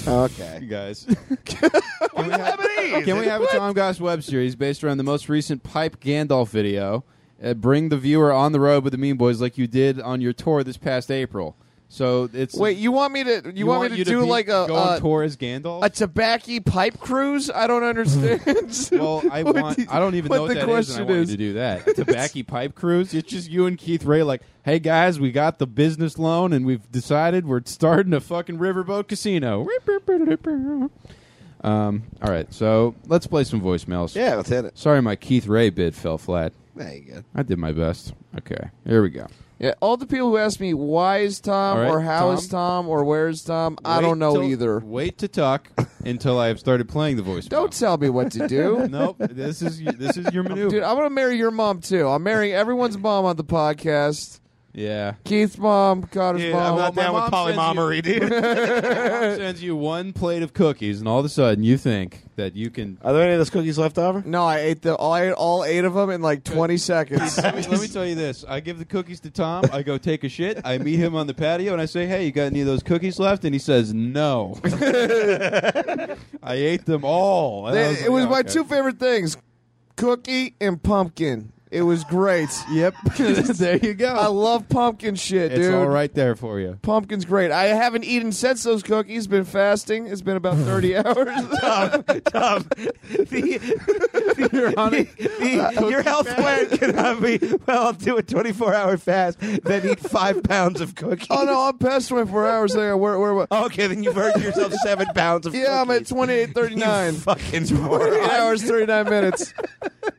[SPEAKER 1] You guys. can, we have,
[SPEAKER 3] Lebanese.
[SPEAKER 1] can we have a Tom Goss web series based around the most recent Pipe Gandalf video? Uh, bring the viewer on the road with the Mean Boys like you did on your tour this past April. So it's
[SPEAKER 5] Wait, you want me to? You, want, me to
[SPEAKER 1] you
[SPEAKER 5] do
[SPEAKER 1] be-
[SPEAKER 5] like a
[SPEAKER 1] go on
[SPEAKER 5] uh,
[SPEAKER 1] tour as Gandalf?
[SPEAKER 5] a tobacco pipe cruise? I don't understand.
[SPEAKER 1] Well, I
[SPEAKER 5] What
[SPEAKER 1] want.
[SPEAKER 5] the-
[SPEAKER 1] I don't even
[SPEAKER 5] what
[SPEAKER 1] know what
[SPEAKER 5] the
[SPEAKER 1] that is,
[SPEAKER 5] question
[SPEAKER 1] and I want
[SPEAKER 5] is.
[SPEAKER 1] you to do that. A Tobacco pipe cruise. It's just you and Keith Ray. Like, hey guys, we got the business loan, and we've decided we're starting a fucking riverboat casino. Um. All right. So let's play some voicemails.
[SPEAKER 3] Yeah, let's hit it.
[SPEAKER 1] Sorry, my Keith Ray bid fell flat.
[SPEAKER 3] There you go.
[SPEAKER 1] I did my best. Okay. Here we go.
[SPEAKER 5] yeah, all the people who ask me why is Tom
[SPEAKER 1] All right,
[SPEAKER 5] or how is Tom.
[SPEAKER 1] Tom.
[SPEAKER 5] or where is Tom, I
[SPEAKER 1] Wait
[SPEAKER 5] don't know
[SPEAKER 1] till-
[SPEAKER 5] either.
[SPEAKER 1] Wait to talk until I have started playing the voicemail.
[SPEAKER 5] Don't tell me what to do.
[SPEAKER 1] Nope. This is this is your maneuver.
[SPEAKER 5] Dude, I'm gonna marry your mom too. I'm marrying everyone's mom on the podcast.
[SPEAKER 1] yeah.
[SPEAKER 5] Keith's mom, Connor's
[SPEAKER 3] Dude,
[SPEAKER 5] mom.
[SPEAKER 3] I'm not
[SPEAKER 1] my
[SPEAKER 3] down with
[SPEAKER 1] mom sends
[SPEAKER 3] polyamory, dude.
[SPEAKER 1] Mom sends you one plate of cookies, and all of a sudden you think that you can.
[SPEAKER 3] Are there any of those cookies left over?
[SPEAKER 5] No, I ate the all, I ate all eight of them in like 20 seconds.
[SPEAKER 1] Let me, let me tell you this: I give the cookies to Tom. I go take a shit. I meet him on the patio, and I say, "Hey, you got any of those cookies left?" And he says, "No." I ate them all. and I
[SPEAKER 5] They- it was
[SPEAKER 1] like,
[SPEAKER 5] my
[SPEAKER 1] "Okay."
[SPEAKER 5] two favorite things: cookie and pumpkin. It was great.
[SPEAKER 1] Yep. there you go.
[SPEAKER 5] I love pumpkin shit,
[SPEAKER 1] it's
[SPEAKER 5] dude.
[SPEAKER 1] all right there for you.
[SPEAKER 5] Pumpkin's great. I haven't eaten since those cookies. Been fasting. It's been about 30 hours.
[SPEAKER 3] Tom, the, the- the- your health plan cannot be, well, I'll do a 24 hour fast, then eat five pounds of cookies.
[SPEAKER 5] oh no, I'm past 24 hours there. Where where? where
[SPEAKER 3] Okay, then you've earned yourself seven pounds of
[SPEAKER 5] yeah, I'm at
[SPEAKER 3] cookies.
[SPEAKER 5] 28, 39.
[SPEAKER 3] You fucking moron.
[SPEAKER 5] 8 hours, 39 minutes,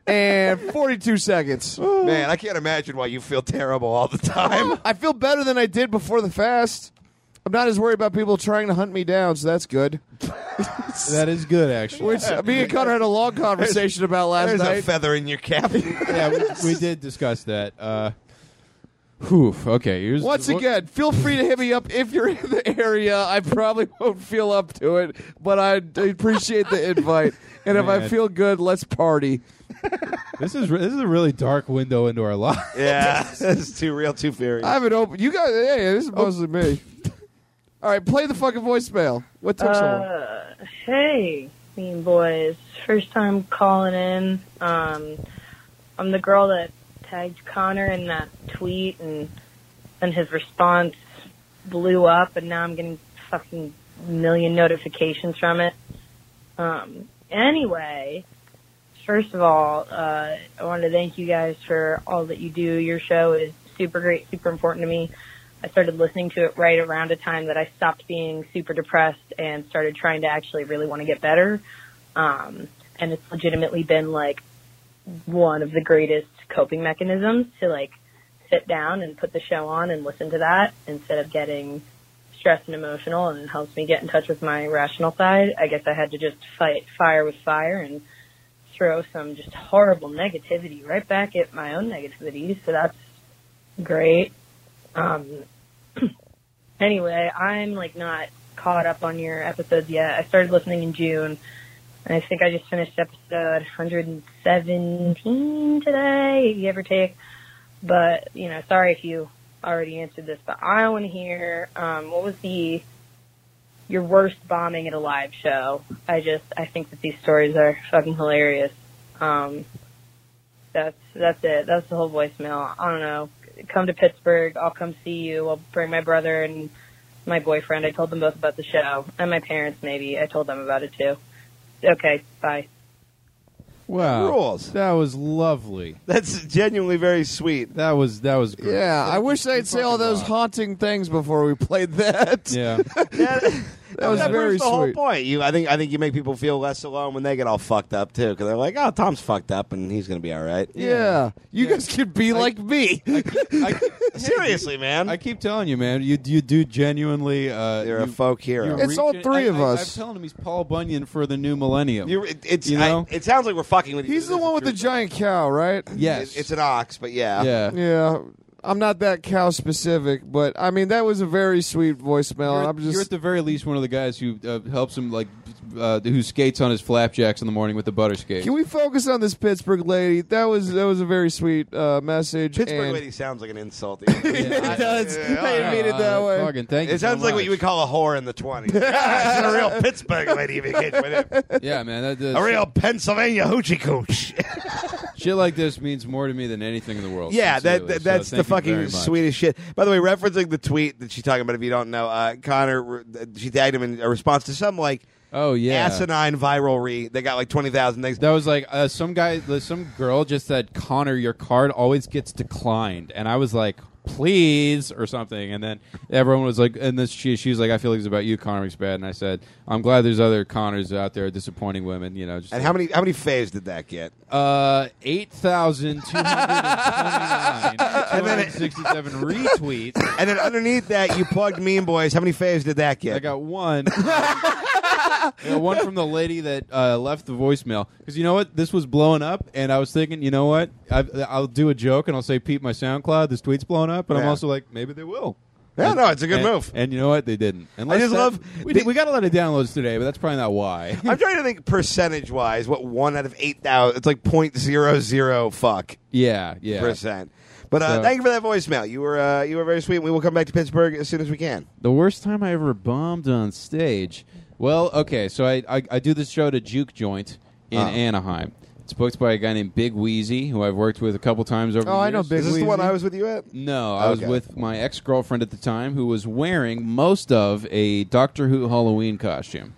[SPEAKER 5] and 42 seconds.
[SPEAKER 3] Man, I can't imagine why you feel terrible all the time.
[SPEAKER 5] I feel better than I did before the fast. I'm not as worried about people trying to hunt me down, so that's good.
[SPEAKER 1] That is good, actually.
[SPEAKER 5] Which me and Connor had a long conversation about last
[SPEAKER 3] There's a
[SPEAKER 5] night.
[SPEAKER 3] feather in your cap.
[SPEAKER 1] yeah, we, we did discuss that. Uh, whew. Okay. Here's
[SPEAKER 5] Once again, feel free to hit me up if you're in the area. I probably won't feel up to it, but I I appreciate the invite. And if I
[SPEAKER 1] Man.
[SPEAKER 5] feel good, let's party.
[SPEAKER 1] This is re- this is a really dark window into our lives.
[SPEAKER 3] yeah, that's too real, too furious.
[SPEAKER 5] I haven't opened. You guys, hey, this is mostly me. Oh. All right, play the fucking voicemail. What took so long?
[SPEAKER 7] Uh, hey, mean boys. First time calling in. Um, I'm the girl that tagged Connor in that tweet, and then his response blew up, and now I'm getting fucking million notifications from it. Um, anyway, first of all, uh, I wanted to thank you guys for all that you do. Your show is super great, super important to me. I started listening to it right around a time that I stopped being super depressed and started trying to actually really want to get better. Um, and it's legitimately been like one of the greatest coping mechanisms to like sit down and put the show on and listen to that instead of getting stressed and emotional and it helps me get in touch with my rational side. I guess I had to just fight fire with fire and throw some just horrible negativity right back at my own negativity. So that's great. Um, anyway, I'm like not caught up on your episodes yet. I started listening in June. And I think I just finished episode 117 today, give or take. But, you know, sorry if you already answered this, but I want to hear, um, what was the, your worst bombing at a live show? I just, I think that these stories are fucking hilarious. Um, that's, that's it. That's the whole voicemail. I don't know. Come to Pittsburgh. I'll come see you. I'll bring my brother and my boyfriend. I told them both about the show and my parents maybe. I told them about it too. Okay, bye.
[SPEAKER 1] Wow,
[SPEAKER 3] Rules.
[SPEAKER 1] That was lovely.
[SPEAKER 3] That's genuinely very sweet.
[SPEAKER 1] That was that was great.
[SPEAKER 2] Yeah, I wish I'd say all those haunting things before we played that.
[SPEAKER 1] Yeah.
[SPEAKER 3] that,
[SPEAKER 2] was
[SPEAKER 3] that
[SPEAKER 2] very
[SPEAKER 3] proves the whole
[SPEAKER 2] sweet.
[SPEAKER 3] point. You, I think, I think you make people feel less alone when they get all fucked up too, because they're like, "Oh, Tom's fucked up, and he's gonna be all right."
[SPEAKER 2] Yeah. You guys could be like me.
[SPEAKER 1] I,
[SPEAKER 3] Seriously, man,
[SPEAKER 1] I keep telling you, man. You you do genuinely. Uh,
[SPEAKER 3] you're
[SPEAKER 1] you,
[SPEAKER 3] a folk
[SPEAKER 1] you
[SPEAKER 3] hero.
[SPEAKER 2] It's
[SPEAKER 1] reach
[SPEAKER 2] all
[SPEAKER 1] it-
[SPEAKER 2] three
[SPEAKER 1] I-
[SPEAKER 2] of
[SPEAKER 1] I-
[SPEAKER 2] us.
[SPEAKER 1] I'm telling him he's Paul Bunyan for the new millennium.
[SPEAKER 3] You're- it- it's,
[SPEAKER 1] you
[SPEAKER 3] I-
[SPEAKER 1] know?
[SPEAKER 3] it sounds like we're fucking with you.
[SPEAKER 2] He's the
[SPEAKER 3] This
[SPEAKER 2] one
[SPEAKER 3] is
[SPEAKER 2] with the
[SPEAKER 3] true.
[SPEAKER 2] giant cow, right?
[SPEAKER 1] yes.
[SPEAKER 3] It's an ox, but yeah,
[SPEAKER 1] yeah.
[SPEAKER 2] Yeah. I'm not that cow specific, but I mean that was a very sweet voicemail.
[SPEAKER 1] You're,
[SPEAKER 2] I'm
[SPEAKER 1] you're at
[SPEAKER 2] just
[SPEAKER 1] the very least one of the guys who uh, helps him, like, uh, who skates on his flapjacks in the morning with the butter skate.
[SPEAKER 2] Can we focus on this Pittsburgh lady? That was that was a very sweet uh, message.
[SPEAKER 3] Pittsburgh
[SPEAKER 2] and-
[SPEAKER 3] lady sounds like an insult.
[SPEAKER 2] It does. I didn't mean it
[SPEAKER 1] Uh,
[SPEAKER 2] that way.
[SPEAKER 1] Fucking thank you
[SPEAKER 3] It
[SPEAKER 1] so
[SPEAKER 3] sounds like what
[SPEAKER 1] much.
[SPEAKER 3] you would call a whore in the 20s. Yeah, she's a real Pittsburgh lady if you get with it.
[SPEAKER 1] Yeah, man. That,
[SPEAKER 6] A
[SPEAKER 1] that's-
[SPEAKER 6] real Pennsylvania hoochie cooch.
[SPEAKER 1] Shit like this means more to me than anything in the world.
[SPEAKER 3] Yeah, that,
[SPEAKER 1] sincerely.
[SPEAKER 3] that
[SPEAKER 1] So
[SPEAKER 3] that's the
[SPEAKER 1] thank you very
[SPEAKER 3] fucking
[SPEAKER 1] much.
[SPEAKER 3] sweetest shit. By the way, referencing the tweet that she's talking about, if you don't know, uh, Connor, uh, she tagged him in a response to some like
[SPEAKER 1] Oh yeah,
[SPEAKER 3] asinine viral re that got like 20,000 things.
[SPEAKER 1] that was like uh, some guy, the- some girl just said, "Connor, your card always gets declined," and I was like, "Please" or something, and then everyone was like, and this she she was like, "I feel like it's about you, Connor bad," and I said, "I'm glad there's other Connors out there disappointing women, you know." Just
[SPEAKER 3] And how many how many faves did that get?
[SPEAKER 1] Uh, 8,229.
[SPEAKER 3] And then it-
[SPEAKER 1] 267 retweets.
[SPEAKER 3] And then underneath that, you plugged Mean Boys. How many faves did that get?
[SPEAKER 1] I got one. I got one from the lady that uh, left the voicemail. Because you know what? This was blowing up, and I was thinking, you know what? i I'll do a joke and I'll say, Pete, my SoundCloud, this tweet's blowing up. But I'm
[SPEAKER 3] Yeah.
[SPEAKER 1] also like, maybe they will.
[SPEAKER 3] yeah, no, it's a good
[SPEAKER 1] and,
[SPEAKER 3] move.
[SPEAKER 1] And you know what? They didn't. Unless
[SPEAKER 3] just
[SPEAKER 1] that-
[SPEAKER 3] love-
[SPEAKER 1] We,
[SPEAKER 3] the-
[SPEAKER 1] did, we got a lot of downloads today, but that's probably not why.
[SPEAKER 3] I'm trying to think percentage wise what one out of 8,000 it's like point zero zero fuck.
[SPEAKER 1] yeah, yeah.
[SPEAKER 3] percent. But uh,
[SPEAKER 1] So-
[SPEAKER 3] thank you for that voicemail. You were uh, you were very sweet. We will come back to Pittsburgh as soon as we can.
[SPEAKER 1] The worst time I ever bombed on stage. Well, okay, so I, I, I do this show at a juke joint in
[SPEAKER 3] Ah.
[SPEAKER 1] Anaheim. It's booked by a guy named Big Wheezy, who I've worked with a couple times over.
[SPEAKER 2] Oh,
[SPEAKER 1] the
[SPEAKER 2] I know
[SPEAKER 1] years.
[SPEAKER 2] Big
[SPEAKER 3] Is this the one
[SPEAKER 2] Wheezy.
[SPEAKER 3] I was with you at?
[SPEAKER 1] No, I was
[SPEAKER 3] Okay.
[SPEAKER 1] with my ex girlfriend at the time, who was wearing most of a Doctor Who Halloween costume,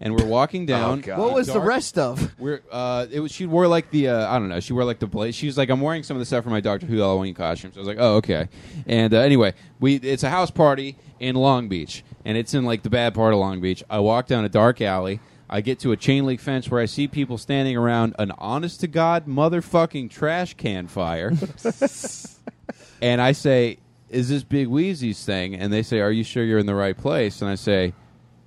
[SPEAKER 1] and we're walking down.
[SPEAKER 3] Oh, God.
[SPEAKER 2] what
[SPEAKER 1] a
[SPEAKER 2] was the
[SPEAKER 1] dark-
[SPEAKER 2] rest of?
[SPEAKER 1] We're, uh, it was she wore like the uh, I don't know she wore like the blaze. She was like I'm wearing some of the stuff from my Doctor Who Halloween costumes. I was like oh okay. And uh, anyway, we it's a house party in Long Beach, and it's in like the bad part of Long Beach. I walk down a dark alley. I get to a chain link fence where I see people standing around an honest to god motherfucking trash can fire, and I say, "Is this Big Wheezy's thing?" And they say, "Are you sure you're in the right place?" And I say.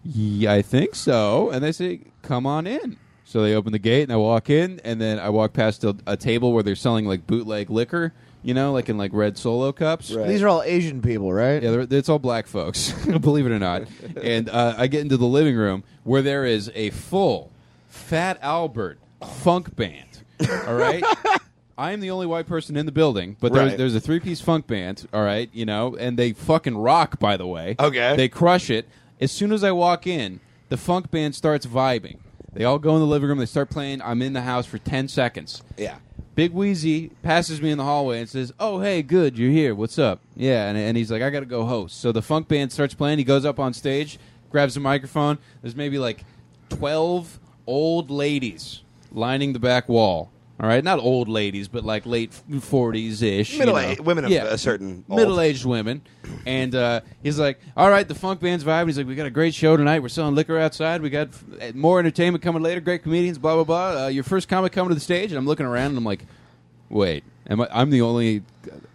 [SPEAKER 1] Yeah, I think so. And they say, come on in. So they open the gate and I walk in, and then I walk past a, a table where they're selling like bootleg liquor, you know, like in like red solo cups.
[SPEAKER 2] These are all Asian people, right?
[SPEAKER 1] Yeah, they're, it's all black folks, believe it or not. And uh, I get into the living room where there is a full Fat Albert funk band. All right. I am the only white person in the building, but there's,
[SPEAKER 3] Right.
[SPEAKER 1] there's a three piece funk band. All right, you know, and they fucking rock. By the way,
[SPEAKER 3] Okay.
[SPEAKER 1] they crush it. As soon as I walk in, the funk band starts vibing. They all go in the living room. They start playing. I'm in the house for ten seconds.
[SPEAKER 3] Yeah.
[SPEAKER 1] Big Wheezy passes me in the hallway and says, "Oh, hey, good, you're here. What's up?" Yeah, and, and he's like, "I gotta go host." So the funk band starts playing. He goes up on stage, grabs a microphone. There's maybe like twelve old ladies lining the back wall. All right, not old ladies, but like late forties ish,
[SPEAKER 3] Middle
[SPEAKER 1] you know.
[SPEAKER 3] age- women of
[SPEAKER 1] Yeah.
[SPEAKER 3] a certain old.
[SPEAKER 1] middle aged women, and uh, he's like, "All right, the funk band's vibing." He's like, "We got a great show tonight. We're selling liquor outside. We got f- more entertainment coming later. Great comedians, blah blah blah. Uh, your first comic coming to the stage." And I'm looking around, and I'm like, "Wait, am I, I'm the only?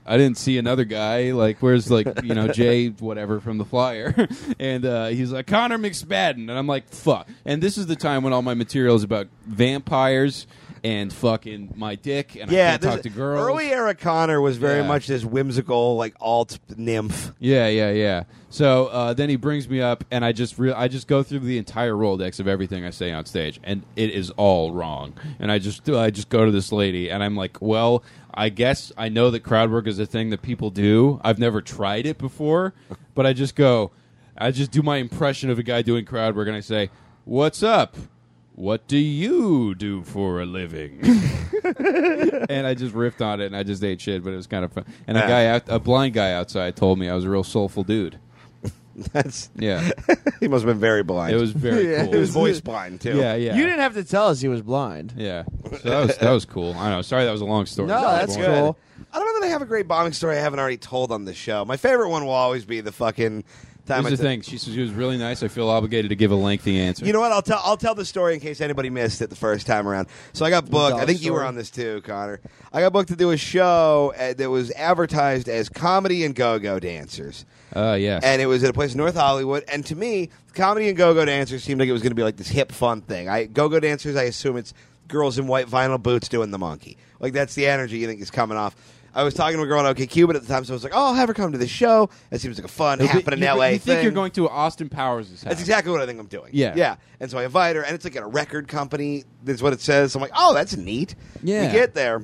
[SPEAKER 1] I didn't see another guy. Like, where's like you know Jay whatever from the Flyer?" and uh, he's like, "Connor McSpadden," and I'm like, "Fuck!" And this is the time when all my material is about vampires. And fucking my dick, and I
[SPEAKER 3] Yeah,
[SPEAKER 1] can't talk to
[SPEAKER 3] this-
[SPEAKER 1] girls.
[SPEAKER 3] Early era Connor was very
[SPEAKER 1] Yeah.
[SPEAKER 3] much this whimsical, like alt nymph.
[SPEAKER 1] Yeah, yeah, yeah. So uh, then he brings me up, and I just re- I just go through the entire Rolodex of everything I say on stage, and it is all wrong. And I just I just go to this lady, and I'm like, well, I guess I know that crowd work is a thing that people do. I've never tried it before, but I just go, I just do my impression of a guy doing crowd work, and I say, what's up? What do you do for a living? and I just riffed on it, and I just ate shit, but it was kind of fun. And a
[SPEAKER 3] Yeah.
[SPEAKER 1] guy, out, a blind guy outside, told me I was a real soulful dude.
[SPEAKER 3] That's
[SPEAKER 1] Yeah,
[SPEAKER 3] he must have been very blind.
[SPEAKER 1] it was very
[SPEAKER 5] Yeah,
[SPEAKER 1] cool.
[SPEAKER 3] he was voice blind too.
[SPEAKER 1] yeah, yeah,
[SPEAKER 5] You didn't have to tell us he was blind.
[SPEAKER 1] yeah. So that was that was cool. I know. Sorry, that was a long story.
[SPEAKER 5] No,
[SPEAKER 1] Sorry,
[SPEAKER 5] that's
[SPEAKER 1] boy.
[SPEAKER 5] cool.
[SPEAKER 3] I don't know that I have a great bombing story I haven't already told on the show. My favorite one will always be the fucking time.
[SPEAKER 1] Here's
[SPEAKER 3] I
[SPEAKER 1] the
[SPEAKER 3] t-
[SPEAKER 1] thing. She, she was really nice. I feel obligated to give a lengthy answer.
[SPEAKER 3] You know what? I'll tell. I'll tell the story in case anybody missed it the first time around. So I got booked. I think you were
[SPEAKER 5] story.
[SPEAKER 3] on this too, Connor. I got booked to do a show uh, that was advertised as comedy and go-go dancers.
[SPEAKER 1] Uh, yeah.
[SPEAKER 3] and it was at a place in North Hollywood. And to me, comedy and go-go dancers seemed like it was going to be like this hip, fun thing. I go-go dancers, I assume it's girls in white vinyl boots doing the monkey. Like that's the energy you think is coming off. I was talking to a girl on OKCupid at the time, so I was like, "Oh, I'll have her come to the show. That seems like a fun,
[SPEAKER 1] It'll be-
[SPEAKER 3] happen in
[SPEAKER 1] you,
[SPEAKER 3] LA
[SPEAKER 1] You think
[SPEAKER 3] thing."
[SPEAKER 1] you're going to Austin Powers' house?
[SPEAKER 3] That's exactly what I think I'm doing.
[SPEAKER 1] Yeah.
[SPEAKER 3] Yeah. And so I invite her, and it's like at a record company. That's what it says. So I'm like, oh, that's neat.
[SPEAKER 1] Yeah.
[SPEAKER 3] We get there.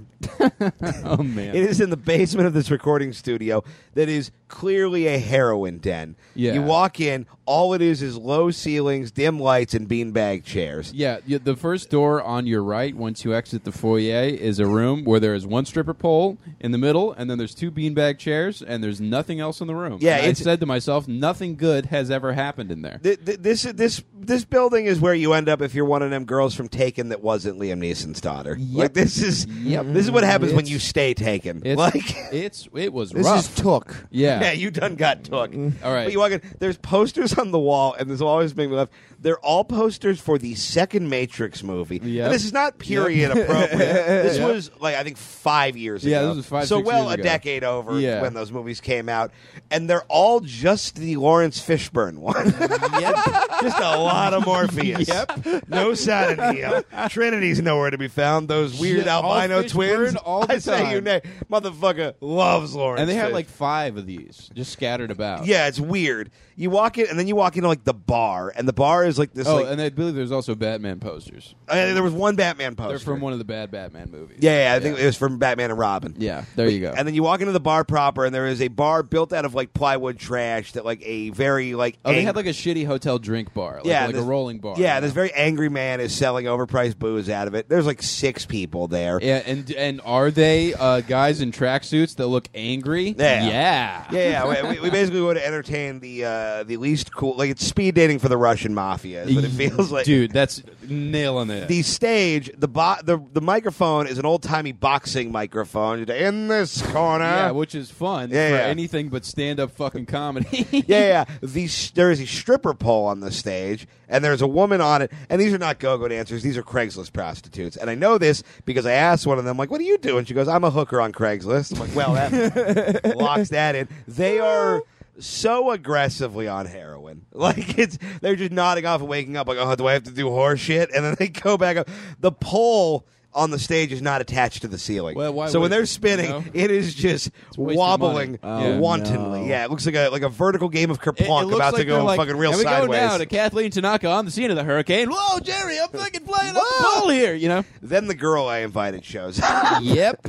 [SPEAKER 1] Oh man.
[SPEAKER 3] It is in the basement of this recording studio that is clearly a heroin den.
[SPEAKER 1] Yeah.
[SPEAKER 3] You walk in, all it is is low ceilings, dim lights, and beanbag chairs.
[SPEAKER 1] Yeah, y- the first door on your right, once you exit the foyer, is a room where there is one stripper pole in the middle, and then there's two beanbag chairs, and there's nothing else in the room.
[SPEAKER 3] Yeah,
[SPEAKER 1] And I
[SPEAKER 3] it's-
[SPEAKER 1] said to myself, nothing good has ever happened in there.
[SPEAKER 3] Th- th- This this this building is where you end up if you're one of them girls from Taken that wasn't Liam Neeson's daughter. Like this is this is what happens when you stay Taken.
[SPEAKER 1] It's,
[SPEAKER 3] Like
[SPEAKER 1] it's it was
[SPEAKER 5] This
[SPEAKER 1] rough.
[SPEAKER 5] is took.
[SPEAKER 1] yeah. Mm-hmm.
[SPEAKER 3] Yeah, you done got took.
[SPEAKER 1] All right.
[SPEAKER 3] But you walk in, there's posters on the wall, and this will always make me laugh. They're all posters for the second Matrix movie.
[SPEAKER 1] Yep.
[SPEAKER 3] And this is not period appropriate. This was, like, I think five years
[SPEAKER 1] Yeah,
[SPEAKER 3] ago.
[SPEAKER 1] this was five,
[SPEAKER 3] So,
[SPEAKER 1] six
[SPEAKER 3] well,
[SPEAKER 1] years
[SPEAKER 3] a
[SPEAKER 1] ago.
[SPEAKER 3] decade over
[SPEAKER 1] Yeah.
[SPEAKER 3] when those movies came out. And they're all just the Lawrence Fishburne one. just a lot of Morpheus.
[SPEAKER 1] Yep.
[SPEAKER 3] No sanity. Trinity's nowhere to be found. Those weird
[SPEAKER 1] Shit, all
[SPEAKER 3] albino
[SPEAKER 1] Fishburne
[SPEAKER 3] twins.
[SPEAKER 1] all the
[SPEAKER 3] I say
[SPEAKER 1] time.
[SPEAKER 3] you name. Motherfucker loves Lawrence.
[SPEAKER 1] and they had
[SPEAKER 3] Fishburne.
[SPEAKER 1] like five of these just scattered about.
[SPEAKER 3] Yeah, it's weird. You walk in, and then you walk into like the bar, and the bar is like this.
[SPEAKER 1] Oh,
[SPEAKER 3] like,
[SPEAKER 1] and I believe there's also Batman posters.
[SPEAKER 3] uh, there was one Batman poster.
[SPEAKER 1] They're from one of the bad Batman movies.
[SPEAKER 3] Yeah, yeah, I think it was from Batman and Robin.
[SPEAKER 1] Yeah, there you go.
[SPEAKER 3] And then you walk into the bar proper, and there is a bar built out of like plywood trash that like a very like
[SPEAKER 1] oh, they had
[SPEAKER 3] angry-
[SPEAKER 1] like a shitty hotel drink bar, like, like a
[SPEAKER 3] this-
[SPEAKER 1] rolling bar.
[SPEAKER 3] Yeah,
[SPEAKER 1] you
[SPEAKER 3] this
[SPEAKER 1] know?
[SPEAKER 3] very angry man is selling overpriced booze out of it. There's like six people there.
[SPEAKER 1] Yeah, and and are they uh, guys in tracksuits that look angry?
[SPEAKER 3] Yeah.
[SPEAKER 1] yeah,
[SPEAKER 3] Yeah, yeah, we, we basically go to entertain the uh, the least cool. Like it's speed dating for the Russian mafia. Is what it feels like,
[SPEAKER 1] dude. That's nailing it.
[SPEAKER 3] the stage, the bo- the the microphone is an old timey boxing microphone. In this corner,
[SPEAKER 1] yeah, which is fun
[SPEAKER 3] Yeah,
[SPEAKER 1] for
[SPEAKER 3] yeah.
[SPEAKER 1] anything but stand up fucking comedy.
[SPEAKER 3] yeah, yeah. The, s- there is a stripper pole on the stage, and there's a woman on it. And these are not go-go dancers; these are Craigslist prostitutes. And I know this because I asked one of them, like, "What do you do?" And she goes, "I'm a hooker on Craigslist." I'm like, "Well, that locks that in." They are so aggressively on heroin, like it's they're just nodding off and waking up, like, "Oh, do I have to do horse shit?" And then they go back up. The pole. On the stage is not attached to the ceiling,
[SPEAKER 1] Well, why
[SPEAKER 3] so when
[SPEAKER 1] would it,
[SPEAKER 3] they're
[SPEAKER 1] you
[SPEAKER 3] spinning,
[SPEAKER 1] know?
[SPEAKER 3] it is just
[SPEAKER 1] money.
[SPEAKER 3] wobbling
[SPEAKER 1] Oh, Yeah.
[SPEAKER 3] wantonly.
[SPEAKER 5] no.
[SPEAKER 3] Yeah, it looks like a like a vertical game of
[SPEAKER 1] It- it
[SPEAKER 3] kerplunk
[SPEAKER 1] looks
[SPEAKER 3] about
[SPEAKER 1] like
[SPEAKER 3] to go
[SPEAKER 1] they're like,
[SPEAKER 3] fucking real
[SPEAKER 1] and we
[SPEAKER 3] sideways.
[SPEAKER 1] go now to Kathleen Tanaka on the scene of the hurricane. Whoa, Jerry, I'm fucking playing up the pole here. You know.
[SPEAKER 3] then the girl I invited shows,
[SPEAKER 1] yep.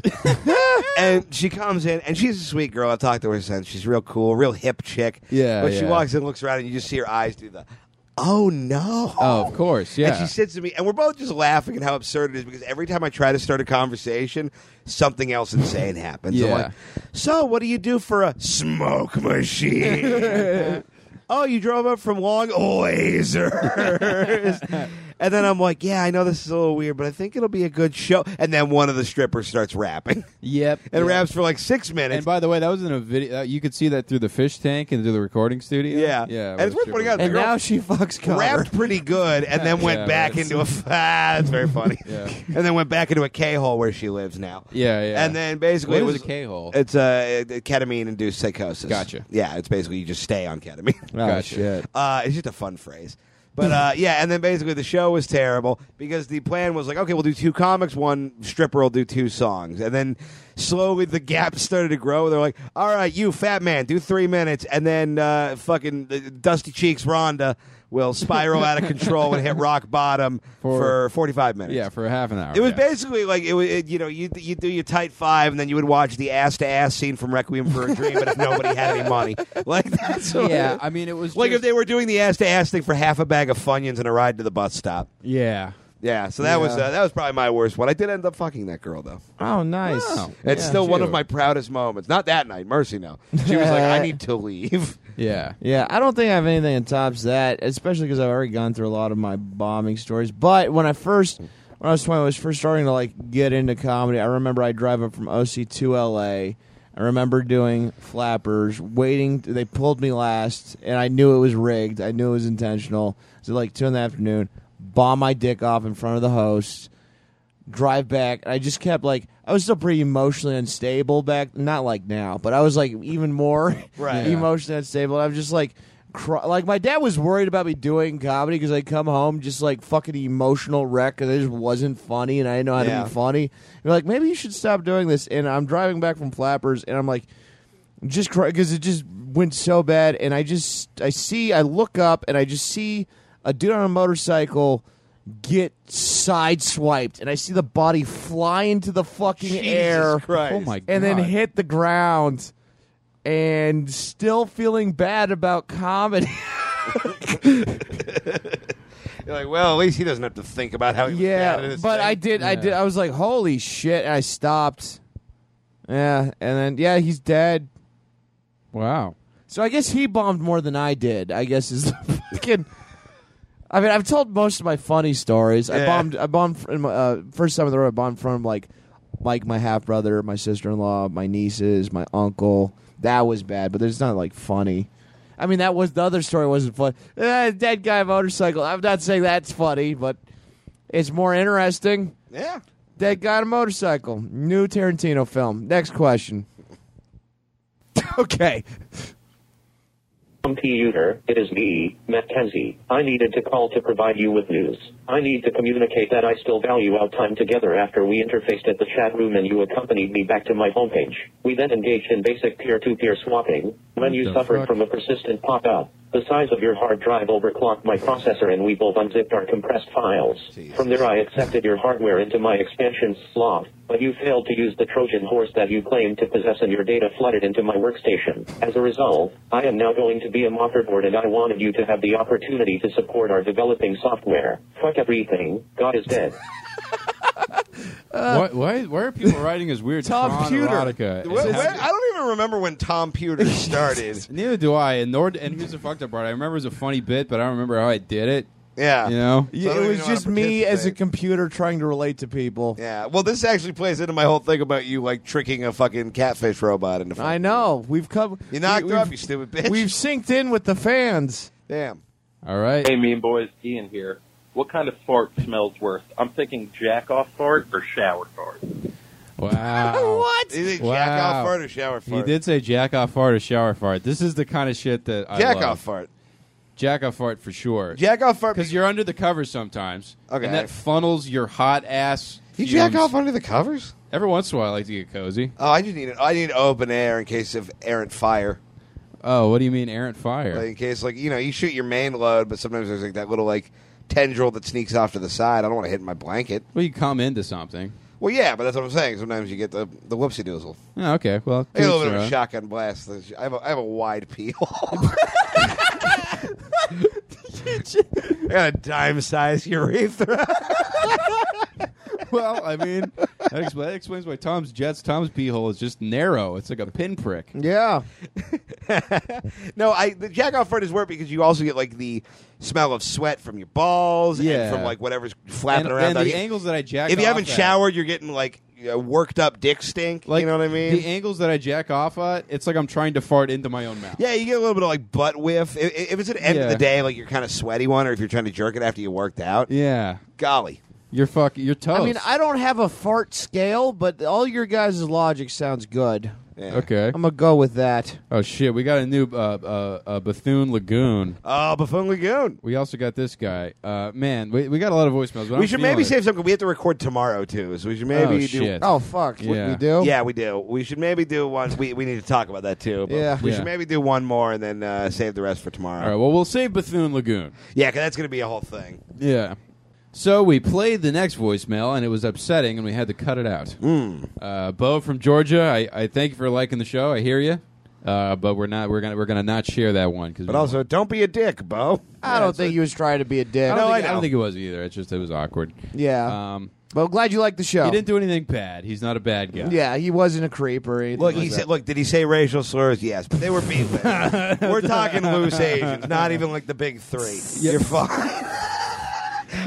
[SPEAKER 3] and she comes in, and she's a sweet girl. I've talked to her since. She's real cool, real hip chick.
[SPEAKER 1] Yeah,
[SPEAKER 3] but she
[SPEAKER 1] yeah.
[SPEAKER 3] walks in, looks around, and you just see her eyes do the, oh no.
[SPEAKER 1] Oh, of course. Yeah.
[SPEAKER 3] And she sits to me, and we're both just laughing at how absurd it is because every time I try to start a conversation, something else insane happens. I'm
[SPEAKER 1] Yeah.
[SPEAKER 3] like, so, what do you do for a smoke machine? oh, you drove up from Long Oasis. And then I'm like, yeah, I know this is a little weird, but I think it'll be a good show. And then one of the strippers starts rapping
[SPEAKER 1] Yep.
[SPEAKER 3] and
[SPEAKER 1] yep.
[SPEAKER 3] raps for like six
[SPEAKER 1] And
[SPEAKER 3] minutes.
[SPEAKER 1] by the way, that was in a video. Uh, you could see that through the fish tank and through the recording studio.
[SPEAKER 3] yeah,
[SPEAKER 1] yeah.
[SPEAKER 3] And it's worth putting out. The
[SPEAKER 5] And
[SPEAKER 3] girl
[SPEAKER 5] now she fucks Connor.
[SPEAKER 3] rapped pretty good, and then went
[SPEAKER 1] Yeah,
[SPEAKER 3] back
[SPEAKER 1] that's-
[SPEAKER 3] into a. Ah, that's very funny.
[SPEAKER 1] Yeah.
[SPEAKER 3] And then went back into a K hole where she lives now.
[SPEAKER 1] Yeah, yeah.
[SPEAKER 3] And then basically
[SPEAKER 1] What
[SPEAKER 3] it
[SPEAKER 1] is
[SPEAKER 3] was
[SPEAKER 1] a K-hole?
[SPEAKER 3] It's a ketamine induced psychosis.
[SPEAKER 1] Gotcha.
[SPEAKER 3] Yeah, it's basically you just stay on ketamine.
[SPEAKER 5] Oh,
[SPEAKER 1] Gotcha.
[SPEAKER 5] shit.
[SPEAKER 3] Uh, it's just a fun phrase. But uh, yeah, and then basically the show was terrible because the plan was like, okay, we'll do two comics, one stripper will do two songs, and then slowly the gap started to grow. They're like, all right, you fat man, do three minutes, and then uh, fucking uh, Dusty Cheeks Rhonda will spiral out of control and hit rock bottom
[SPEAKER 1] For-
[SPEAKER 3] for, forty five minutes.
[SPEAKER 1] yeah, for half an hour.
[SPEAKER 3] It was
[SPEAKER 1] yeah.
[SPEAKER 3] basically like it was, it, you know, you you do your tight five, and then you would watch the ass to ass scene from Requiem for a Dream, but if nobody had any money, like that's what
[SPEAKER 1] Yeah, I mean, it was
[SPEAKER 3] like
[SPEAKER 1] just-
[SPEAKER 3] if they were doing the ass to ass thing for half a bag of Funyuns and a ride to the bus stop.
[SPEAKER 1] Yeah.
[SPEAKER 3] Yeah, so that was uh, that was probably my worst one. I did end up fucking that girl though.
[SPEAKER 5] Oh, nice.
[SPEAKER 1] Wow.
[SPEAKER 3] It's
[SPEAKER 1] Yeah.
[SPEAKER 3] still one of
[SPEAKER 1] Shoot.
[SPEAKER 3] my proudest moments. Not that night, mercy no. She was like, I need to leave.
[SPEAKER 1] Yeah.
[SPEAKER 5] Yeah, I don't think I have anything that tops that, especially because I've already gone through a lot of my bombing stories. But when I first, when I was twenty, I was first starting to like get into comedy. I remember I drive up from OC to LA. I remember doing flappers, waiting. They pulled me last, and I knew it was rigged. I knew it was intentional. It was like two in the afternoon. Bomb my dick off in front of the host drive back and i just kept like i was still pretty emotionally unstable back not like now but i was like even more
[SPEAKER 3] Right. Yeah.
[SPEAKER 5] emotionally unstable i was just like cry- like my dad was worried about me doing comedy because i come home just like fucking emotional wreck because i just wasn't funny and i didn't know how
[SPEAKER 3] Yeah.
[SPEAKER 5] to be funny They're like maybe you should stop doing this and i'm driving back from flappers and i'm like just cry because it just went so bad and i just i see i look up and i just see a dude on a motorcycle get sideswiped and i see the body fly into the fucking air
[SPEAKER 3] Christ.
[SPEAKER 1] Oh my god.
[SPEAKER 5] and then hit the ground and still feeling bad about comedy
[SPEAKER 3] You're like, well, at least he doesn't have to think about how he was bad at
[SPEAKER 5] yeah
[SPEAKER 3] his
[SPEAKER 5] but
[SPEAKER 3] thing.
[SPEAKER 5] i did i
[SPEAKER 1] Yeah.
[SPEAKER 5] did i was like holy shit and i stopped yeah and then yeah he's dead
[SPEAKER 1] Wow.
[SPEAKER 5] So I guess he bombed more than I did. I guess is the fucking. I mean, I've told most of my funny stories. I
[SPEAKER 3] Yeah.
[SPEAKER 5] bombed. I bombed fr- in my, uh, first time on the road. I bombed from like, like my half brother, my sister in law, my nieces, my uncle. That was bad, but it's not like funny. I mean, that was the other story wasn't fun. Eh, dead guy motorcycle. I'm not saying that's funny, but it's more interesting.
[SPEAKER 3] Yeah.
[SPEAKER 5] Dead guy on a motorcycle. New Tarantino film. Next question. okay.
[SPEAKER 8] Computer, it is me, Mackenzie. I needed to call to provide you with news. I need to communicate that I still value our time together after we interfaced at the chat room and you accompanied me back to my homepage. We then engaged in basic peer-to-peer swapping. When you
[SPEAKER 1] the
[SPEAKER 8] suffered
[SPEAKER 1] fuck?
[SPEAKER 8] from a persistent pop-out, the size of your hard drive overclocked my processor and we both unzipped our compressed files. From there I accepted your hardware into my expansion slot, but you failed to use the Trojan horse that you claimed to possess and your data flooded into my workstation. As a result, I am now going to be a mockerboard and I wanted you to have the opportunity to support our developing software. Fuck everything, God is dead.
[SPEAKER 1] why, why, why are people writing as weird
[SPEAKER 5] Tom
[SPEAKER 1] Tron
[SPEAKER 5] Pewter.
[SPEAKER 1] erotica?
[SPEAKER 3] Wh- wh- I don't even remember when Tom Pewter started.
[SPEAKER 1] Neither do I. And nor and here's the fucked up part. I remember it was a funny bit, but I don't remember how I did it.
[SPEAKER 3] yeah.
[SPEAKER 1] You know.
[SPEAKER 5] Yeah,
[SPEAKER 3] So I don't
[SPEAKER 5] it
[SPEAKER 3] even
[SPEAKER 5] was
[SPEAKER 3] know how to
[SPEAKER 5] just me as a
[SPEAKER 3] participate.
[SPEAKER 5] computer trying to relate to people.
[SPEAKER 3] Yeah. Well, this actually plays into my whole thing about you like tricking a fucking catfish robot into.
[SPEAKER 5] I know. We've come.
[SPEAKER 3] You knocked
[SPEAKER 5] we,
[SPEAKER 3] her up,
[SPEAKER 5] we've-
[SPEAKER 3] you stupid bitch.
[SPEAKER 5] We've synced in with the fans.
[SPEAKER 3] Damn.
[SPEAKER 1] All right.
[SPEAKER 9] Hey, mean boys, Ian here. What kind of fart smells worse? I'm thinking jack off fart or shower fart.
[SPEAKER 1] Wow.
[SPEAKER 5] What?
[SPEAKER 3] Is it jack
[SPEAKER 1] Wow.
[SPEAKER 3] off fart or shower fart?
[SPEAKER 1] He did say jack off fart or shower fart. This is the kind of shit that I
[SPEAKER 3] Jack
[SPEAKER 1] love.
[SPEAKER 3] off fart.
[SPEAKER 1] Jack off fart for sure.
[SPEAKER 3] Jack off fart.
[SPEAKER 1] Because you're under the covers sometimes.
[SPEAKER 3] Okay.
[SPEAKER 1] And that funnels your hot ass.
[SPEAKER 3] You jack
[SPEAKER 1] fumes.
[SPEAKER 3] off under the covers?
[SPEAKER 1] Every once in a while, I like to get cozy.
[SPEAKER 3] Oh, I just need it. I need open air in case of errant fire.
[SPEAKER 1] Oh, what do you mean errant fire?
[SPEAKER 3] Like in case, like you know, you shoot your main load, but sometimes there's like that little like tendril that sneaks off to the side. I don't want to hit my blanket.
[SPEAKER 1] well, you come into something.
[SPEAKER 3] Well, yeah, but that's what I'm saying. Sometimes you get the the whoopsie doozle.
[SPEAKER 1] Oh, okay. Well,
[SPEAKER 3] I get a little
[SPEAKER 1] to
[SPEAKER 3] bit of a
[SPEAKER 1] each their own.
[SPEAKER 3] shotgun blast. I have a, I have a wide pee hole. I got a dime size urethra.
[SPEAKER 1] well, I mean, That, expla- that explains why Tom's Jets Tom's pee hole is just narrow. It's like a pinprick.
[SPEAKER 2] Yeah.
[SPEAKER 3] no, I the jack off front is work because you also get like the smell of sweat from your balls
[SPEAKER 1] Yeah.
[SPEAKER 3] and from like whatever's flapping
[SPEAKER 1] And,
[SPEAKER 3] around.
[SPEAKER 1] and
[SPEAKER 3] on
[SPEAKER 1] the
[SPEAKER 3] you.
[SPEAKER 1] angles that I jack
[SPEAKER 3] if you
[SPEAKER 1] off
[SPEAKER 3] haven't
[SPEAKER 1] at-
[SPEAKER 3] showered, you're getting like uh, worked up dick stink.
[SPEAKER 1] like
[SPEAKER 3] you know what I mean?
[SPEAKER 1] The angles that I jack off at, it's like I'm trying to fart into my own mouth.
[SPEAKER 3] yeah, you get a little bit of like butt whiff. If, if it's at the end of
[SPEAKER 1] Yeah.
[SPEAKER 3] the day, like you're kind of sweaty one, or if you're trying to jerk it after you worked out,
[SPEAKER 1] Yeah.
[SPEAKER 3] golly.
[SPEAKER 1] You're fuck you're toast.
[SPEAKER 3] Oh.
[SPEAKER 5] I mean, I don't have a fart scale, but all your guys' logic sounds good.
[SPEAKER 3] Yeah.
[SPEAKER 1] Okay.
[SPEAKER 5] I'm gonna go with that.
[SPEAKER 1] Oh shit, we got a new uh, uh, uh, Bethune Lagoon.
[SPEAKER 3] Oh, Buffon Lagoon.
[SPEAKER 1] We also got this guy. Uh, man, we, we got a lot of voicemails. But
[SPEAKER 3] we
[SPEAKER 1] I'm
[SPEAKER 3] should
[SPEAKER 1] feeling
[SPEAKER 3] maybe
[SPEAKER 1] it.
[SPEAKER 3] save something. We have to record tomorrow too, so we should
[SPEAKER 1] Oh,
[SPEAKER 3] maybe do.
[SPEAKER 1] shit.
[SPEAKER 5] Oh fuck, what
[SPEAKER 1] Yeah.
[SPEAKER 5] we do?
[SPEAKER 3] Yeah, we do. We should maybe do one. We, we need to talk about that too. But
[SPEAKER 5] Yeah.
[SPEAKER 3] we
[SPEAKER 1] Yeah.
[SPEAKER 3] should maybe do one more and then uh, save the rest for tomorrow.
[SPEAKER 1] All right. Well, we'll save Bethune Lagoon.
[SPEAKER 3] Yeah, because that's going to be a whole thing.
[SPEAKER 1] Yeah. So we played the next voicemail, and it was upsetting, and we had to cut it out.
[SPEAKER 3] Hmm.
[SPEAKER 1] Uh, Bo from Georgia, I, I thank you for liking the show. I hear you, uh, but we're not we're gonna we're gonna not share that one because
[SPEAKER 3] But also, don't be a dick, Bo.
[SPEAKER 5] I don't think he was trying to be a dick.
[SPEAKER 1] I don't, think,
[SPEAKER 3] No, I
[SPEAKER 1] I
[SPEAKER 3] know. Uh,
[SPEAKER 1] don't think it was either. It's just it was awkward.
[SPEAKER 5] yeah,
[SPEAKER 1] Um,
[SPEAKER 5] but I'm glad you like the show.
[SPEAKER 3] Oh.
[SPEAKER 1] He didn't do anything bad. He's not a bad guy.
[SPEAKER 5] yeah, he wasn't a creep or anything.
[SPEAKER 3] Look,
[SPEAKER 5] like
[SPEAKER 3] he
[SPEAKER 5] that.
[SPEAKER 3] said. Look, did he say racial slurs? Yes, but they were beef. We're talking loose Asians, not even like the big three. You're fine.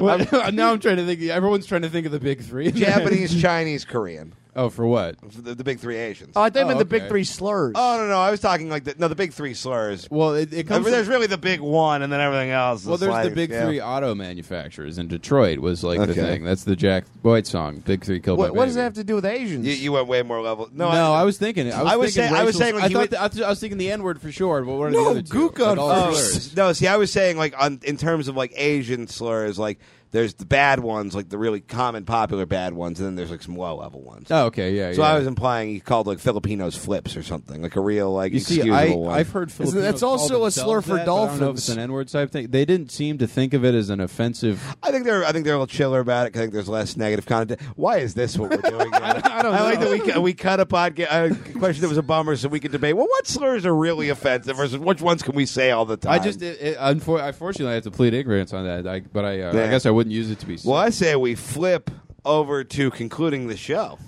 [SPEAKER 1] Well, now I'm trying to think. Everyone's trying to think of the big three.
[SPEAKER 3] Japanese, Chinese, Korean,
[SPEAKER 1] oh, for what?
[SPEAKER 3] the, the big three Asians.
[SPEAKER 5] Oh, I think
[SPEAKER 1] Oh,
[SPEAKER 5] meant the
[SPEAKER 1] okay.
[SPEAKER 5] big three slurs.
[SPEAKER 3] oh no, no, I was talking like the, no, the big three slurs.
[SPEAKER 1] Well, it, it
[SPEAKER 3] I
[SPEAKER 1] comes.
[SPEAKER 3] mean, there's really the big one, and then everything else.
[SPEAKER 1] Well,
[SPEAKER 3] is
[SPEAKER 1] there's the
[SPEAKER 3] like,
[SPEAKER 1] big
[SPEAKER 3] yeah.
[SPEAKER 1] three auto manufacturers in Detroit was like the
[SPEAKER 3] Okay.
[SPEAKER 1] thing. That's the Jack White song, "Big Three Kill My
[SPEAKER 5] what, what does
[SPEAKER 1] Baby.
[SPEAKER 5] that have to do with Asians?
[SPEAKER 3] You, you went way more level. No,
[SPEAKER 1] No, I, was thinking. I was,
[SPEAKER 3] I was
[SPEAKER 1] thinking
[SPEAKER 3] saying- I was
[SPEAKER 1] racial-
[SPEAKER 3] saying, like,
[SPEAKER 1] I
[SPEAKER 3] you
[SPEAKER 1] thought
[SPEAKER 3] would-
[SPEAKER 1] that- I, was- I was thinking the N word for sure. But what are
[SPEAKER 5] No,
[SPEAKER 1] the other two?
[SPEAKER 5] Gook on
[SPEAKER 1] Like, all the
[SPEAKER 3] Oh,
[SPEAKER 1] slurs.
[SPEAKER 3] no, see, I was saying like on in terms of like Asian slurs, like there's the bad ones, like the really common, popular bad ones, and then there's like some low level ones.
[SPEAKER 1] Oh, okay, yeah.
[SPEAKER 3] so
[SPEAKER 1] yeah.
[SPEAKER 3] I was implying he called like Filipinos flips or something, like a real like
[SPEAKER 1] You see,
[SPEAKER 3] excusable
[SPEAKER 1] I,
[SPEAKER 3] one.
[SPEAKER 1] I've heard Filipinos.
[SPEAKER 5] that's
[SPEAKER 1] call
[SPEAKER 5] also a
[SPEAKER 1] themselves
[SPEAKER 5] slur for
[SPEAKER 1] that, but I don't know if
[SPEAKER 5] dolphins.
[SPEAKER 1] it's an N word type thing. They didn't seem to think of it as an offensive.
[SPEAKER 3] I think they're I think they're a little chiller about it. 'cause I think there's less negative content. Why is this what we're doing? I,
[SPEAKER 1] don't
[SPEAKER 3] like
[SPEAKER 1] know.
[SPEAKER 3] that we cu- we cut a podcast a question that was a bummer, so we could debate. Well, what slurs are really offensive versus which ones can we say all the time?
[SPEAKER 1] I just, it, it, unfor- unfortunately, I have to plead ignorance on that. I, but I, uh,
[SPEAKER 3] Yeah.
[SPEAKER 1] I guess I wouldn't use it to be.
[SPEAKER 3] well, I say we flip over to concluding the show.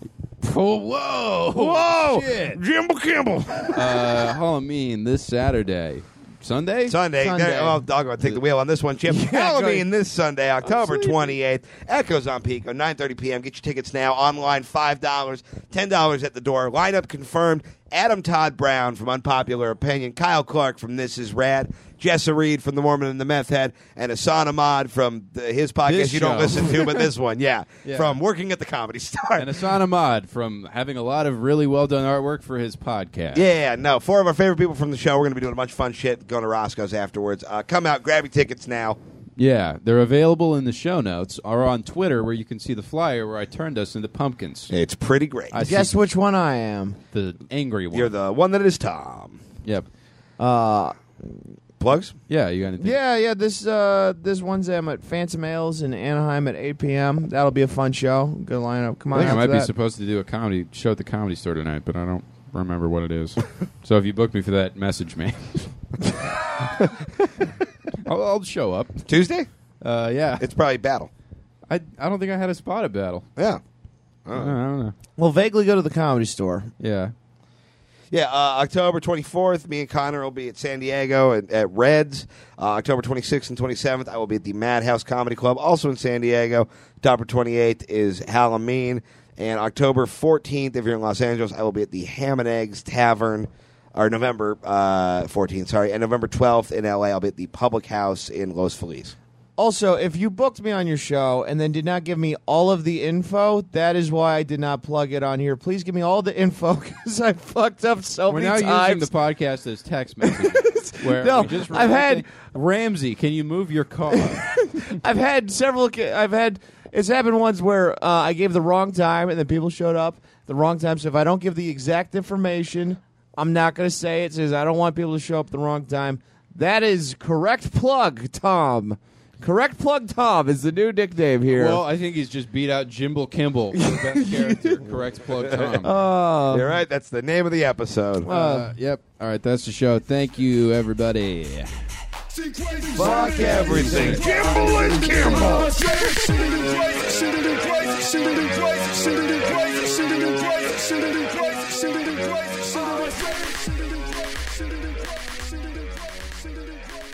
[SPEAKER 1] Oh, whoa,
[SPEAKER 6] Whoa!
[SPEAKER 1] Shit.
[SPEAKER 6] Jimbo Kimble.
[SPEAKER 1] Oh, uh, Halloween this Saturday, Sunday.
[SPEAKER 3] Sunday.
[SPEAKER 5] Sunday.
[SPEAKER 3] There- Well, I'll go take the wheel on this one, Chip. Halloween this Sunday, October 28th. Echoes on Pico, 9.30 p.m. Get your tickets now. Online, $5, $10 at the door. Lineup confirmed. Adam Todd Brown from Unpopular Opinion. Kyle Clark from This Is Rad. Jessa Reed from The Mormon and the Meth Head. And Hassan Ahmad from the, his podcast
[SPEAKER 1] This
[SPEAKER 3] you don't
[SPEAKER 1] show.
[SPEAKER 3] listen to, but this one, yeah.
[SPEAKER 1] Yeah.
[SPEAKER 3] From Working at the Comedy Star.
[SPEAKER 1] And Hassan Ahmad from having a lot of really well done artwork for his podcast.
[SPEAKER 3] Yeah, no. Four of our favorite people from the show. We're going to be doing a bunch of fun shit. Going to Roscoe's afterwards. Uh, come out, grab your tickets now.
[SPEAKER 1] Yeah, they're available in the show notes or on Twitter where you can see the flyer where I turned us into pumpkins.
[SPEAKER 3] It's pretty great.
[SPEAKER 1] I
[SPEAKER 5] Guess
[SPEAKER 1] see
[SPEAKER 5] which one I am.
[SPEAKER 1] the angry one.
[SPEAKER 3] You're the one that is Tom.
[SPEAKER 1] yep.
[SPEAKER 3] Plugs?
[SPEAKER 1] Yeah, you got anything?
[SPEAKER 5] Yeah, yeah. This uh, this Wednesday I'm at Fancy Mails in Anaheim at 8 p.m. That'll be a fun show. Good lineup. Come
[SPEAKER 1] I
[SPEAKER 5] on,
[SPEAKER 1] think I
[SPEAKER 5] out
[SPEAKER 1] might
[SPEAKER 5] for
[SPEAKER 1] be
[SPEAKER 5] that.
[SPEAKER 1] supposed to do a comedy show at the comedy store tonight, but I don't remember what it is. so if you book me for that, message me. I'll, I'll show up.
[SPEAKER 3] Tuesday?
[SPEAKER 1] Uh, yeah,
[SPEAKER 3] It's probably battle.
[SPEAKER 1] I I don't think I had a spot at battle.
[SPEAKER 3] Yeah.
[SPEAKER 5] Oh.
[SPEAKER 1] I don't- I don't know.
[SPEAKER 5] Well, vaguely go to the comedy store.
[SPEAKER 1] Yeah.
[SPEAKER 3] Yeah, uh, October 24th, me and Connor will be at San Diego at, at Reds. Uh, October 26th and 27th, I will be at the Madhouse Comedy Club, also in San Diego. October 28th is Halloween. And October 14th, if you're in Los Angeles, I will be at the Ham and Eggs Tavern. Or November uh, 14th, sorry. And November 12th in LA, I'll be at the Public House in Los Feliz.
[SPEAKER 5] Also, if you booked me on your show and then did not give me all of the info, that is why I did not plug it on here. Please give me all the info because I fucked up so
[SPEAKER 1] We're now
[SPEAKER 5] many
[SPEAKER 1] using
[SPEAKER 5] times.
[SPEAKER 1] the podcast as text messages. where
[SPEAKER 5] No,
[SPEAKER 1] we just
[SPEAKER 5] I've had-
[SPEAKER 1] Ramsey. Can you move your car?
[SPEAKER 5] I've had several. ca- I've had it's happened once where uh, I gave the wrong time and then people showed up the wrong time. So if I don't give the exact information, I'm not going to say it. Says I don't want people to show up the wrong time. That is correct. Plug Tom. Correct plug Tom is the new nickname here.
[SPEAKER 1] well, I think he's just beat out Jimbo Kimball for the best character. Correct plug Tom.
[SPEAKER 5] Uh,
[SPEAKER 3] You're right, that's the name of the episode.
[SPEAKER 1] Uh, yep. All right, that's the show. Thank you, everybody.
[SPEAKER 3] Fuck everything.
[SPEAKER 6] Kimble and Kimble.
[SPEAKER 4] Crazy, crazy,
[SPEAKER 6] Shooting